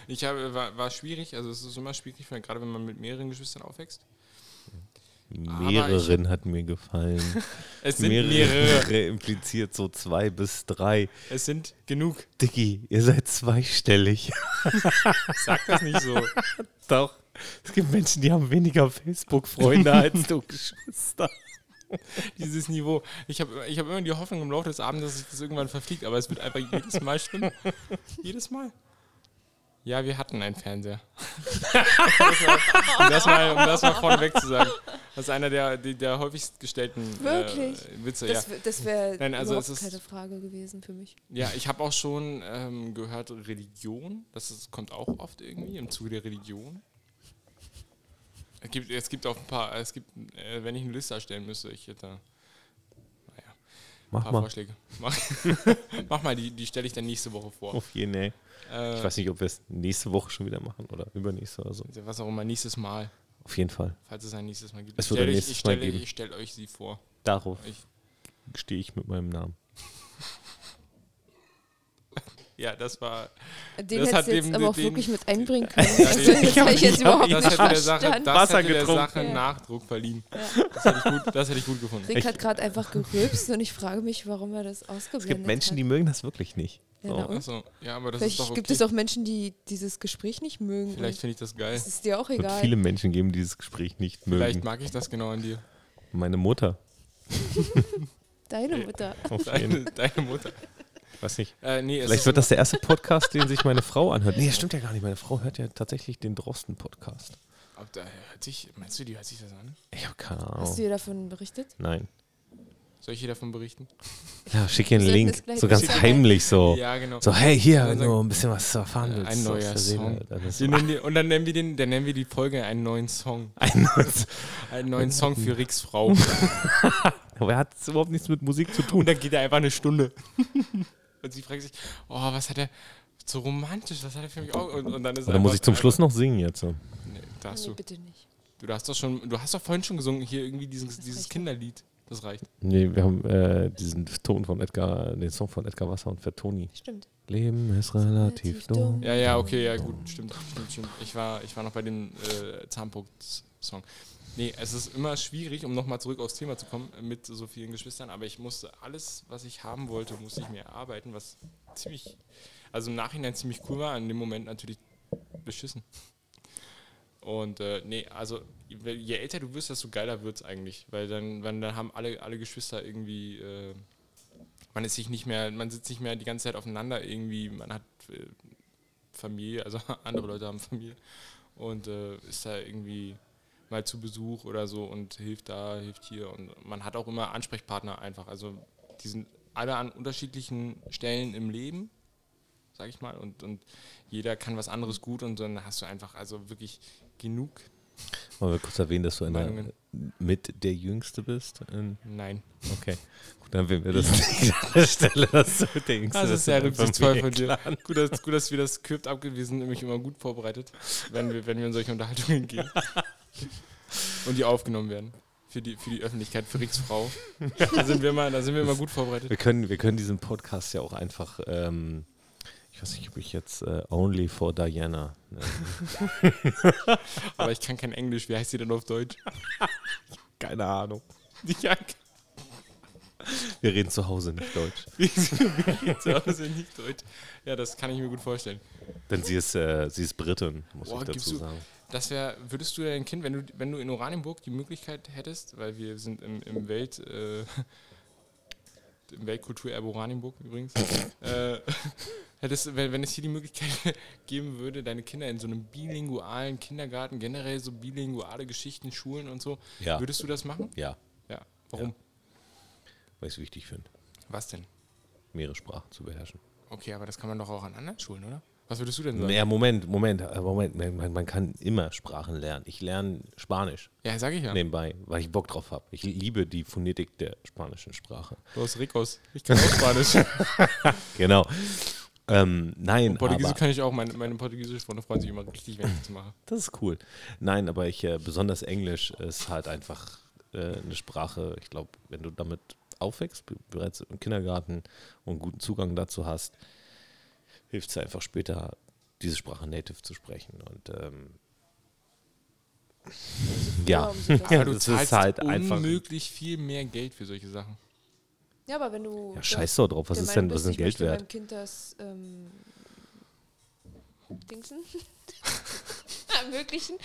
Speaker 3: ich habe, war, war schwierig, also es ist immer schwierig, weil gerade wenn man mit mehreren Geschwistern aufwächst. Aber ich-
Speaker 1: Mehreren hat mir gefallen.
Speaker 3: Es sind
Speaker 1: Mehrere,
Speaker 3: mehrere.
Speaker 1: impliziert so zwei bis drei.
Speaker 3: Es sind genug.
Speaker 1: Dicky, ihr seid zweistellig.
Speaker 3: Sag das nicht so.
Speaker 1: Doch. Es gibt Menschen, die haben weniger Facebook-Freunde als du Geschwister.
Speaker 3: Dieses Niveau. Ich habe ich hab immer die Hoffnung im Laufe des Abends, dass sich das irgendwann verfliegt, aber es wird einfach jedes Mal schlimmer. Jedes Mal. Ja, wir hatten einen Fernseher. um, das mal, um das mal vorneweg zu sagen. Das ist einer der, der, der häufigst gestellten äh,
Speaker 2: Wirklich?
Speaker 3: Witze. ja.
Speaker 2: Das, w- das wäre
Speaker 3: Nein, also
Speaker 2: überhaupt
Speaker 3: es ist-
Speaker 2: keine Frage gewesen für mich.
Speaker 3: Ja, ich habe auch schon ähm, gehört, Religion, das ist, kommt auch oft irgendwie im Zuge der Religion. Es gibt, es gibt auch ein paar, es gibt, äh, wenn ich eine Liste erstellen müsste, ich hätte ein
Speaker 1: Mach
Speaker 3: paar
Speaker 1: mal.
Speaker 3: Vorschläge. Mach, mach mal, die, die stelle ich dann nächste Woche vor.
Speaker 1: Auf jeden Fall.
Speaker 3: Äh,
Speaker 1: Oh, Ich weiß nicht, ob wir es nächste Woche schon wieder machen oder übernächste oder so.
Speaker 3: was auch immer, nächstes Mal,
Speaker 1: Auf jeden Fall.
Speaker 3: falls es ein nächstes Mal gibt.
Speaker 1: Es
Speaker 3: Ich
Speaker 1: wird ein
Speaker 3: stelle euch-
Speaker 1: nächstes
Speaker 3: ich
Speaker 1: Mal
Speaker 3: stelle
Speaker 1: geben.
Speaker 3: ich stelle euch sie vor.
Speaker 1: Darauf
Speaker 3: Ich,
Speaker 1: stehe ich mit meinem Namen.
Speaker 3: ja, das war
Speaker 2: Den
Speaker 3: Das
Speaker 2: hättest
Speaker 3: hat
Speaker 2: du jetzt
Speaker 3: dem-
Speaker 2: aber auch
Speaker 3: dem-
Speaker 2: wirklich mit einbringen können.
Speaker 3: Ja,
Speaker 2: Also,
Speaker 3: den-
Speaker 2: das habe ich jetzt
Speaker 1: Ich hab-
Speaker 2: überhaupt
Speaker 1: ich
Speaker 3: das
Speaker 1: hab-
Speaker 2: nicht
Speaker 3: hätte der Sache,
Speaker 2: verstanden.
Speaker 3: das
Speaker 1: Wasser
Speaker 3: hätte der
Speaker 1: getrunken.
Speaker 3: Sache
Speaker 2: Ja.
Speaker 3: Nachdruck verliehen.
Speaker 2: Ja.
Speaker 3: Das hätte ich gut, das hätte ich gut gefunden.
Speaker 2: Rick hat gerade einfach gerülpst und ich frage mich, warum er das ausgeblendet
Speaker 1: Es gibt Menschen, die
Speaker 2: hat.
Speaker 1: mögen das wirklich nicht.
Speaker 2: Ja,
Speaker 1: So.
Speaker 2: na und?
Speaker 3: Achso, ja, aber das
Speaker 2: Vielleicht
Speaker 3: ist doch okay.
Speaker 2: gibt es auch Menschen, die dieses Gespräch nicht mögen.
Speaker 3: Vielleicht
Speaker 2: Vielleicht
Speaker 3: finde ich das geil.
Speaker 2: es Mhm. ist dir auch
Speaker 1: Wird
Speaker 2: egal.
Speaker 1: viele Menschen geben, die dieses Gespräch nicht mögen.
Speaker 3: Vielleicht mag ich das genau an dir.
Speaker 1: Meine Mutter.
Speaker 2: Deine Mutter.
Speaker 1: Auf jeden.
Speaker 3: Deine, deine Mutter.
Speaker 1: Weiß nicht.
Speaker 3: Äh, nee, es
Speaker 1: Vielleicht
Speaker 3: ist
Speaker 1: wird das der erste Podcast, den sich meine Frau anhört. Nee, das stimmt ja gar nicht. Meine Frau hört ja tatsächlich den Drosten-Podcast.
Speaker 3: Ob da hört sich, meinst du, die hört sich das an?
Speaker 1: Ich habe keine Ahnung.
Speaker 2: Hast du ihr davon berichtet?
Speaker 1: Nein.
Speaker 3: Soll ich hier davon berichten?
Speaker 1: Ja, schick ihr einen
Speaker 2: sollten
Speaker 1: Link.
Speaker 2: das gleich
Speaker 1: So ganz
Speaker 2: besser-
Speaker 1: heimlich so.
Speaker 3: Ja, genau.
Speaker 1: So, hey, hier, wenn
Speaker 3: Dann
Speaker 1: du ein bisschen was erfahren
Speaker 3: Äh,
Speaker 1: willst.
Speaker 3: ein
Speaker 1: aus
Speaker 3: neuer
Speaker 1: der Seele,
Speaker 3: Song.
Speaker 1: dann ist-
Speaker 3: Wir nennen die, und dann nennen wir den, dann nennen wir die Folge einen neuen Song.
Speaker 1: Ein neues-
Speaker 3: Einen neuen Song für Ricks Frau.
Speaker 1: Aber er hat überhaupt nichts mit Musik zu
Speaker 3: Und
Speaker 1: tun.
Speaker 3: dann geht er einfach eine Stunde. Und sie fragt sich, oh, was hat er so romantisch, was hat er für mich auch? Und, und dann ist
Speaker 1: Oder muss ich zum Schluss noch singen jetzt? So.
Speaker 3: Nee, da hast
Speaker 2: Nee,
Speaker 3: du,
Speaker 2: bitte nicht.
Speaker 3: du hast doch schon, du hast doch vorhin schon gesungen, hier irgendwie dieses, dieses
Speaker 2: reicht.
Speaker 3: Kinderlied. Das reicht.
Speaker 1: Nee, wir haben äh, diesen Ton von Edgar, den Song von Edgar Wasser und Fertoni.
Speaker 2: Stimmt.
Speaker 1: Leben ist relativ
Speaker 2: Relativ
Speaker 1: dumm.
Speaker 2: dumm.
Speaker 3: Ja, ja, okay, ja, gut, stimmt. stimmt, stimmt. Ich, war, ich war noch bei dem äh, Zahnpunkt-Song. Nee, es ist immer schwierig, um nochmal zurück aufs Thema zu kommen, äh, mit so vielen Geschwistern, aber ich musste alles, was ich haben wollte, musste ich mir erarbeiten, was ziemlich, also im Nachhinein ziemlich cool war, in dem Moment natürlich beschissen. Und äh, nee, also je je älter du wirst, desto geiler wird es eigentlich, weil dann, wenn, dann haben alle, alle Geschwister irgendwie. Äh, man ist sich nicht mehr, man sitzt nicht mehr die ganze Zeit aufeinander irgendwie, man hat äh, Familie, also andere Leute haben Familie und äh, ist da irgendwie mal zu Besuch oder so und hilft da, hilft hier und man hat auch immer Ansprechpartner einfach, also die sind alle an unterschiedlichen Stellen im Leben, sag ich mal, und, und jeder kann was anderes gut und dann hast du einfach also wirklich genug.
Speaker 1: Wollen wir kurz erwähnen, dass du in der,
Speaker 3: Meinungen.
Speaker 1: mit der Jüngste bist? In,
Speaker 3: Nein.
Speaker 1: okay. Gut, dann wählen wir das nicht an der Stelle, dass du mit der Jüngste
Speaker 3: Das ist sehr
Speaker 1: in der
Speaker 3: rücksichtsvoll
Speaker 1: Familie.
Speaker 3: von dir. Gut dass, gut, dass wir das Skript abgewiesen sind, nämlich immer gut vorbereitet, wenn wir, wenn wir in solche Unterhaltungen gehen. Und die aufgenommen werden. Für die, für die Öffentlichkeit, für Ricks Frau. Da sind wir immer, da sind wir immer gut vorbereitet.
Speaker 1: Wir können, wir können diesen Podcast ja auch einfach, ähm, ich weiß nicht, ob ich jetzt äh, Only for Diana. Ne?
Speaker 3: Aber ich kann kein Englisch. Wie heißt sie denn auf Deutsch?
Speaker 1: Keine Ahnung.
Speaker 3: Ja,
Speaker 1: Wir reden zu Hause nicht Deutsch.
Speaker 3: zu Hause nicht Deutsch. Ja, das kann ich mir gut vorstellen.
Speaker 1: Denn sie ist, äh, sie ist Britin, muss
Speaker 3: Boah,
Speaker 1: ich
Speaker 3: gibst
Speaker 1: dazu
Speaker 3: du-
Speaker 1: sagen.
Speaker 3: Das wäre, würdest du dein Kind, wenn du, wenn du in Oranienburg die Möglichkeit hättest, weil wir sind im, im Welt, äh, im Weltkulturerbe Oranienburg übrigens, äh, hättest, wenn, wenn es hier die Möglichkeit geben würde, deine Kinder in so einem bilingualen Kindergarten, generell so bilinguale Geschichten, Schulen und so,
Speaker 1: Ja.
Speaker 3: würdest du das machen?
Speaker 1: Ja,
Speaker 3: Ja. Warum?
Speaker 1: weil ich es wichtig finde,
Speaker 3: Was denn?
Speaker 1: mehrere Sprachen zu beherrschen.
Speaker 3: Okay, aber das kann man doch auch an anderen Schulen, oder? Was würdest du denn sagen?
Speaker 1: Ja, Moment, Moment, äh, Moment. Man, man- man kann immer Sprachen lernen. Ich lerne Spanisch
Speaker 3: Ja, sag ich ja.
Speaker 1: nebenbei, weil ich Bock drauf habe. Ich liebe die Phonetik der spanischen Sprache.
Speaker 3: Du hast Ricos. Ich kann auch Spanisch.
Speaker 1: Genau. Ähm, nein,
Speaker 3: Portugiesisch
Speaker 1: aber
Speaker 3: kann ich auch. Meine, meine portugiesische Freunde freuen sich immer richtig, wenn ich das mache.
Speaker 1: das ist cool. Nein, aber ich äh, besonders Englisch ist halt einfach äh, eine Sprache. Ich glaube, wenn du damit aufwächst, be- bereits im Kindergarten und guten Zugang dazu hast, hilft es einfach später, diese Sprache native zu sprechen. Und ähm, ja,
Speaker 2: umso besser.
Speaker 3: Aber du
Speaker 1: das
Speaker 3: zahlst
Speaker 1: ist halt einfach.
Speaker 3: unmöglich viel mehr Geld für solche Sachen.
Speaker 2: Ja, aber wenn du.
Speaker 1: Ja, scheiß doch drauf. Was
Speaker 2: der
Speaker 1: ist denn,
Speaker 2: Meinung
Speaker 1: was ist
Speaker 2: bist,
Speaker 1: denn
Speaker 2: ich
Speaker 1: Geld
Speaker 2: möchte
Speaker 1: wert?
Speaker 2: meinem Kind das. Ähm, Dingsen? Ermöglichen?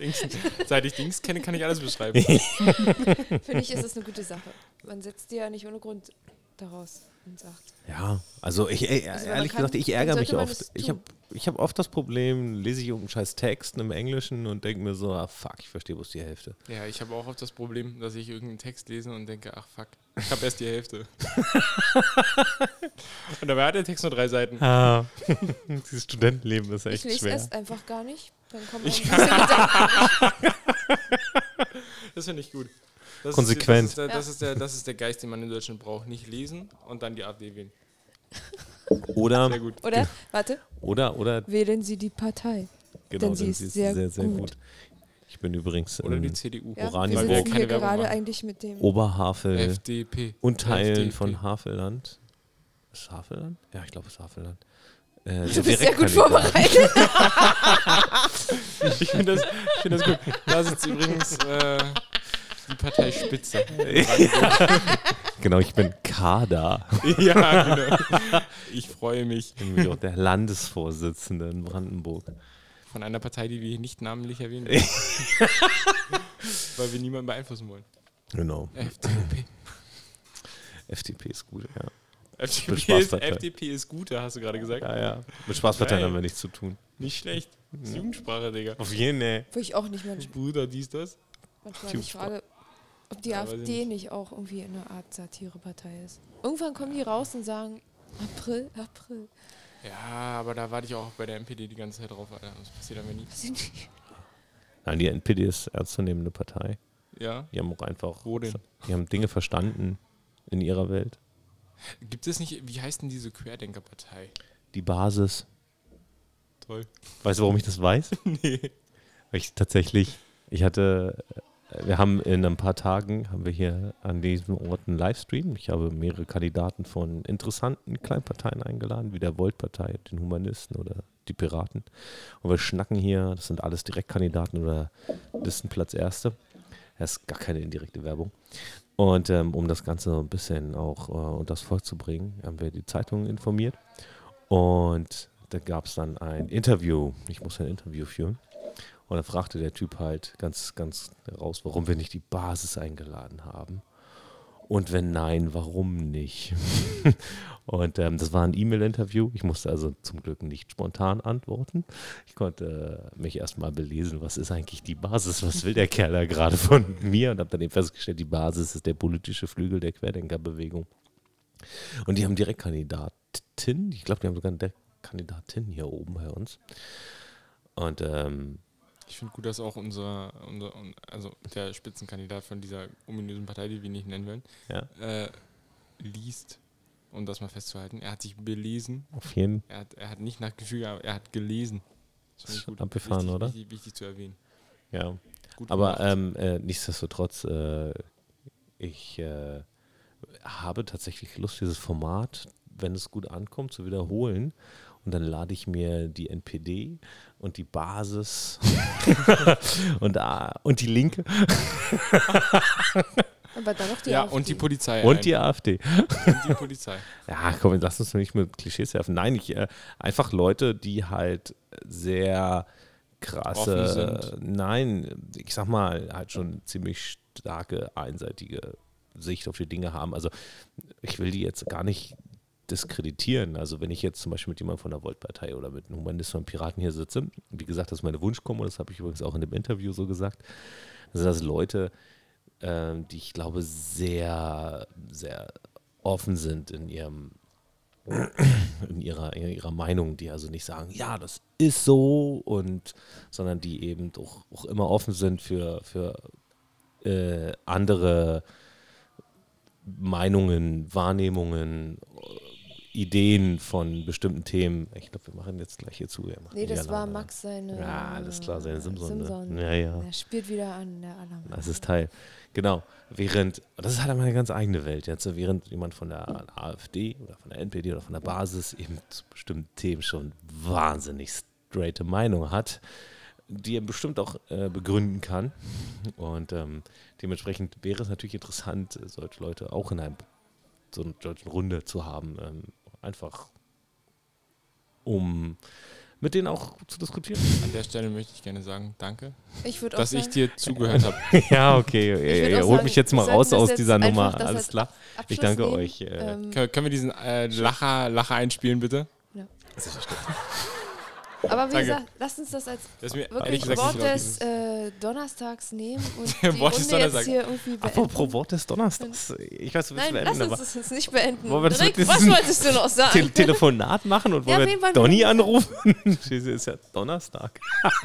Speaker 3: Dings, seit ich Dings kenne, kann ich alles beschreiben.
Speaker 2: Finde ich, ist das eine gute Sache. Man setzt dir ja nicht ohne Grund daraus und sagt.
Speaker 1: Ja, also ich ey,
Speaker 2: Also man
Speaker 1: ehrlich
Speaker 2: kann-
Speaker 1: gesagt, ich ärgere mich
Speaker 2: sollte man
Speaker 1: oft.
Speaker 2: das
Speaker 1: Ich habe
Speaker 2: tun.
Speaker 1: ich hab oft das Problem, lese ich irgendeinen scheiß Text im Englischen und denke mir so, ah fuck, ich verstehe bloß die Hälfte.
Speaker 3: Ja, ich habe auch oft das Problem, dass ich irgendeinen Text lese und denke, ach fuck, ich habe erst die Hälfte. und dabei hat der Text nur drei Seiten.
Speaker 1: Ah, dieses Studentenleben ist
Speaker 2: ich lese erst einfach gar nicht. Dann kommen auch
Speaker 3: Ich-
Speaker 2: diese Gedanken.
Speaker 3: Das finde ich gut. Das
Speaker 1: Konsequent.
Speaker 3: Ist, das, ist der, das, ist der, das ist der Geist, den man in Deutschland braucht. Nicht lesen und dann die AfD wählen. Sehr
Speaker 1: Oder,
Speaker 3: gut.
Speaker 2: Oder, warte,
Speaker 1: oder, oder,
Speaker 2: wählen Sie die Partei.
Speaker 1: genau,
Speaker 2: Denn sie
Speaker 1: dann
Speaker 2: ist sehr gut.
Speaker 1: Ich bin übrigens
Speaker 3: Oder die
Speaker 1: in
Speaker 3: CDU.
Speaker 2: Ja,
Speaker 1: Oranienburg. Weil
Speaker 2: wir
Speaker 1: wir
Speaker 2: sitzen
Speaker 3: keine
Speaker 2: hier
Speaker 3: Werbung
Speaker 2: gerade
Speaker 3: machen.
Speaker 2: eigentlich mit dem.
Speaker 1: Oberhavel
Speaker 3: FDP.
Speaker 1: und Teilen
Speaker 3: FDP.
Speaker 1: von Havelland. Ist Havelland? Ja, ich glaube, es ist Havelland. Äh,
Speaker 2: Du bist sehr gut vorbereitet.
Speaker 3: Ich finde das, ich find das gut. Da sitzt übrigens äh, die Partei Spitze.
Speaker 1: Genau, ich bin Kader.
Speaker 3: ja, genau. Ich freue mich.
Speaker 1: Irgendwie auch der Landesvorsitzende in Brandenburg.
Speaker 3: Von einer Partei, die wir hier nicht namentlich erwähnen wollen. Weil wir niemanden beeinflussen wollen.
Speaker 1: Genau.
Speaker 3: FDP.
Speaker 1: FDP ist gut, ja.
Speaker 3: FDP ist,
Speaker 1: Spaßpartei.
Speaker 3: FDP ist gut, da hast du gerade gesagt.
Speaker 1: ja. Mit Spaßparteien
Speaker 3: Geil.
Speaker 1: haben wir nichts zu tun.
Speaker 3: Nicht schlecht. Das ist Jugendsprache, Digga.
Speaker 1: Auf jeden Fall.
Speaker 3: Hm.
Speaker 2: Wo ich auch nicht manch-
Speaker 3: Bruder, dies, das.
Speaker 2: manchmal mich frage, Ob die
Speaker 3: Ja, weiß ich
Speaker 2: AfD nicht auch irgendwie eine Art Satirepartei ist. Irgendwann kommen die raus und sagen, April, April.
Speaker 3: Ja, aber da warte ich auch bei der NPD die ganze Zeit drauf, Alter. Das passiert aber nie.
Speaker 2: Weiß ich nicht.
Speaker 1: Nein, die NPD ist ernstzunehmende Partei.
Speaker 3: Ja.
Speaker 1: Die haben auch einfach.
Speaker 3: Wo denn?
Speaker 1: Die haben Dinge verstanden in ihrer Welt.
Speaker 3: Gibt es nicht, wie heißt denn diese Querdenkerpartei?
Speaker 1: Die Basis.
Speaker 3: Toll.
Speaker 1: Weißt du, warum ich das weiß?
Speaker 3: Nee.
Speaker 1: Weil ich tatsächlich, ich hatte, äh, wir haben in ein paar Tagen, haben wir hier an diesem Ort einen Livestream. Ich habe mehrere Kandidaten von interessanten Kleinparteien eingeladen, wie der Volt-Partei, den Humanisten oder die Piraten. Und wir schnacken hier, das sind alles Direktkandidaten oder Listenplatz Erste. Das ist gar keine indirekte Werbung. Und ähm, um das Ganze so ein bisschen auch äh, unter das Volk zu bringen, haben wir die Zeitungen informiert. Und da gab es dann ein Interview. Ich muss ein Interview führen. Und dann fragte der Typ halt ganz, ganz raus, warum wir nicht die Basis eingeladen haben. Und wenn nein, warum nicht? und ähm, das war ein E-Mail-Interview. Ich musste also zum Glück nicht spontan antworten. Ich konnte äh, mich erstmal belesen, was ist eigentlich die Basis? Was will der Kerl da gerade von mir? Und habe dann eben festgestellt, die Basis ist der politische Flügel der Querdenkerbewegung. Und die haben direkt Kandidatin. Ich glaube, die haben sogar eine Direkt- Kandidatin hier oben bei uns. Und ähm,
Speaker 3: Ich finde gut, dass auch unser, unser, un- also der Spitzenkandidat von dieser ominösen Partei, die wir nicht nennen wollen,
Speaker 1: Ja.
Speaker 3: äh, liest, um das mal festzuhalten. Er hat sich belesen.
Speaker 1: auf jeden
Speaker 3: Er hat, er hat nicht nach Gefühl, aber er hat gelesen. Das finde
Speaker 1: Ist
Speaker 3: ich gut.
Speaker 1: abgefahren,
Speaker 3: wichtig,
Speaker 1: oder?
Speaker 3: Wichtig, wichtig zu erwähnen.
Speaker 1: Ja,
Speaker 3: Gut
Speaker 1: aber
Speaker 3: gemacht.
Speaker 1: ähm, äh, nichtsdestotrotz, äh, ich äh, habe tatsächlich Lust, dieses Format, wenn es gut ankommt, zu wiederholen. Und dann lade ich mir die NPD und die Basis und, ah, und die Linke
Speaker 2: Aber dann noch die
Speaker 3: ja,
Speaker 2: AfD.
Speaker 3: und die Polizei. ein.
Speaker 1: und die AfD.
Speaker 3: und die Polizei.
Speaker 1: Ja, komm, lass uns nicht mit Klischees werfen. Nein, ich äh, einfach Leute, die halt sehr
Speaker 3: Offen
Speaker 1: krasse,
Speaker 3: sind.
Speaker 1: nein, ich sag mal, halt schon ziemlich starke, einseitige Sicht auf die Dinge haben. Also ich will die jetzt gar nicht diskreditieren. Also wenn ich jetzt zum Beispiel mit jemandem von der Volt-Partei oder mit einem Humanisten und Piraten hier sitze, wie gesagt, das ist meine Wunschkombo, das habe ich übrigens auch in dem Interview so gesagt, sind das Leute, ähm, die ich glaube sehr, sehr offen sind in ihrem in ihrer, in ihrer Meinung, die also nicht sagen, ja, das ist so und sondern die eben auch, auch immer offen sind für, für äh, andere Meinungen, Wahrnehmungen, äh, Ideen von bestimmten Themen. Ich glaube, wir machen jetzt gleich hier zu. Wir machen
Speaker 2: Nee, das
Speaker 1: hier
Speaker 2: war
Speaker 1: lange.
Speaker 2: Max seine.
Speaker 1: Ja, alles klar, seine Simson, ne?
Speaker 2: Simson.
Speaker 1: Ja, ja.
Speaker 2: Er spielt wieder an der Alarm.
Speaker 1: Das ist Teil. Genau. Während, und das ist halt einmal eine ganz eigene Welt. Jetzt, so während jemand von der AfD oder von der NPD oder von der Basis eben zu bestimmten Themen schon wahnsinnig straighte Meinung hat, die er bestimmt auch äh, begründen kann. Und ähm, dementsprechend wäre es natürlich interessant, äh, solche Leute auch in einem, so einer solchen Runde zu haben. Ähm, einfach um mit denen auch zu diskutieren.
Speaker 3: An der Stelle möchte ich gerne sagen, danke,
Speaker 2: Ich würde auch
Speaker 3: dass
Speaker 2: sagen,
Speaker 3: ich dir zugehört habe.
Speaker 1: ja, okay.
Speaker 2: Ich würd
Speaker 1: Ihr
Speaker 2: auch
Speaker 1: holt
Speaker 2: sagen,
Speaker 1: mich jetzt mal
Speaker 2: wir sagen
Speaker 1: raus
Speaker 2: das
Speaker 1: aus
Speaker 2: jetzt
Speaker 1: dieser
Speaker 2: einfach,
Speaker 1: Nummer.
Speaker 2: das
Speaker 1: Alles
Speaker 2: als
Speaker 1: klar. Ich
Speaker 2: Abschluss
Speaker 1: danke
Speaker 2: nehmen.
Speaker 1: euch. Äh,
Speaker 2: Ähm,
Speaker 3: Können, können wir diesen äh, Lacher, Lacher einspielen, bitte?
Speaker 2: aber wie
Speaker 3: danke.
Speaker 2: gesagt, lasst uns das als
Speaker 3: Das ist mir ehrlich
Speaker 2: wirklich
Speaker 3: gesagt
Speaker 2: Wort
Speaker 3: nicht
Speaker 2: des
Speaker 3: dieses-
Speaker 2: äh, Donnerstags nehmen und die
Speaker 3: Der Wort
Speaker 2: Runde
Speaker 3: des
Speaker 2: jetzt
Speaker 3: Donnerstags.
Speaker 2: hier irgendwie beenden.
Speaker 1: apropos Wort des Donnerstags. Ich weiß, du willst
Speaker 2: Nein, lass
Speaker 1: beenden,
Speaker 2: uns
Speaker 1: aber
Speaker 2: das jetzt nicht beenden.
Speaker 1: Wollen wir das
Speaker 2: Rick,
Speaker 1: mit
Speaker 2: was
Speaker 1: diesen-
Speaker 2: wolltest du noch
Speaker 1: Tele
Speaker 2: sagen?
Speaker 1: Telefonat machen und
Speaker 2: Ja,
Speaker 1: wollen
Speaker 2: wen
Speaker 1: wir
Speaker 2: wollen
Speaker 1: Donny
Speaker 2: wir-
Speaker 1: anrufen? Scheiße, ist ja Donnerstag.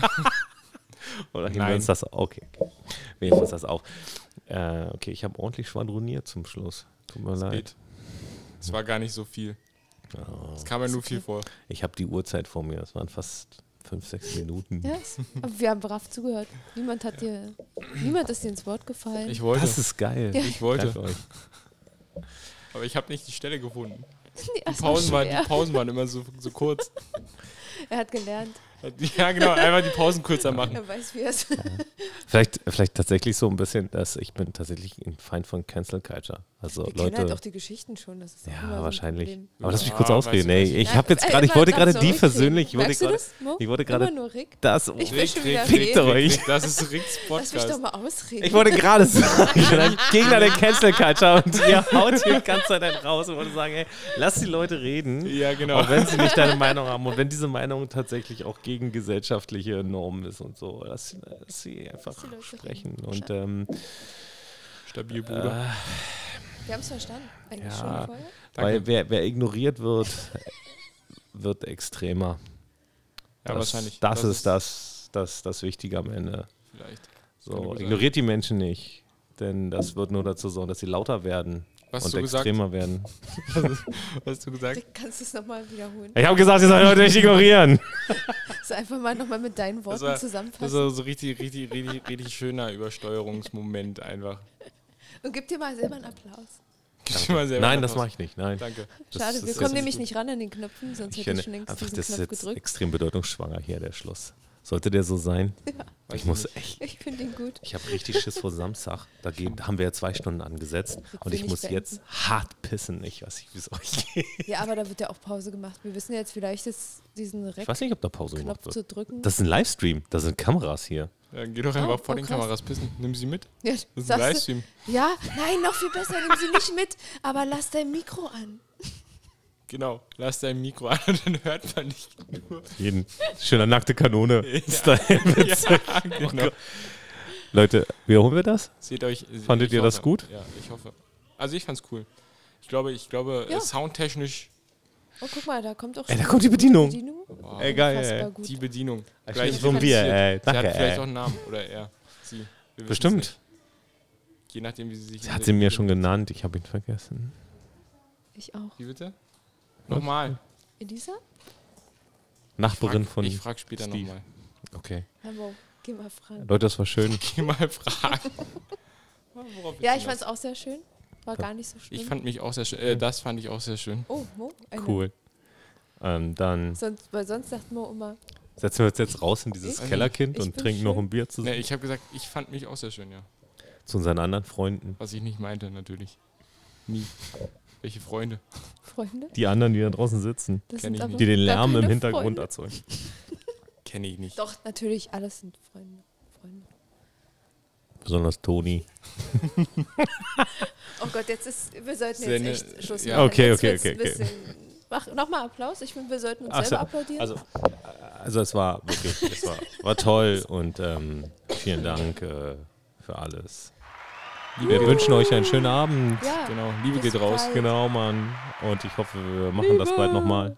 Speaker 1: Oder nehmen wir
Speaker 3: Nein.
Speaker 1: uns das auf? Okay. okay. Wir nehmen uns das auf. Äh, okay, ich habe ordentlich schwadroniert zum Schluss. Tut mir leid.
Speaker 3: Geht. Es war gar nicht so viel. Es kam mir nur viel vor.
Speaker 1: Ich habe die Uhrzeit vor mir. Das waren fast fünf, sechs Minuten.
Speaker 2: Ja, aber wir haben brav zugehört. Niemand hat dir, niemand ist dir ins Wort gefallen.
Speaker 3: Ich wollte.
Speaker 1: Das ist geil.
Speaker 3: ich wollte.
Speaker 1: Danke euch.
Speaker 3: Aber ich habe nicht die Stelle gefunden.
Speaker 2: Nee,
Speaker 3: Die
Speaker 2: das war
Speaker 3: Pausen, waren,
Speaker 2: schwer.
Speaker 3: die Pausen waren immer so, so kurz.
Speaker 2: Er hat gelernt.
Speaker 3: Ja, genau, einfach die Pausen kürzer machen.
Speaker 2: Er weiß, wie er es.
Speaker 1: Vielleicht, vielleicht tatsächlich so ein bisschen, dass ich bin tatsächlich ein Feind von Cancel Culture. Also
Speaker 2: Wir kennen
Speaker 1: Leute.
Speaker 2: halt auch die Geschichten schon. Das ist auch immer so
Speaker 1: ja,
Speaker 2: ein
Speaker 1: wahrscheinlich.
Speaker 2: Problem.
Speaker 1: Aber lass mich
Speaker 3: Ja,
Speaker 1: kurz
Speaker 3: weiß ich
Speaker 1: ausreden. Ey,
Speaker 3: nicht.
Speaker 1: ich habe jetzt
Speaker 2: Ey,
Speaker 1: gerade, ich
Speaker 2: warte,
Speaker 1: wollte
Speaker 2: darfst
Speaker 1: gerade
Speaker 2: du
Speaker 1: die
Speaker 2: Rick
Speaker 1: persönlich, ich
Speaker 2: reden?
Speaker 1: wollte
Speaker 2: Merkst du
Speaker 1: gerade,
Speaker 2: das, Mo?
Speaker 1: ich wollte
Speaker 2: Immer
Speaker 1: gerade
Speaker 2: nur Rick.
Speaker 1: das,
Speaker 2: Ich will
Speaker 3: Rick,
Speaker 2: schon
Speaker 3: Rick,
Speaker 2: wieder
Speaker 1: Rick,
Speaker 2: reden.
Speaker 1: Rick. euch.
Speaker 3: Das ist Ricks
Speaker 2: Lass mich doch
Speaker 3: Podcast.
Speaker 2: mal ausreden.
Speaker 1: ich wollte gerade sagen, ich bin ein Gegner der Cancel Culture und ihr haut hier die ganze Zeit einen raus und wollte sagen, ey, lass die Leute reden.
Speaker 3: Ja, genau.
Speaker 1: Auch wenn sie nicht deine Meinung haben und wenn diese Meinung tatsächlich auch gegen gesellschaftliche Normen ist und so, lass, lass sie einfach
Speaker 2: die Leute
Speaker 1: sprechen.
Speaker 2: reden.
Speaker 1: Und ähm,
Speaker 3: stabil, Bruder.
Speaker 2: Wir haben es verstanden. Eigentlich
Speaker 1: Ja.
Speaker 2: schon vorher.
Speaker 1: Weil wer, wer ignoriert wird, wird extremer.
Speaker 3: ja,
Speaker 1: das,
Speaker 3: wahrscheinlich.
Speaker 1: Das, ist das, das, das Wichtige am Ende.
Speaker 3: Vielleicht. Kann
Speaker 1: So,
Speaker 3: gut sein.
Speaker 1: ignoriert die Menschen nicht. Denn das wird nur dazu sorgen, dass sie lauter werden
Speaker 3: Was
Speaker 1: und
Speaker 3: du gesagt?
Speaker 1: extremer werden.
Speaker 3: Hast du gesagt?
Speaker 2: Dick, Kannst du es nochmal wiederholen?
Speaker 1: Ich habe gesagt, sie sollen Leute nicht ignorieren.
Speaker 2: Das einfach mal nochmal mit deinen Worten
Speaker 3: war- Das ist
Speaker 2: zusammenfassen.
Speaker 3: also so richtig, richtig, richtig, richtig schöner Übersteuerungsmoment einfach.
Speaker 2: Und gib dir mal selber einen Applaus.
Speaker 3: Gib mir mal selber
Speaker 1: Nein,
Speaker 3: einen
Speaker 1: das mache
Speaker 3: Applaus.
Speaker 1: ich nicht. Nein.
Speaker 3: Danke.
Speaker 1: Das-
Speaker 2: Schade,
Speaker 1: das
Speaker 2: wir
Speaker 1: ist
Speaker 2: kommen
Speaker 1: jetzt
Speaker 2: nämlich
Speaker 1: gut.
Speaker 2: nicht ran an den Knöpfen, sonst
Speaker 1: Ich
Speaker 2: hätte ich schon
Speaker 1: finde,
Speaker 2: längst
Speaker 1: einfach,
Speaker 2: diesen
Speaker 1: das ist
Speaker 2: Knopf
Speaker 1: jetzt
Speaker 2: gedrückt.
Speaker 1: extrem bedeutungsschwanger hier, der Schluss. Sollte der so sein? Ich muss echt,
Speaker 2: Ich finde ihn gut.
Speaker 1: ich habe richtig Schiss vor Samstag. Da gehen, haben wir ja zwei Stunden angesetzt und
Speaker 2: will
Speaker 1: ich
Speaker 2: nicht
Speaker 1: muss
Speaker 2: beenden.
Speaker 1: jetzt hart pissen. Ich weiß nicht, wie es euch geht.
Speaker 2: Ja, aber da wird ja auch Pause gemacht. Wir wissen jetzt vielleicht, dass diesen
Speaker 1: Ich weiß nicht, ob da Pause gemacht
Speaker 2: Reck-Knopf zu
Speaker 1: wird.
Speaker 2: drücken.
Speaker 1: Das ist ein Livestream, da sind Kameras hier.
Speaker 3: Dann geh doch einfach
Speaker 2: Oh, oh,
Speaker 3: vor den
Speaker 2: krass.
Speaker 3: Kameras pissen. Nimm sie mit.
Speaker 2: ja,
Speaker 3: Das ist ein
Speaker 2: sagst du-
Speaker 3: Livestream.
Speaker 2: ja, nein, noch viel besser, nimm sie nicht mit, aber lass dein Mikro an.
Speaker 3: Genau. Lass dein Mikro an und dann hört man dich nur.
Speaker 1: Jeden schöner nackte Kanone. Style.
Speaker 3: Ja,
Speaker 1: oh
Speaker 3: genau.
Speaker 1: Leute, wiederholen wir das?
Speaker 3: Seht euch.
Speaker 1: Fandet
Speaker 3: ich
Speaker 1: ihr das
Speaker 3: hoffe-
Speaker 1: gut?
Speaker 3: Ja, ich hoffe. Also ich fand's cool. Ich glaube, ich glaube,
Speaker 2: Ja.
Speaker 3: äh, soundtechnisch
Speaker 2: Oh, guck mal, da kommt auch
Speaker 1: Ey, da
Speaker 2: schon
Speaker 1: kommt die Bedienung.
Speaker 3: Boah.
Speaker 1: Ey, geil,
Speaker 2: Unfassbar
Speaker 1: ey.
Speaker 2: gut.
Speaker 3: die Bedienung.
Speaker 1: Ich
Speaker 3: gleich
Speaker 1: bin so ein Bier,
Speaker 3: fixiert.
Speaker 1: ey.
Speaker 3: Sie hat
Speaker 1: Danke,
Speaker 3: vielleicht
Speaker 1: ey.
Speaker 3: auch einen Namen oder er. Sie. Wir wissen's
Speaker 1: Bestimmt.
Speaker 3: nicht. Je nachdem, wie sie sich.
Speaker 1: Sie hat sie mir schon genannt, ich habe ihn vergessen.
Speaker 2: Ich auch.
Speaker 3: Wie bitte? Nochmal.
Speaker 2: Elisa?
Speaker 1: Nachbarin
Speaker 3: Frag-
Speaker 1: von.
Speaker 3: Ich frage später
Speaker 1: Steve.
Speaker 3: nochmal.
Speaker 1: okay.
Speaker 2: Hamburg, geh mal fragen.
Speaker 1: Leute, das war schön.
Speaker 3: Geh mal fragen. Worauf
Speaker 2: Ja,
Speaker 3: ist
Speaker 2: ich
Speaker 3: denn
Speaker 2: fand's auch sehr schön. War gar nicht so
Speaker 3: das? Ich
Speaker 2: schlimm.
Speaker 3: fand mich auch sehr schön. Äh, das fand ich auch sehr schön.
Speaker 2: oh, Mo, eine.
Speaker 1: Cool. Ähm, dann
Speaker 2: Sonst, weil sonst sagt Mo immer,
Speaker 1: setzen wir uns jetzt raus in dieses
Speaker 3: Ich-
Speaker 1: Kellerkind
Speaker 2: ich
Speaker 1: und
Speaker 2: bin
Speaker 1: trinken
Speaker 2: schön.
Speaker 1: noch ein Bier zusammen.
Speaker 3: Ne, ich habe gesagt, ich fand mich auch sehr schön, ja.
Speaker 1: Zu unseren anderen Freunden.
Speaker 3: Was ich nicht meinte, natürlich. Nie. Welche Freunde?
Speaker 2: Freunde,
Speaker 1: Die anderen, die da draußen sitzen,
Speaker 2: das
Speaker 3: Kenn
Speaker 2: sind
Speaker 3: ich
Speaker 2: aber
Speaker 3: nicht.
Speaker 1: die den
Speaker 2: gar
Speaker 1: Lärm im
Speaker 2: keine
Speaker 1: Hintergrund
Speaker 2: Freunde.
Speaker 1: erzeugen.
Speaker 3: Kenne ich nicht.
Speaker 2: Doch, natürlich, alles sind Freunde. Freunde.
Speaker 1: Besonders Toni.
Speaker 2: Oh Gott, jetzt ist, wir sollten jetzt
Speaker 3: Seine-
Speaker 2: echt Schluss machen.
Speaker 3: ja.
Speaker 1: Okay,
Speaker 2: jetzt
Speaker 1: okay,
Speaker 2: wird's
Speaker 1: okay,
Speaker 2: ein
Speaker 1: okay.
Speaker 2: bisschen- Mach nochmal Applaus. Ich finde, wir sollten uns
Speaker 1: Ach so,
Speaker 2: selber applaudieren.
Speaker 1: Also, also es war wirklich, es war, war toll und ähm, vielen Dank äh, für alles. Wir wünschen euch einen schönen Abend.
Speaker 2: ja.
Speaker 3: Genau, Liebe
Speaker 2: Bis
Speaker 3: geht raus.
Speaker 2: bald.
Speaker 1: Genau, Mann. Und ich hoffe, wir machen das bald nochmal.